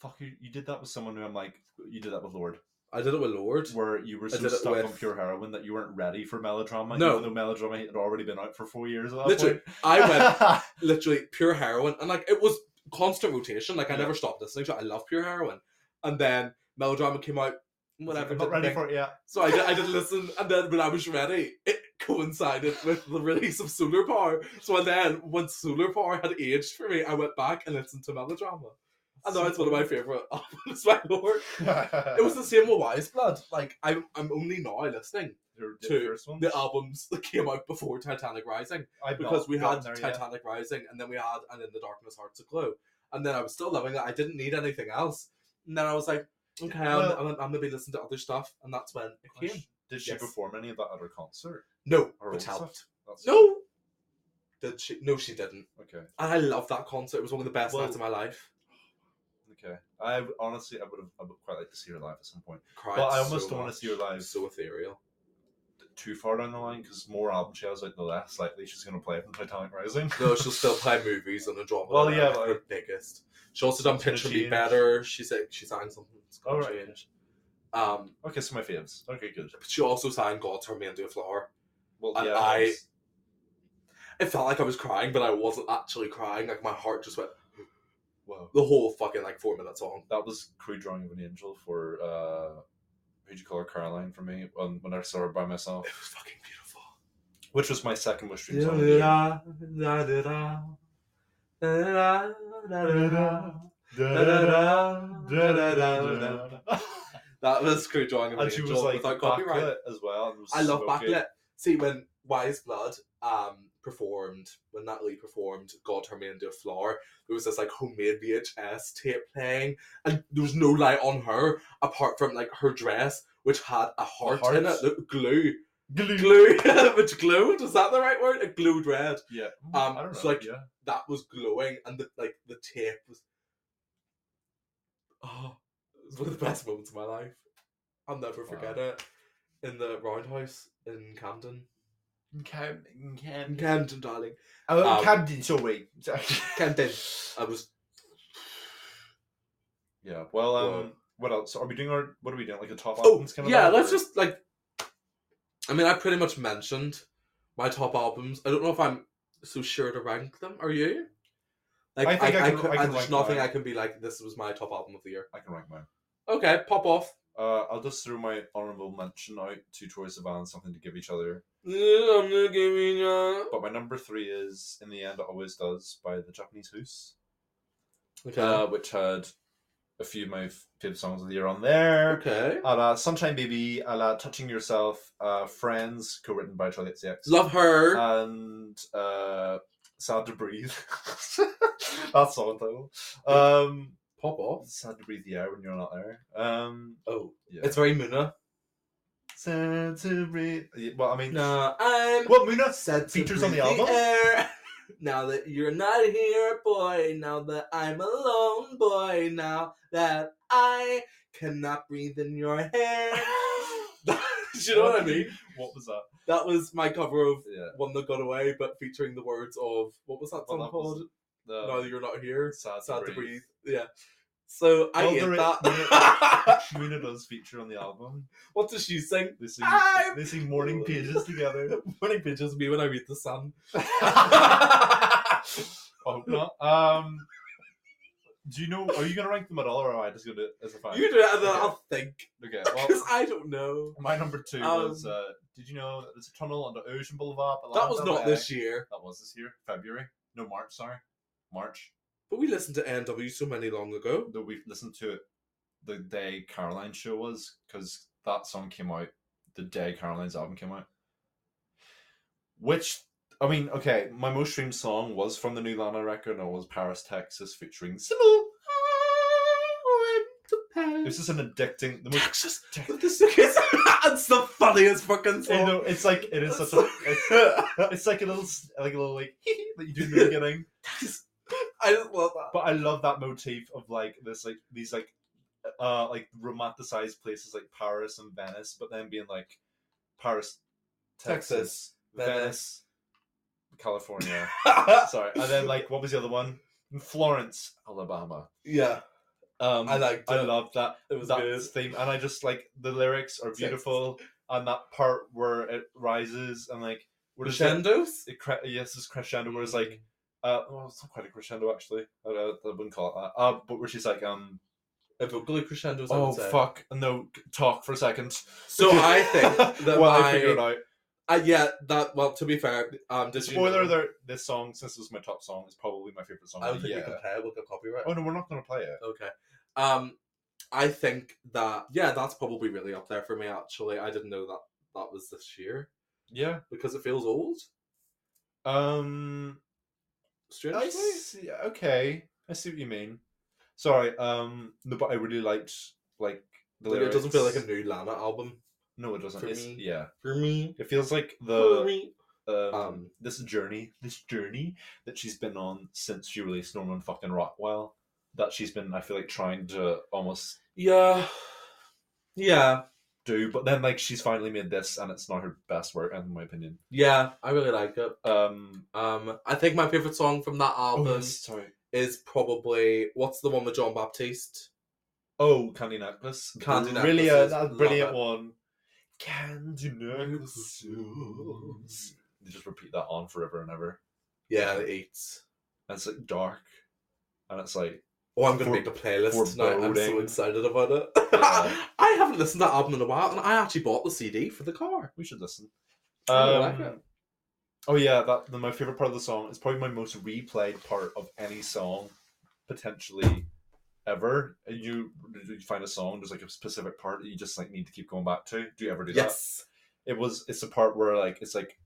[SPEAKER 2] Fuck you! You did that with someone who I'm like. You did that with Lord.
[SPEAKER 1] I did it with Lord.
[SPEAKER 2] where you were
[SPEAKER 1] I
[SPEAKER 2] so
[SPEAKER 1] did it
[SPEAKER 2] stuck on
[SPEAKER 1] with-
[SPEAKER 2] pure heroin that you weren't ready for melodrama,
[SPEAKER 1] No.
[SPEAKER 2] even though melodrama had already been out for four years at that
[SPEAKER 1] Literally,
[SPEAKER 2] point.
[SPEAKER 1] I went literally pure heroin, and like it was constant rotation. Like I
[SPEAKER 2] Yeah.
[SPEAKER 1] never stopped listening to. it. I love pure heroin, and then melodrama came out. Whatever,
[SPEAKER 2] I'm not
[SPEAKER 1] didn't
[SPEAKER 2] ready
[SPEAKER 1] think-
[SPEAKER 2] for it yet.
[SPEAKER 1] So I did, I did listen, and then when I was ready, it coincided with the release of Solar Power. So then, when Solar Power had aged for me, I went back and listened to Melodrama. And now it's one of my favourite albums by Lord. It was the same with Wise Blood. Like, I'm, I'm only now listening
[SPEAKER 2] Your- your
[SPEAKER 1] to
[SPEAKER 2] first one.
[SPEAKER 1] the albums that came out before Titanic Rising.
[SPEAKER 2] I've not
[SPEAKER 1] Because we had
[SPEAKER 2] gotten there yet.
[SPEAKER 1] Titanic Rising, and then we had And in the Darkness Hearts of Glow. And then I was still loving it. I didn't need anything else. And then I was like, okay, I'm,
[SPEAKER 2] Well-
[SPEAKER 1] I'm, I'm going to be listening to other stuff. And that's when it came.
[SPEAKER 2] Did she
[SPEAKER 1] Yes.
[SPEAKER 2] perform any of that at her concert?
[SPEAKER 1] No, but
[SPEAKER 2] Her old
[SPEAKER 1] helped.
[SPEAKER 2] stuff? That's-
[SPEAKER 1] No. Did she? No, she didn't.
[SPEAKER 2] Okay.
[SPEAKER 1] And I love that concert. It was one of the best
[SPEAKER 2] Well-
[SPEAKER 1] nights of my life.
[SPEAKER 2] Okay. I w- honestly, I would have, I would quite like to see her live at some point.
[SPEAKER 1] Cried
[SPEAKER 2] but I almost
[SPEAKER 1] so
[SPEAKER 2] don't want
[SPEAKER 1] much.
[SPEAKER 2] to see her live
[SPEAKER 1] So ethereal.
[SPEAKER 2] too far down the line because more album she has out, the less likely she's going to play from Titanic Rising.
[SPEAKER 1] No, she'll still play movies and Andromeda.
[SPEAKER 2] Well, yeah,
[SPEAKER 1] like, her
[SPEAKER 2] but-
[SPEAKER 1] biggest. She also done
[SPEAKER 2] It's gonna
[SPEAKER 1] Picture Me
[SPEAKER 2] change.
[SPEAKER 1] Better. She said she sang something. It's gonna
[SPEAKER 2] All right.
[SPEAKER 1] change. Um,
[SPEAKER 2] Okay, so my faves. Okay, good.
[SPEAKER 1] but she also sang God Turn Me Into a Flower.
[SPEAKER 2] Well,
[SPEAKER 1] And
[SPEAKER 2] yeah,
[SPEAKER 1] I-
[SPEAKER 2] that's-
[SPEAKER 1] It felt like I was crying, but I wasn't actually crying. Like my heart just went
[SPEAKER 2] Whoa.
[SPEAKER 1] the whole fucking like four minute song.
[SPEAKER 2] That was crude drawing of an angel for uh, who'd you call her Caroline for me um, when I saw her by myself,
[SPEAKER 1] It was fucking beautiful.
[SPEAKER 2] which was my second wish dream song. of the year.
[SPEAKER 1] Da-da-da, da-da-da, da-da-da, da-da-da. That was Crew Drawing of an
[SPEAKER 2] And she
[SPEAKER 1] Angel
[SPEAKER 2] was like
[SPEAKER 1] without copyright.
[SPEAKER 2] backlit as well. and was
[SPEAKER 1] I love
[SPEAKER 2] smoking.
[SPEAKER 1] backlit. See, when Wise Blood um, performed, when Natalie performed God Her Me Into a Flower, there was this like homemade VHS tape playing, and there was no light on her apart from like her dress, which had a heart, in
[SPEAKER 2] heart?
[SPEAKER 1] it, that glue. Glue, which glowed. Is that the right word? It glued red.
[SPEAKER 2] Yeah.
[SPEAKER 1] Um,
[SPEAKER 2] I don't know.
[SPEAKER 1] it's like-
[SPEAKER 2] yeah.
[SPEAKER 1] that was glowing and the like the tape was oh it was one of the best moments of my life i'll never forget
[SPEAKER 2] Wow.
[SPEAKER 1] it in the roundhouse in camden
[SPEAKER 5] Camden.
[SPEAKER 1] in
[SPEAKER 5] Camden.
[SPEAKER 1] camden darling
[SPEAKER 5] Oh,
[SPEAKER 1] Um,
[SPEAKER 5] Camden, sorry. Sorry.
[SPEAKER 1] camden i was
[SPEAKER 2] Yeah. Well, um,
[SPEAKER 1] Whoa.
[SPEAKER 2] what else? Are we doing our? What are we doing? Like a top
[SPEAKER 1] oh
[SPEAKER 2] albums kind of?
[SPEAKER 1] yeah
[SPEAKER 2] thing,
[SPEAKER 1] let's
[SPEAKER 2] or-
[SPEAKER 1] just like i mean i pretty much mentioned my top albums i don't know if i'm so sure to rank them are you like
[SPEAKER 2] I think I can-
[SPEAKER 1] cou-
[SPEAKER 2] I can
[SPEAKER 1] there's
[SPEAKER 2] rank
[SPEAKER 1] nothing
[SPEAKER 2] mine.
[SPEAKER 1] i can be like this was my top album of the year
[SPEAKER 2] I can rank mine.
[SPEAKER 1] okay pop off
[SPEAKER 2] Uh, I'll just throw my honorable mention out to Troy Sivan, something to give each other.
[SPEAKER 1] Yeah, I'm not giving you-
[SPEAKER 2] But my number three is "In the End It Always Does" by the Japanese House,
[SPEAKER 1] okay
[SPEAKER 2] uh, which had a few of my f- favorite songs of the year on there.
[SPEAKER 1] Okay.
[SPEAKER 2] A la uh, Sunshine Baby, a la Touching Yourself, uh, Friends, co-written by Charlie XCX.
[SPEAKER 1] Love her.
[SPEAKER 2] and uh, Sad to Breathe. That's song title. Um,
[SPEAKER 1] Pop off.
[SPEAKER 2] sad to breathe the air when you're not there. Um,
[SPEAKER 1] Oh,
[SPEAKER 2] yeah.
[SPEAKER 1] it's very Muna.
[SPEAKER 2] sad to breathe. yeah, Well, I mean,
[SPEAKER 1] Nah, I'm
[SPEAKER 2] well, Muna
[SPEAKER 1] set to
[SPEAKER 2] features on the
[SPEAKER 1] breathe
[SPEAKER 2] album?
[SPEAKER 1] air. Now that you're not here, boy. Now that I'm alone, boy. Now that I cannot breathe in your hair. Do you know what I mean?
[SPEAKER 2] What was that?
[SPEAKER 1] That was my cover of
[SPEAKER 2] Yeah.
[SPEAKER 1] "One That Got Away," but featuring the words of what was that song
[SPEAKER 2] Well, that was uh,
[SPEAKER 1] called?
[SPEAKER 2] The,
[SPEAKER 1] now that you're not here,
[SPEAKER 2] sad,
[SPEAKER 1] sad to breathe. Yeah. So I
[SPEAKER 2] Well,
[SPEAKER 1] hate
[SPEAKER 2] there is-
[SPEAKER 1] that.
[SPEAKER 2] Muna does feature on the album.
[SPEAKER 1] what does she sing?
[SPEAKER 2] They sing,
[SPEAKER 1] I'm-
[SPEAKER 2] they sing morning pages together.
[SPEAKER 1] Funny pictures of me when I read the sun.
[SPEAKER 2] Oh no. Um, do you know? Are you gonna rank them at all, or am I just gonna do it as a fact?
[SPEAKER 1] You do it, and then
[SPEAKER 2] Okay.
[SPEAKER 1] I'll think
[SPEAKER 2] Okay. Well,
[SPEAKER 1] because I don't know.
[SPEAKER 2] my number two
[SPEAKER 1] Um,
[SPEAKER 2] was. Uh, did you know that there's a tunnel under Ocean Boulevard? Eh,
[SPEAKER 1] That was not this year,
[SPEAKER 2] That was this year, February. No, March. Sorry, March.
[SPEAKER 1] but we listened to NW so many long ago.
[SPEAKER 2] That we listened to it the day Caroline show was because that song came out the day Caroline's album came out. Which I mean, okay, my most streamed song was from the new Lana record, and it was Paris, Texas, featuring Sybil. It was just an addicting. The most
[SPEAKER 1] Texas, Texas, that's the funniest fucking song.
[SPEAKER 2] You know, it's like it is such a. It's, it's like a little, s- like a little like that you do in the beginning.
[SPEAKER 1] Texas. I just love that.
[SPEAKER 2] But I love that motif of like this, like these, like, uh, like romanticized places like Paris and Venice, but then being like Paris, Texas, Venice, California. Sorry, and then like what was the other one? Florence, Alabama.
[SPEAKER 1] yeah,
[SPEAKER 2] Um,
[SPEAKER 1] I liked
[SPEAKER 2] I
[SPEAKER 1] it.
[SPEAKER 2] love that.
[SPEAKER 1] It was
[SPEAKER 2] that
[SPEAKER 1] good.
[SPEAKER 2] theme, and I just like the lyrics are beautiful, and that part where it rises and like we're just like,
[SPEAKER 1] Crescendos?
[SPEAKER 2] it cre- yes, it's crescendo. Where it's
[SPEAKER 1] Mm.
[SPEAKER 2] like, uh, well, it's not quite a crescendo actually. I, I, I wouldn't call it that. Uh, but where she's like, um,
[SPEAKER 1] If it really crescendos, I
[SPEAKER 2] oh
[SPEAKER 1] would say.
[SPEAKER 2] fuck, no, talk for a second.
[SPEAKER 1] So I think that
[SPEAKER 2] well,
[SPEAKER 1] my-
[SPEAKER 2] I figured it out.
[SPEAKER 1] Uh, yeah, that, well, to be fair, um, did you
[SPEAKER 2] Spoiler
[SPEAKER 1] know-
[SPEAKER 2] alert: This song, since this is my top song, is probably my favorite song.
[SPEAKER 1] I
[SPEAKER 2] of
[SPEAKER 1] don't
[SPEAKER 2] the
[SPEAKER 1] think we can
[SPEAKER 2] year.
[SPEAKER 1] play it, we'll get copyright.
[SPEAKER 2] Oh no, we're not gonna play it.
[SPEAKER 1] Okay. Um, I think that yeah, that's probably really up there for me. Actually, I didn't know that that was this year
[SPEAKER 2] Yeah.
[SPEAKER 1] because it feels old.
[SPEAKER 2] Um. I
[SPEAKER 1] Strangely,
[SPEAKER 2] see. Okay, I see what you mean. Sorry. Um. No, but I really liked like the
[SPEAKER 1] Like, it doesn't feel like a
[SPEAKER 2] lyrics.
[SPEAKER 1] new Lana album
[SPEAKER 2] No, it doesn't.
[SPEAKER 1] for
[SPEAKER 2] It's-
[SPEAKER 1] me.
[SPEAKER 2] Yeah.
[SPEAKER 1] for me.
[SPEAKER 2] It feels like
[SPEAKER 1] for
[SPEAKER 2] the
[SPEAKER 1] me.
[SPEAKER 2] um,
[SPEAKER 1] Um,
[SPEAKER 2] this journey, this journey that she's been on since she released Norman fucking Rockwell. That she's been, I feel like, trying to almost
[SPEAKER 1] Yeah, yeah,
[SPEAKER 2] do, but then like she's finally made this, and it's not her best work, in my opinion.
[SPEAKER 1] yeah. I really like it.
[SPEAKER 2] Um,
[SPEAKER 1] Um, I think my favorite song from that album
[SPEAKER 2] oh, yes, sorry.
[SPEAKER 1] is probably what's the one with John Baptiste.
[SPEAKER 2] Oh, Candy Necklace.
[SPEAKER 1] Candy
[SPEAKER 2] Brilliant,
[SPEAKER 1] Necklaces,
[SPEAKER 2] uh, that's a
[SPEAKER 1] love
[SPEAKER 2] brilliant
[SPEAKER 1] it.
[SPEAKER 2] one. Candy Necklaces. They just repeat that on forever and ever.
[SPEAKER 1] Yeah, it eats.
[SPEAKER 2] And it's like dark. And it's like,
[SPEAKER 1] Oh, I'm gonna
[SPEAKER 2] For-
[SPEAKER 1] make the playlist tonight. I'm so
[SPEAKER 2] foreboding.
[SPEAKER 1] excited about it.
[SPEAKER 2] Yeah.
[SPEAKER 1] I haven't listened to that album in a while, and I actually bought the CD for the car.
[SPEAKER 2] we should listen.
[SPEAKER 1] I really like
[SPEAKER 2] Um, oh, yeah, that the, my favorite part of the song is probably my most replayed part of any song, potentially ever. You, you find a song, there's like a specific part that you just like need to keep going back to. Do you ever do that?
[SPEAKER 1] Yes,
[SPEAKER 2] it was it's the part where like it's like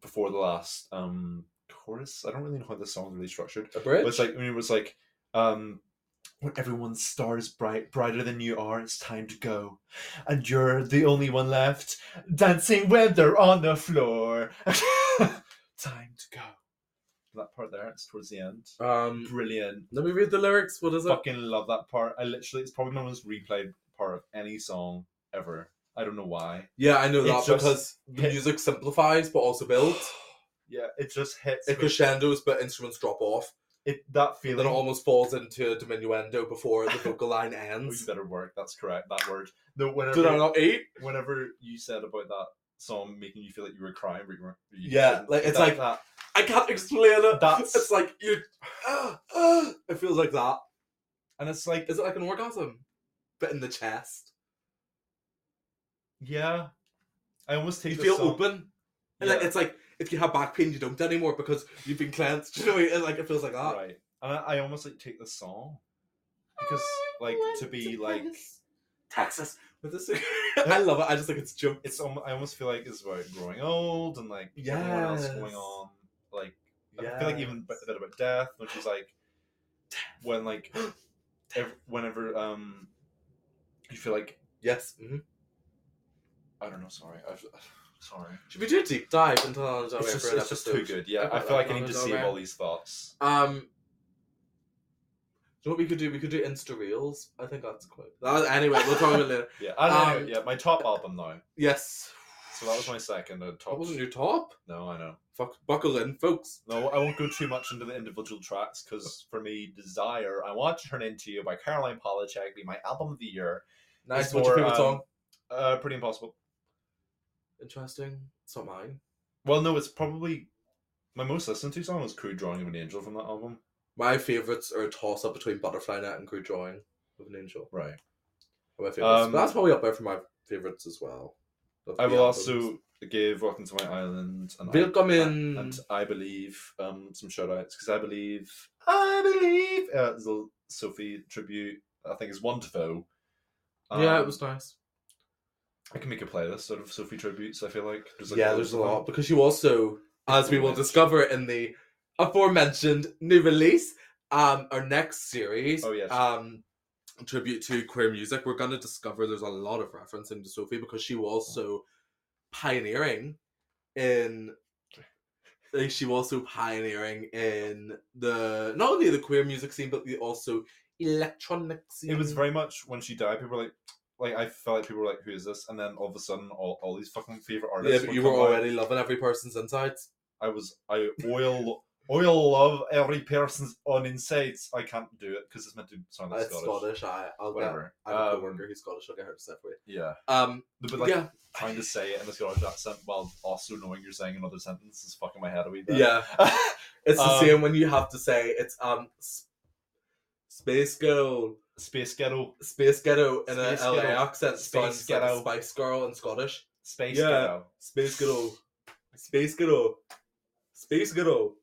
[SPEAKER 2] before the last um chorus i don't really know how the song's really structured
[SPEAKER 1] a
[SPEAKER 2] but
[SPEAKER 1] bridge.
[SPEAKER 2] it's like I mean, it was like um when everyone's star is bright brighter than you are it's time to go and you're the only one left dancing when they're on the floor time to go that part there it's towards the end
[SPEAKER 1] um,
[SPEAKER 2] brilliant
[SPEAKER 1] let me read the lyrics. What is it?
[SPEAKER 2] fucking love that part i literally it's probably my most replayed part of any song ever i don't know why
[SPEAKER 1] Yeah, I know
[SPEAKER 2] It
[SPEAKER 1] that
[SPEAKER 2] just-
[SPEAKER 1] because the
[SPEAKER 2] Yeah.
[SPEAKER 1] music simplifies but also builds.
[SPEAKER 2] yeah it just hits
[SPEAKER 1] It
[SPEAKER 2] me.
[SPEAKER 1] crescendos but instruments drop off.
[SPEAKER 2] it that
[SPEAKER 1] And then
[SPEAKER 2] feeling
[SPEAKER 1] it almost falls into a diminuendo before the vocal line
[SPEAKER 2] Oh, you
[SPEAKER 1] ends.
[SPEAKER 2] better work that's correct that word no
[SPEAKER 1] Did I
[SPEAKER 2] whenever
[SPEAKER 1] not eat?
[SPEAKER 2] whenever you said about that song making you feel like you were crying but you weren't you
[SPEAKER 1] Yeah,
[SPEAKER 2] shouldn't,
[SPEAKER 1] like, it's
[SPEAKER 2] that-
[SPEAKER 1] like-
[SPEAKER 2] that
[SPEAKER 1] I can't explain it.
[SPEAKER 2] That's-
[SPEAKER 1] It's like you. Uh, uh, it feels like that.
[SPEAKER 2] and it's like
[SPEAKER 1] Is it like an orgasm? But in the chest.
[SPEAKER 2] yeah i almost take
[SPEAKER 1] You
[SPEAKER 2] the
[SPEAKER 1] feel
[SPEAKER 2] song-
[SPEAKER 1] open. And
[SPEAKER 2] yeah,
[SPEAKER 1] like, it's like if you have back pain, you don't anymore because you've been cleansed. You know, it, like it feels like that.
[SPEAKER 2] right and I, I almost like take the song because like to be like
[SPEAKER 1] Texas with a cigarette. I love it. I just think it's joke.
[SPEAKER 2] it's almo- i almost feel like it's about growing old and like everyone else going
[SPEAKER 1] Yes.
[SPEAKER 2] on like I feel like even b- a
[SPEAKER 1] Yes.
[SPEAKER 2] bit about death, which is like when like ev- whenever um you feel like
[SPEAKER 1] Yes. mhm.
[SPEAKER 2] I don't know. Sorry, I've, sorry.
[SPEAKER 1] Should we do a deep dive into Lana Del Rey
[SPEAKER 2] It's
[SPEAKER 1] for
[SPEAKER 2] just,
[SPEAKER 1] an
[SPEAKER 2] it's just too
[SPEAKER 1] episode?
[SPEAKER 2] good. Yeah, I
[SPEAKER 1] about
[SPEAKER 2] feel like I
[SPEAKER 1] Lana
[SPEAKER 2] need to
[SPEAKER 1] Del
[SPEAKER 2] save
[SPEAKER 1] Rey?
[SPEAKER 2] all these thoughts.
[SPEAKER 1] Um. You know what we could do? We could do Insta Reels. I think that's quite. That, anyway, we'll talk about it later.
[SPEAKER 2] Yeah, I
[SPEAKER 1] Um,
[SPEAKER 2] know. Yeah, my top album though.
[SPEAKER 1] Yes.
[SPEAKER 2] So that was my second. And
[SPEAKER 1] That
[SPEAKER 2] top.
[SPEAKER 1] wasn't your top.
[SPEAKER 2] No, I know.
[SPEAKER 1] Fuck, buckle in, folks.
[SPEAKER 2] No, I won't go too much into the individual tracks because for me, "Desire," I want to turn into you by Caroline Polachek, be my album of the year.
[SPEAKER 1] Nice.
[SPEAKER 2] It's
[SPEAKER 1] What's your
[SPEAKER 2] more,
[SPEAKER 1] favorite song?
[SPEAKER 2] um, Uh, pretty impossible.
[SPEAKER 1] Interesting. It's not mine.
[SPEAKER 2] Well, no, it's probably my most listened to song was "Crude Drawing of an Angel" from that album.
[SPEAKER 1] My favorites are a toss up between Butterfly Net and Crude Drawing of an Angel.
[SPEAKER 2] Right.
[SPEAKER 1] Are my favorites.
[SPEAKER 2] Um,
[SPEAKER 1] but that's probably up there for my favorites as well. Of
[SPEAKER 2] I
[SPEAKER 1] the
[SPEAKER 2] will
[SPEAKER 1] albums.
[SPEAKER 2] also give Welcome to My Island and I-
[SPEAKER 1] Willkommen.
[SPEAKER 2] and I believe um some shout outs because I believe I believe uh the Sophie tribute I think is wonderful.
[SPEAKER 1] yeah,
[SPEAKER 2] Um,
[SPEAKER 1] it was nice.
[SPEAKER 2] I can make a playlist sort of Sophie tributes. I feel like like,
[SPEAKER 1] yeah,
[SPEAKER 2] loads
[SPEAKER 1] there's a
[SPEAKER 2] of them.
[SPEAKER 1] lot because you also, as we will
[SPEAKER 2] Aforementioned.
[SPEAKER 1] discover in the aforementioned new release, um, our next series,
[SPEAKER 2] Oh, yes.
[SPEAKER 1] um, tribute to queer music, we're gonna discover there's a lot of referencing to Sophie because she was so pioneering in. Like she was also pioneering in the not only the queer music scene but the also electronic scene.
[SPEAKER 2] It was very much when she died. People were like. Like I felt like people were like, "Who is this?" And then all of a sudden, all, all these fucking favorite artists.
[SPEAKER 1] yeah, but
[SPEAKER 2] would
[SPEAKER 1] you were
[SPEAKER 2] come out.
[SPEAKER 1] already loving every person's insides.
[SPEAKER 2] I was. I oil I love every person's own insides. I can't do it because it's meant to sound like
[SPEAKER 1] It's
[SPEAKER 2] Scottish.
[SPEAKER 1] Scottish. I, I'll
[SPEAKER 2] Whatever.
[SPEAKER 1] Get, I'm a
[SPEAKER 2] Um,
[SPEAKER 1] worker who's Scottish. I'll get her to step away.
[SPEAKER 2] Yeah.
[SPEAKER 1] Um,
[SPEAKER 2] No, But like
[SPEAKER 1] Yeah.
[SPEAKER 2] trying to say it in a Scottish accent while also knowing you're saying another sentence is fucking my head a wee bit.
[SPEAKER 1] yeah, it's the
[SPEAKER 2] Um,
[SPEAKER 1] same when you have to say it's um, s- space girl,
[SPEAKER 2] Space ghetto.
[SPEAKER 1] space ghetto in a
[SPEAKER 2] Space
[SPEAKER 1] LA
[SPEAKER 2] ghetto.
[SPEAKER 1] accent.
[SPEAKER 2] Space
[SPEAKER 1] sounds like a
[SPEAKER 2] ghetto.
[SPEAKER 1] Spice girl in Scottish.
[SPEAKER 2] Space
[SPEAKER 1] Yeah.
[SPEAKER 2] ghetto.
[SPEAKER 1] Space ghetto, space ghetto, space ghetto.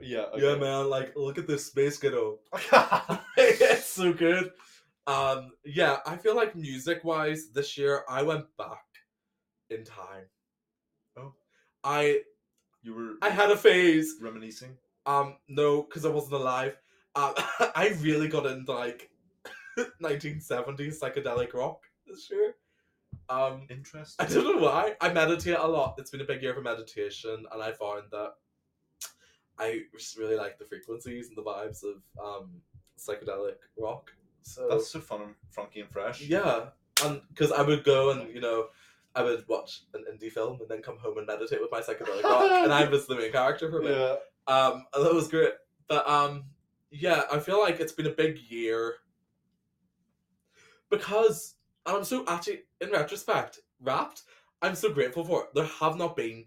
[SPEAKER 2] Yeah.
[SPEAKER 1] Yeah,
[SPEAKER 2] okay.
[SPEAKER 1] man. Like, look at this space ghetto. it's so good. Um, yeah, I feel like music wise this year I went back in time.
[SPEAKER 2] Oh.
[SPEAKER 1] I
[SPEAKER 2] you were
[SPEAKER 1] I had a phase.
[SPEAKER 2] reminiscing.
[SPEAKER 1] Um, no, because I wasn't alive. Um, I really got into like 1970s psychedelic rock this year. Um,
[SPEAKER 2] Interesting.
[SPEAKER 1] I don't know why. I meditate a lot. It's been a big year for meditation, and I found that I just really like the frequencies and the vibes of um, psychedelic rock. So
[SPEAKER 2] That's so fun and funky and fresh.
[SPEAKER 1] yeah, and because I would go and you know, I would watch an indie film and then come home and meditate with my psychedelic rock, and I was the main character for a bit.
[SPEAKER 2] Yeah.
[SPEAKER 1] Um, and that was great. But um, yeah, I feel like it's been a big year because, and I'm so actually in retrospect, wrapped. I'm so grateful for it. There have not been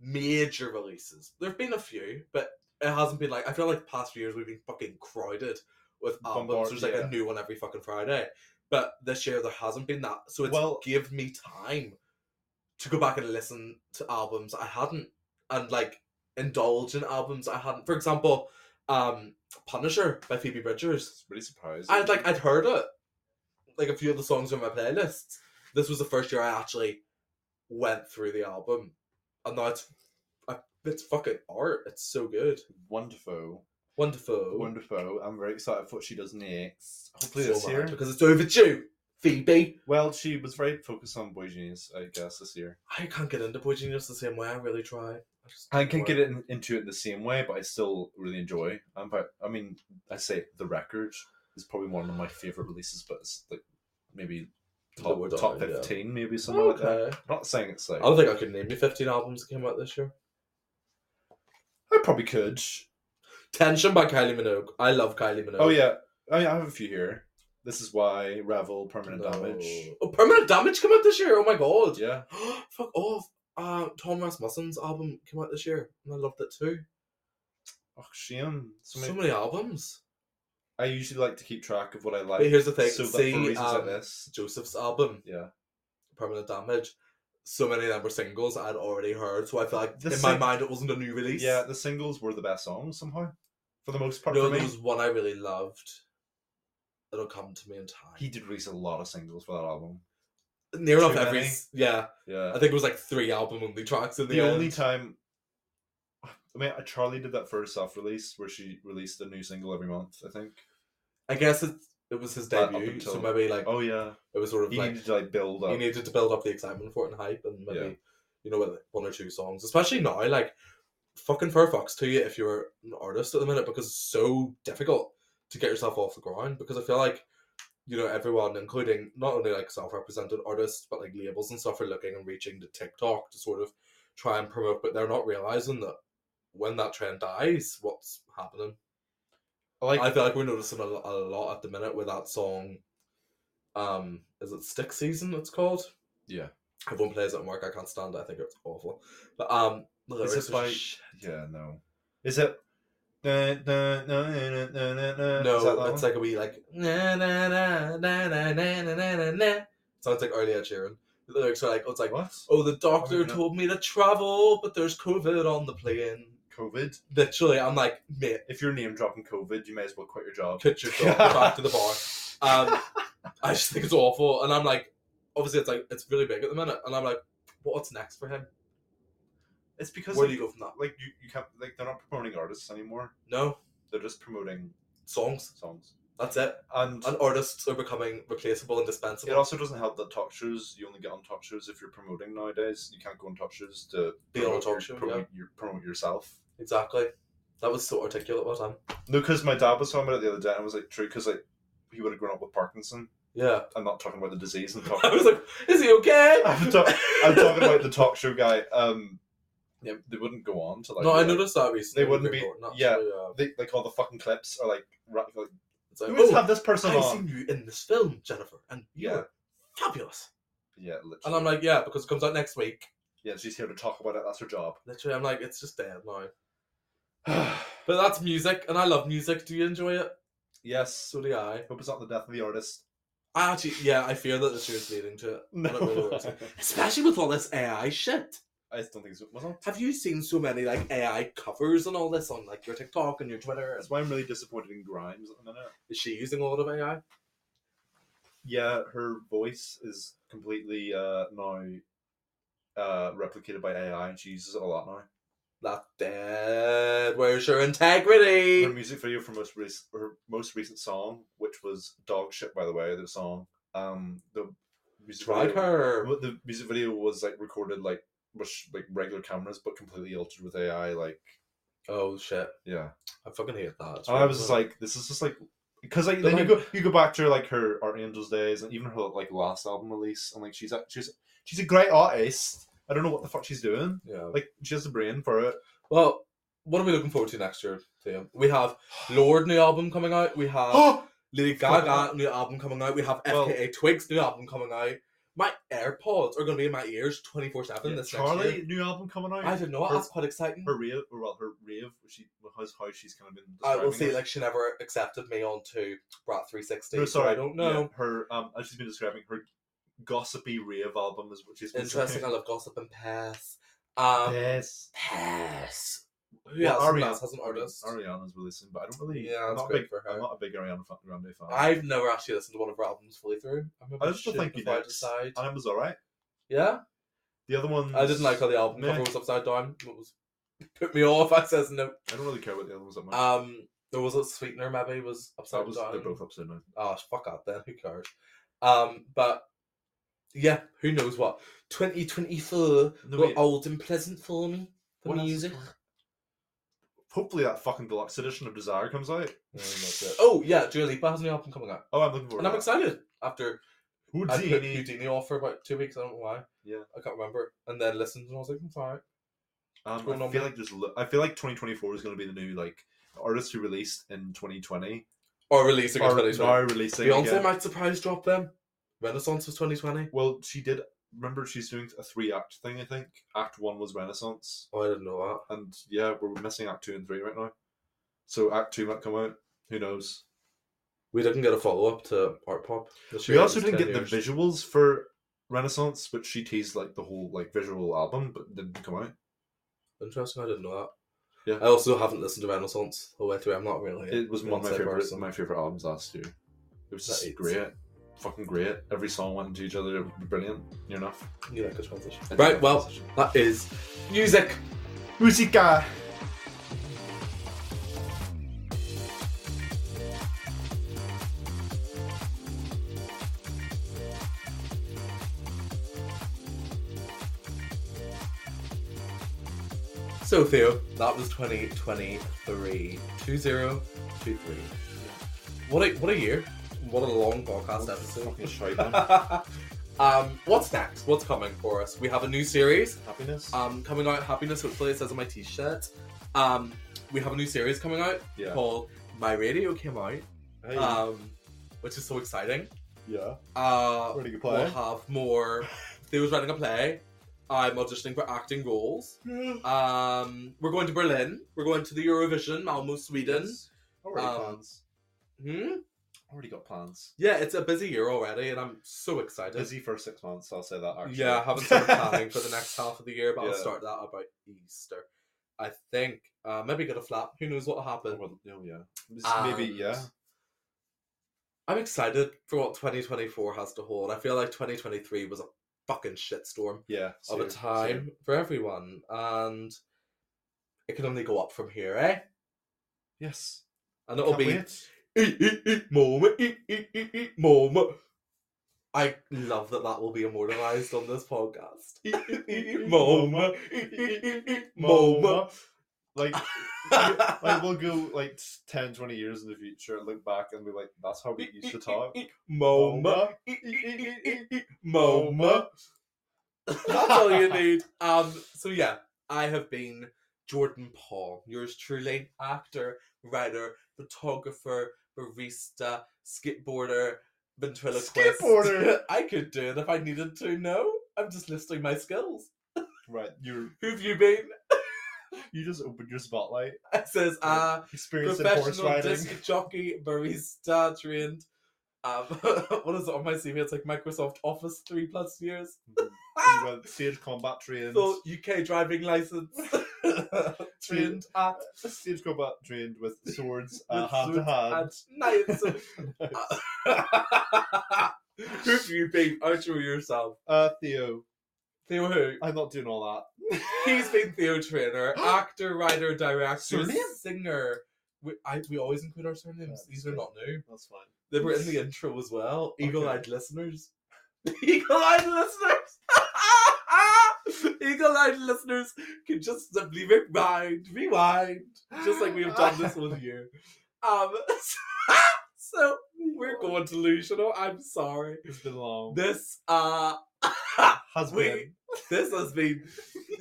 [SPEAKER 1] major releases. There have been a few, but it hasn't been like I feel like the past few years we've been fucking crowded with albums.
[SPEAKER 2] Bombard-
[SPEAKER 1] There's like
[SPEAKER 2] yeah.
[SPEAKER 1] a new one every fucking Friday. But this year there hasn't been that, so it's
[SPEAKER 2] Well-
[SPEAKER 1] give me time to go back and listen to albums I hadn't and like indulge in albums I hadn't. For example, um, Punisher by Phoebe Bridgers.
[SPEAKER 2] It's really surprising.
[SPEAKER 1] I'd like I'd heard it, like a few of the songs on my playlists. This was the first year I actually went through the album, and now it's I- it's fucking art. It's so good,
[SPEAKER 2] Wonderful.
[SPEAKER 1] wonderful,
[SPEAKER 2] Wonderful. I'm very excited for what she does next. Hopefully
[SPEAKER 1] So
[SPEAKER 2] this
[SPEAKER 1] mad,
[SPEAKER 2] year.
[SPEAKER 1] because it's overdue. Phoebe,
[SPEAKER 2] Well, she was very focused on boy genius, I guess, this year.
[SPEAKER 1] I can't get into Boy Genius the same way. I really try. I, just
[SPEAKER 2] I can get it in, into it in the same way, but I still really enjoy. I'm about, I mean, I say the record is probably one of my favorite releases, but it's like maybe top,
[SPEAKER 1] Lower
[SPEAKER 2] top
[SPEAKER 1] down, yeah.
[SPEAKER 2] fifteen, maybe something like that.
[SPEAKER 1] Okay.
[SPEAKER 2] I'm not saying it's like
[SPEAKER 1] I don't think I could name you 15 albums that came out this year.
[SPEAKER 2] I probably could.
[SPEAKER 1] Tension by Kylie Minogue. I love Kylie Minogue.
[SPEAKER 2] Oh yeah, I, I have a few here. This is why Revel, Permanent
[SPEAKER 1] No.
[SPEAKER 2] Damage.
[SPEAKER 1] Oh, Permanent Damage came out this year. Oh my god.
[SPEAKER 2] Yeah,
[SPEAKER 1] Fuck off. Uh, Tom Rasmussen's album came out this year, and I loved it too.
[SPEAKER 2] oh shame. So
[SPEAKER 1] So
[SPEAKER 2] many,
[SPEAKER 1] many, albums.
[SPEAKER 2] I usually like to keep track of what I like.
[SPEAKER 1] But here's the thing.
[SPEAKER 2] So that
[SPEAKER 1] See,
[SPEAKER 2] for reasons like
[SPEAKER 1] um,
[SPEAKER 2] this,
[SPEAKER 1] Joseph's album,
[SPEAKER 2] yeah,
[SPEAKER 1] Permanent Damage. So many of them were singles I'd already heard, so I feel like
[SPEAKER 2] The
[SPEAKER 1] in my
[SPEAKER 2] sing-
[SPEAKER 1] mind it wasn't a new release.
[SPEAKER 2] yeah, the singles were the best songs somehow, for the most part.
[SPEAKER 1] no,
[SPEAKER 2] for me.
[SPEAKER 1] there was one I really loved. It'll come to me in time.
[SPEAKER 2] He did release a lot of singles for that album.
[SPEAKER 1] Near enough
[SPEAKER 2] Too
[SPEAKER 1] every,
[SPEAKER 2] many.
[SPEAKER 1] s- yeah.
[SPEAKER 2] Yeah.
[SPEAKER 1] I think it was like three album only tracks in the,
[SPEAKER 2] the only
[SPEAKER 1] end.
[SPEAKER 2] time. I mean, Charlie did that for her self release where she released a new single every month, I think.
[SPEAKER 1] I guess it, it was his
[SPEAKER 2] Uh, up
[SPEAKER 1] debut, so
[SPEAKER 2] until-
[SPEAKER 1] maybe like
[SPEAKER 2] Oh, yeah.
[SPEAKER 1] it was sort of
[SPEAKER 2] He
[SPEAKER 1] like
[SPEAKER 2] needed to like build up.
[SPEAKER 1] he needed to build up the excitement for it and hype, and maybe
[SPEAKER 2] Yeah.
[SPEAKER 1] you know with like, one or two songs, especially now, like fucking fair fox to you if you're an artist at the minute because it's so difficult to get yourself off the ground because I feel like you know everyone, including not only like self-represented artists but like labels and stuff, are looking and reaching to TikTok to sort of try and promote, but they're not realizing that when that trend dies, what's happening.
[SPEAKER 2] I like
[SPEAKER 1] I feel like we're noticing a, lo- a lot at the minute with that song. Um, is it Stick Season? It's called.
[SPEAKER 2] Yeah.
[SPEAKER 1] Everyone plays it at work. I can't stand it. I think it's awful. But um, the
[SPEAKER 2] Is it
[SPEAKER 1] lyrics are
[SPEAKER 2] by-
[SPEAKER 1] sh-
[SPEAKER 2] Yeah, no. Is it. No,
[SPEAKER 1] no, it's like a wee like na na na na na na na na na. na. Sounds like early Ed Sheeran. The lyrics are like, oh, it's like,
[SPEAKER 2] What?
[SPEAKER 1] oh, the doctor
[SPEAKER 2] no.
[SPEAKER 1] told me to travel, but there's COVID on the plane.
[SPEAKER 2] COVID.
[SPEAKER 1] Literally, I'm like, mate,
[SPEAKER 2] If you're name dropping COVID, you may as well quit your job.
[SPEAKER 1] Quit your job, go back to the bar. Um, I just think it's awful, and I'm like, obviously it's like it's really big at the minute, and I'm like, what's next for him?
[SPEAKER 2] It's because.
[SPEAKER 1] Where
[SPEAKER 2] like,
[SPEAKER 1] do you go from that?
[SPEAKER 2] Like, you, you can't. Like, they're not promoting artists anymore.
[SPEAKER 1] No
[SPEAKER 2] They're just promoting
[SPEAKER 1] songs.
[SPEAKER 2] songs.
[SPEAKER 1] That's it.
[SPEAKER 2] And
[SPEAKER 1] And artists are becoming replaceable and
[SPEAKER 2] It
[SPEAKER 1] dispensable.
[SPEAKER 2] also doesn't help that talk shows you only get on talk shows if you're promoting nowadays. You can't go on talk shows to
[SPEAKER 1] Be on a
[SPEAKER 2] promote
[SPEAKER 1] talk
[SPEAKER 2] your-
[SPEAKER 1] show,
[SPEAKER 2] promote,
[SPEAKER 1] yeah.
[SPEAKER 2] your, promote yourself.
[SPEAKER 1] exactly. That was so articulate one time.
[SPEAKER 2] No, because my dad was talking about it the other day, and I was like, true, because like he would have grown up with Parkinson.
[SPEAKER 1] Yeah.
[SPEAKER 2] I'm not talking about the disease. I'm
[SPEAKER 1] I
[SPEAKER 2] talking.
[SPEAKER 1] was like, is he okay?
[SPEAKER 2] I'm, ta- I'm talking about the talk show guy. Um, they, they wouldn't go on to like.
[SPEAKER 1] no, I
[SPEAKER 2] like,
[SPEAKER 1] noticed that recently.
[SPEAKER 2] They wouldn't be-
[SPEAKER 1] before, not
[SPEAKER 2] yeah.
[SPEAKER 1] really,
[SPEAKER 2] They, like all the fucking clips are like, ra- like
[SPEAKER 1] um, it's like,
[SPEAKER 2] we just
[SPEAKER 1] oh,
[SPEAKER 2] have this person
[SPEAKER 1] I've
[SPEAKER 2] on.
[SPEAKER 1] seen you in this film, Jennifer, and you
[SPEAKER 2] Yeah.
[SPEAKER 1] were fabulous.
[SPEAKER 2] Yeah, literally.
[SPEAKER 1] And I'm like, yeah, because it comes out next week.
[SPEAKER 2] yeah, she's here to talk about it. That's her job.
[SPEAKER 1] Literally, I'm like, it's just dead now. But that's music, and I love music. Do you enjoy it?
[SPEAKER 2] yes.
[SPEAKER 1] So do I.
[SPEAKER 2] Hope it's not the death of the artist.
[SPEAKER 1] I actually, yeah, I fear that this year's leading to it.
[SPEAKER 2] No.
[SPEAKER 1] But it really was. Especially with all this AI shit.
[SPEAKER 2] I just don't think so. Was it?
[SPEAKER 1] Have you seen so many like AI covers and all this on like your TikTok and your Twitter?
[SPEAKER 2] That's why I'm really disappointed in Grimes at the minute.
[SPEAKER 1] Is she using a lot of AI?
[SPEAKER 2] Yeah, her voice is completely uh, now uh, replicated by AI, and she uses it a lot now.
[SPEAKER 1] That dead. Where's your
[SPEAKER 2] Her
[SPEAKER 1] integrity?
[SPEAKER 2] music video for most rec- her most recent song, which was dog shit, by the way, the song. Um, the music
[SPEAKER 1] Drag
[SPEAKER 2] video,
[SPEAKER 1] her.
[SPEAKER 2] Well, the music video was like recorded like with sh- like regular cameras, but completely altered with AI. Like,
[SPEAKER 1] Oh shit!
[SPEAKER 2] yeah,
[SPEAKER 1] I fucking hate that. It's
[SPEAKER 2] and Oh, I
[SPEAKER 1] really
[SPEAKER 2] was just
[SPEAKER 1] annoying.
[SPEAKER 2] like, this is just like because like
[SPEAKER 1] But,
[SPEAKER 2] then you go
[SPEAKER 1] like-
[SPEAKER 2] you go back to like her Art Angels days and even her like last album release, and like she's a, she's she's a great artist. I don't know what the fuck she's doing.
[SPEAKER 1] yeah.
[SPEAKER 2] Like she has a brain for it.
[SPEAKER 1] Well, what are we looking forward to next year, Liam? We have Lord new album coming out. We have
[SPEAKER 2] Oh,
[SPEAKER 1] Lady
[SPEAKER 2] Fuck.
[SPEAKER 1] Gaga new album coming out. We have
[SPEAKER 2] Well-
[SPEAKER 1] FKA Twigs new album coming out. My AirPods are going to be in my ears twenty four seven this next
[SPEAKER 2] Charlie
[SPEAKER 1] year.
[SPEAKER 2] new album coming out.
[SPEAKER 1] I did not.
[SPEAKER 2] Her-
[SPEAKER 1] That's quite exciting.
[SPEAKER 2] her rave, or well, her rave, she how's how she's kind of been.
[SPEAKER 1] I will
[SPEAKER 2] describing
[SPEAKER 1] see.
[SPEAKER 2] it.
[SPEAKER 1] Like she never accepted me onto Brat three sixty.
[SPEAKER 2] No,
[SPEAKER 1] so
[SPEAKER 2] Oh, sorry,
[SPEAKER 1] I don't know.
[SPEAKER 2] yeah, her um, as she's been describing her gossipy rave album is what she's been
[SPEAKER 1] Interesting. I
[SPEAKER 2] saying.
[SPEAKER 1] love gossip and pass. Um,
[SPEAKER 2] yes.
[SPEAKER 1] pass. Who
[SPEAKER 2] Well,
[SPEAKER 1] else
[SPEAKER 2] Ariana-
[SPEAKER 1] else has an artist?
[SPEAKER 2] Ariana's releasing, but I don't really.
[SPEAKER 1] Yeah,
[SPEAKER 2] I'm
[SPEAKER 1] that's
[SPEAKER 2] not, a
[SPEAKER 1] great
[SPEAKER 2] big,
[SPEAKER 1] for her.
[SPEAKER 2] I'm not a big Ariana fa- Grande fan.
[SPEAKER 1] I've never actually listened to one of her albums fully through. I'm a
[SPEAKER 2] I
[SPEAKER 1] bit
[SPEAKER 2] just don't
[SPEAKER 1] shit
[SPEAKER 2] think you
[SPEAKER 1] before I
[SPEAKER 2] did.
[SPEAKER 1] decide.
[SPEAKER 2] And it was alright.
[SPEAKER 1] Yeah,
[SPEAKER 2] The other one,
[SPEAKER 1] I didn't like how the album
[SPEAKER 2] Meh.
[SPEAKER 1] cover was upside down. It was put me off. I says no.
[SPEAKER 2] I don't really care what the other ones that much.
[SPEAKER 1] Um, there was a sweetener. Maybe was upside
[SPEAKER 2] that was
[SPEAKER 1] down.
[SPEAKER 2] they're both upside down.
[SPEAKER 1] Oh, fuck out then. Who cares? Um, but yeah, who knows what 2024
[SPEAKER 2] No,
[SPEAKER 1] were
[SPEAKER 2] wait.
[SPEAKER 1] old and pleasant for me. The
[SPEAKER 2] What else is
[SPEAKER 1] music.
[SPEAKER 2] going on? Hopefully that fucking deluxe edition of Desire comes out.
[SPEAKER 1] Yeah, that's it. Oh yeah, Dua Lipa has a new album coming out,
[SPEAKER 2] Oh, I'm looking forward.
[SPEAKER 1] and I'm
[SPEAKER 2] to that.
[SPEAKER 1] excited. After I put
[SPEAKER 2] Houdini.
[SPEAKER 1] Houdini off for about two weeks, I don't know why.
[SPEAKER 2] Yeah.
[SPEAKER 1] I can't remember. And then listened, and I was like, "It's alright."
[SPEAKER 2] Um,
[SPEAKER 1] going
[SPEAKER 2] I
[SPEAKER 1] on
[SPEAKER 2] feel
[SPEAKER 1] with-
[SPEAKER 2] like there's. Lo- I feel like 2024 is going to be the new like artists who released in 2020
[SPEAKER 1] Or releasing in
[SPEAKER 2] are now
[SPEAKER 1] 2020.
[SPEAKER 2] releasing.
[SPEAKER 1] Beyonce
[SPEAKER 2] again.
[SPEAKER 1] might surprise drop them. Renaissance was 2020.
[SPEAKER 2] Well, she did. Remember, she's doing a three act thing. I think Act One was Renaissance,
[SPEAKER 1] Oh, I didn't know that.
[SPEAKER 2] and yeah, we're missing Act Two and Three right now. So Act Two might come out. Who knows?
[SPEAKER 1] We didn't get a follow up to Art Pop. This
[SPEAKER 2] We
[SPEAKER 1] year, it
[SPEAKER 2] also
[SPEAKER 1] was
[SPEAKER 2] didn't
[SPEAKER 1] 10
[SPEAKER 2] get
[SPEAKER 1] years.
[SPEAKER 2] the visuals for Renaissance, which she teased like the whole like visual album, but didn't come out.
[SPEAKER 1] Interesting, I didn't know that.
[SPEAKER 2] Yeah.
[SPEAKER 1] I also haven't listened to Renaissance the whole way through. I'm not really. a
[SPEAKER 2] It was one of my
[SPEAKER 1] Beyonce
[SPEAKER 2] favorite
[SPEAKER 1] person.
[SPEAKER 2] my favorite albums last year. It was
[SPEAKER 1] That
[SPEAKER 2] just
[SPEAKER 1] is-
[SPEAKER 2] great, fucking great. Every song went into each other. It was brilliant. Near enough.
[SPEAKER 1] You like a transition.
[SPEAKER 2] I do
[SPEAKER 1] Right,
[SPEAKER 2] like
[SPEAKER 1] well,
[SPEAKER 2] transition.
[SPEAKER 1] that is music.
[SPEAKER 2] Musica.
[SPEAKER 1] So, Theo, that was 2023. 2023. What a, what a year. What a long podcast
[SPEAKER 2] Fucking
[SPEAKER 1] episode.
[SPEAKER 2] shite, man.
[SPEAKER 1] um, what's next? What's coming for us? We have a new series
[SPEAKER 2] Happiness.
[SPEAKER 1] um, coming out. Happiness, hopefully, it says on my t shirt. Um, we have a new series coming out
[SPEAKER 2] Yeah.
[SPEAKER 1] called My Radio Came Out,
[SPEAKER 2] Hey,
[SPEAKER 1] um, which is so exciting.
[SPEAKER 2] yeah.
[SPEAKER 1] Uh,
[SPEAKER 2] Really good
[SPEAKER 1] we'll
[SPEAKER 2] play.
[SPEAKER 1] have more. Theo's writing a play. I'm auditioning for acting roles. Um, we're going to Berlin. We're going to the Eurovision, Malmo, Sweden.
[SPEAKER 2] Already
[SPEAKER 1] um,
[SPEAKER 2] plans.
[SPEAKER 1] Hmm?
[SPEAKER 2] Already got plans.
[SPEAKER 1] Yeah, it's a busy year already, and I'm so excited.
[SPEAKER 2] Busy for six months. I'll say that. Actually.
[SPEAKER 1] Yeah, I haven't started planning for the next half of the year, but I'll
[SPEAKER 2] Yeah.
[SPEAKER 1] start that about Easter, I think. Uh, maybe get a flat. Who knows what'll happen?
[SPEAKER 2] Well, no, yeah. This- Maybe
[SPEAKER 1] And
[SPEAKER 2] yeah.
[SPEAKER 1] I'm excited for what 2024 has to hold. I feel like 2023 was a fucking shitstorm.
[SPEAKER 2] Yeah.
[SPEAKER 1] of a
[SPEAKER 2] same,
[SPEAKER 1] time
[SPEAKER 2] same.
[SPEAKER 1] for everyone, and it can only go up from here, eh?
[SPEAKER 2] Yes.
[SPEAKER 1] And it'll
[SPEAKER 2] Can't
[SPEAKER 1] be
[SPEAKER 2] wait.
[SPEAKER 1] eat, eat, eat, mama, eat, eat, eat, eat, mama. I love that that will be immortalized on this podcast. Eat, eat, eat, eat, mama, eat, eat, eat, eat, mama.
[SPEAKER 2] Like, you- like we'll go like 10, 20 years in the future, and look back and be like, that's how we used to talk.
[SPEAKER 1] Moma, eat, eat, eat, Oh, eat, eat,
[SPEAKER 2] Oh,
[SPEAKER 1] eat, mama. That's all you need. Um. So yeah, I have been Jordan Paul, yours truly, actor, writer, photographer, barista, skateboarder, ventriloquist.
[SPEAKER 2] Skateboarder!
[SPEAKER 1] I could do it if I needed to, no? I'm just listing my skills.
[SPEAKER 2] Right, you
[SPEAKER 1] Who've you been?
[SPEAKER 2] you just opened your spotlight.
[SPEAKER 1] It says, ah,
[SPEAKER 2] Experience in horse
[SPEAKER 1] professional
[SPEAKER 2] riding.
[SPEAKER 1] disc jockey, barista, trained. Um, what is it on my CV? It's like Microsoft Office three plus years.
[SPEAKER 2] Mm-hmm. you went stage combat trained.
[SPEAKER 1] So UK driving license. trained at
[SPEAKER 2] Stage combat trained with swords, uh,
[SPEAKER 1] with
[SPEAKER 2] hand to
[SPEAKER 1] swords
[SPEAKER 2] hand.
[SPEAKER 1] and knives. Who've you been? Outro yourself.
[SPEAKER 2] uh, Theo,
[SPEAKER 1] Theo who?
[SPEAKER 2] I'm not doing all that.
[SPEAKER 1] He's been Theo Trainer, actor, writer, director,
[SPEAKER 2] Surname?
[SPEAKER 1] singer. We, I, we always include our surnames. These are not new.
[SPEAKER 2] That's fine.
[SPEAKER 1] They were in the intro as well.
[SPEAKER 2] Okay.
[SPEAKER 1] Eagle eyed listeners. Eagle eyed listeners! Eagle eyed listeners can just simply rewind, rewind, just like we have done this one year. Um, so we're going delusional. I'm sorry.
[SPEAKER 2] It's been long.
[SPEAKER 1] This, uh,
[SPEAKER 2] Has
[SPEAKER 1] we-
[SPEAKER 2] been.
[SPEAKER 1] this has been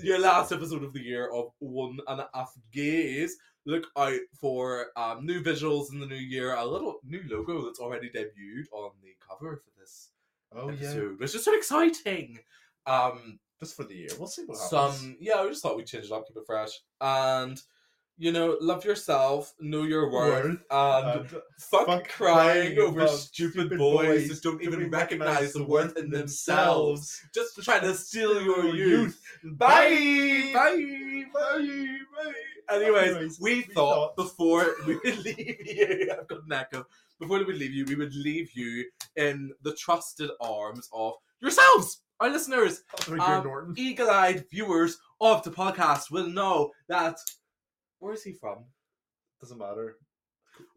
[SPEAKER 1] your last episode of the year of One and a Half Gays. Look out for um, new visuals in the new year, a little new logo that's already debuted on the cover for this
[SPEAKER 2] Oh yeah.
[SPEAKER 1] episode, which is so exciting. Um,
[SPEAKER 2] Just for the year. We'll see what happens.
[SPEAKER 1] some, yeah, I just thought we'd change it up, keep it fresh. And, you know, love yourself, know your worth,
[SPEAKER 2] Worth,
[SPEAKER 1] and
[SPEAKER 2] And
[SPEAKER 1] fuck,
[SPEAKER 2] fuck
[SPEAKER 1] crying
[SPEAKER 2] crying
[SPEAKER 1] over
[SPEAKER 2] about
[SPEAKER 1] stupid,
[SPEAKER 2] stupid
[SPEAKER 1] boys,
[SPEAKER 2] boys
[SPEAKER 1] that don't
[SPEAKER 2] who
[SPEAKER 1] even
[SPEAKER 2] don't
[SPEAKER 1] recognize the worth in themselves. Just trying to steal your
[SPEAKER 2] Your
[SPEAKER 1] youth.
[SPEAKER 2] youth.
[SPEAKER 1] Bye, bye, bye, bye. Anyways,
[SPEAKER 2] Anyways,
[SPEAKER 1] we,
[SPEAKER 2] we
[SPEAKER 1] thought,
[SPEAKER 2] thought-
[SPEAKER 1] before we would leave you, I've got an echo. Before we would leave you, we would leave you in the trusted arms of yourselves, our listeners,
[SPEAKER 2] Thank you,
[SPEAKER 1] um,
[SPEAKER 2] Norton.
[SPEAKER 1] eagle-eyed viewers of the podcast will know that. Where is he from?
[SPEAKER 2] Doesn't matter.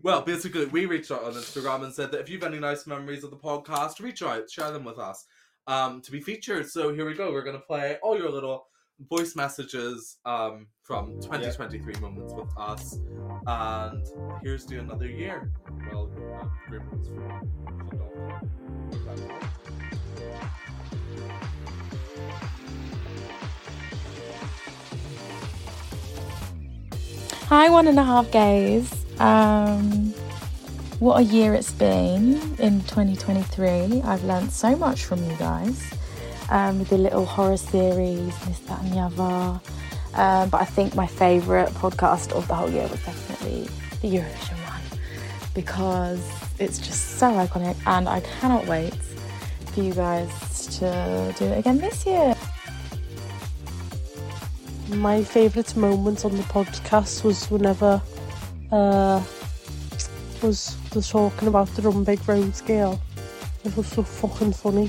[SPEAKER 1] Well, basically, we reached out on Instagram and said that if you've any nice memories of the podcast, reach out, share them with us um, to be featured. So here we go. We're going to play all your little voice messages um, from 2023 moments with us. And here's to another year.
[SPEAKER 2] Well, uh, great ones for Adolf.
[SPEAKER 6] Hi, one and a half gays. Um, what a year it's been in 2023. I've learnt so much from you guys um, with the little horror series, this, that, and the other. Um, but I think my favourite podcast of the whole year was definitely the Eurovision one because it's just so iconic and I cannot wait for you guys to do it again this year.
[SPEAKER 7] My favourite moment on the podcast was whenever uh, was the talking about the Run Big Road scale. It was so fucking funny.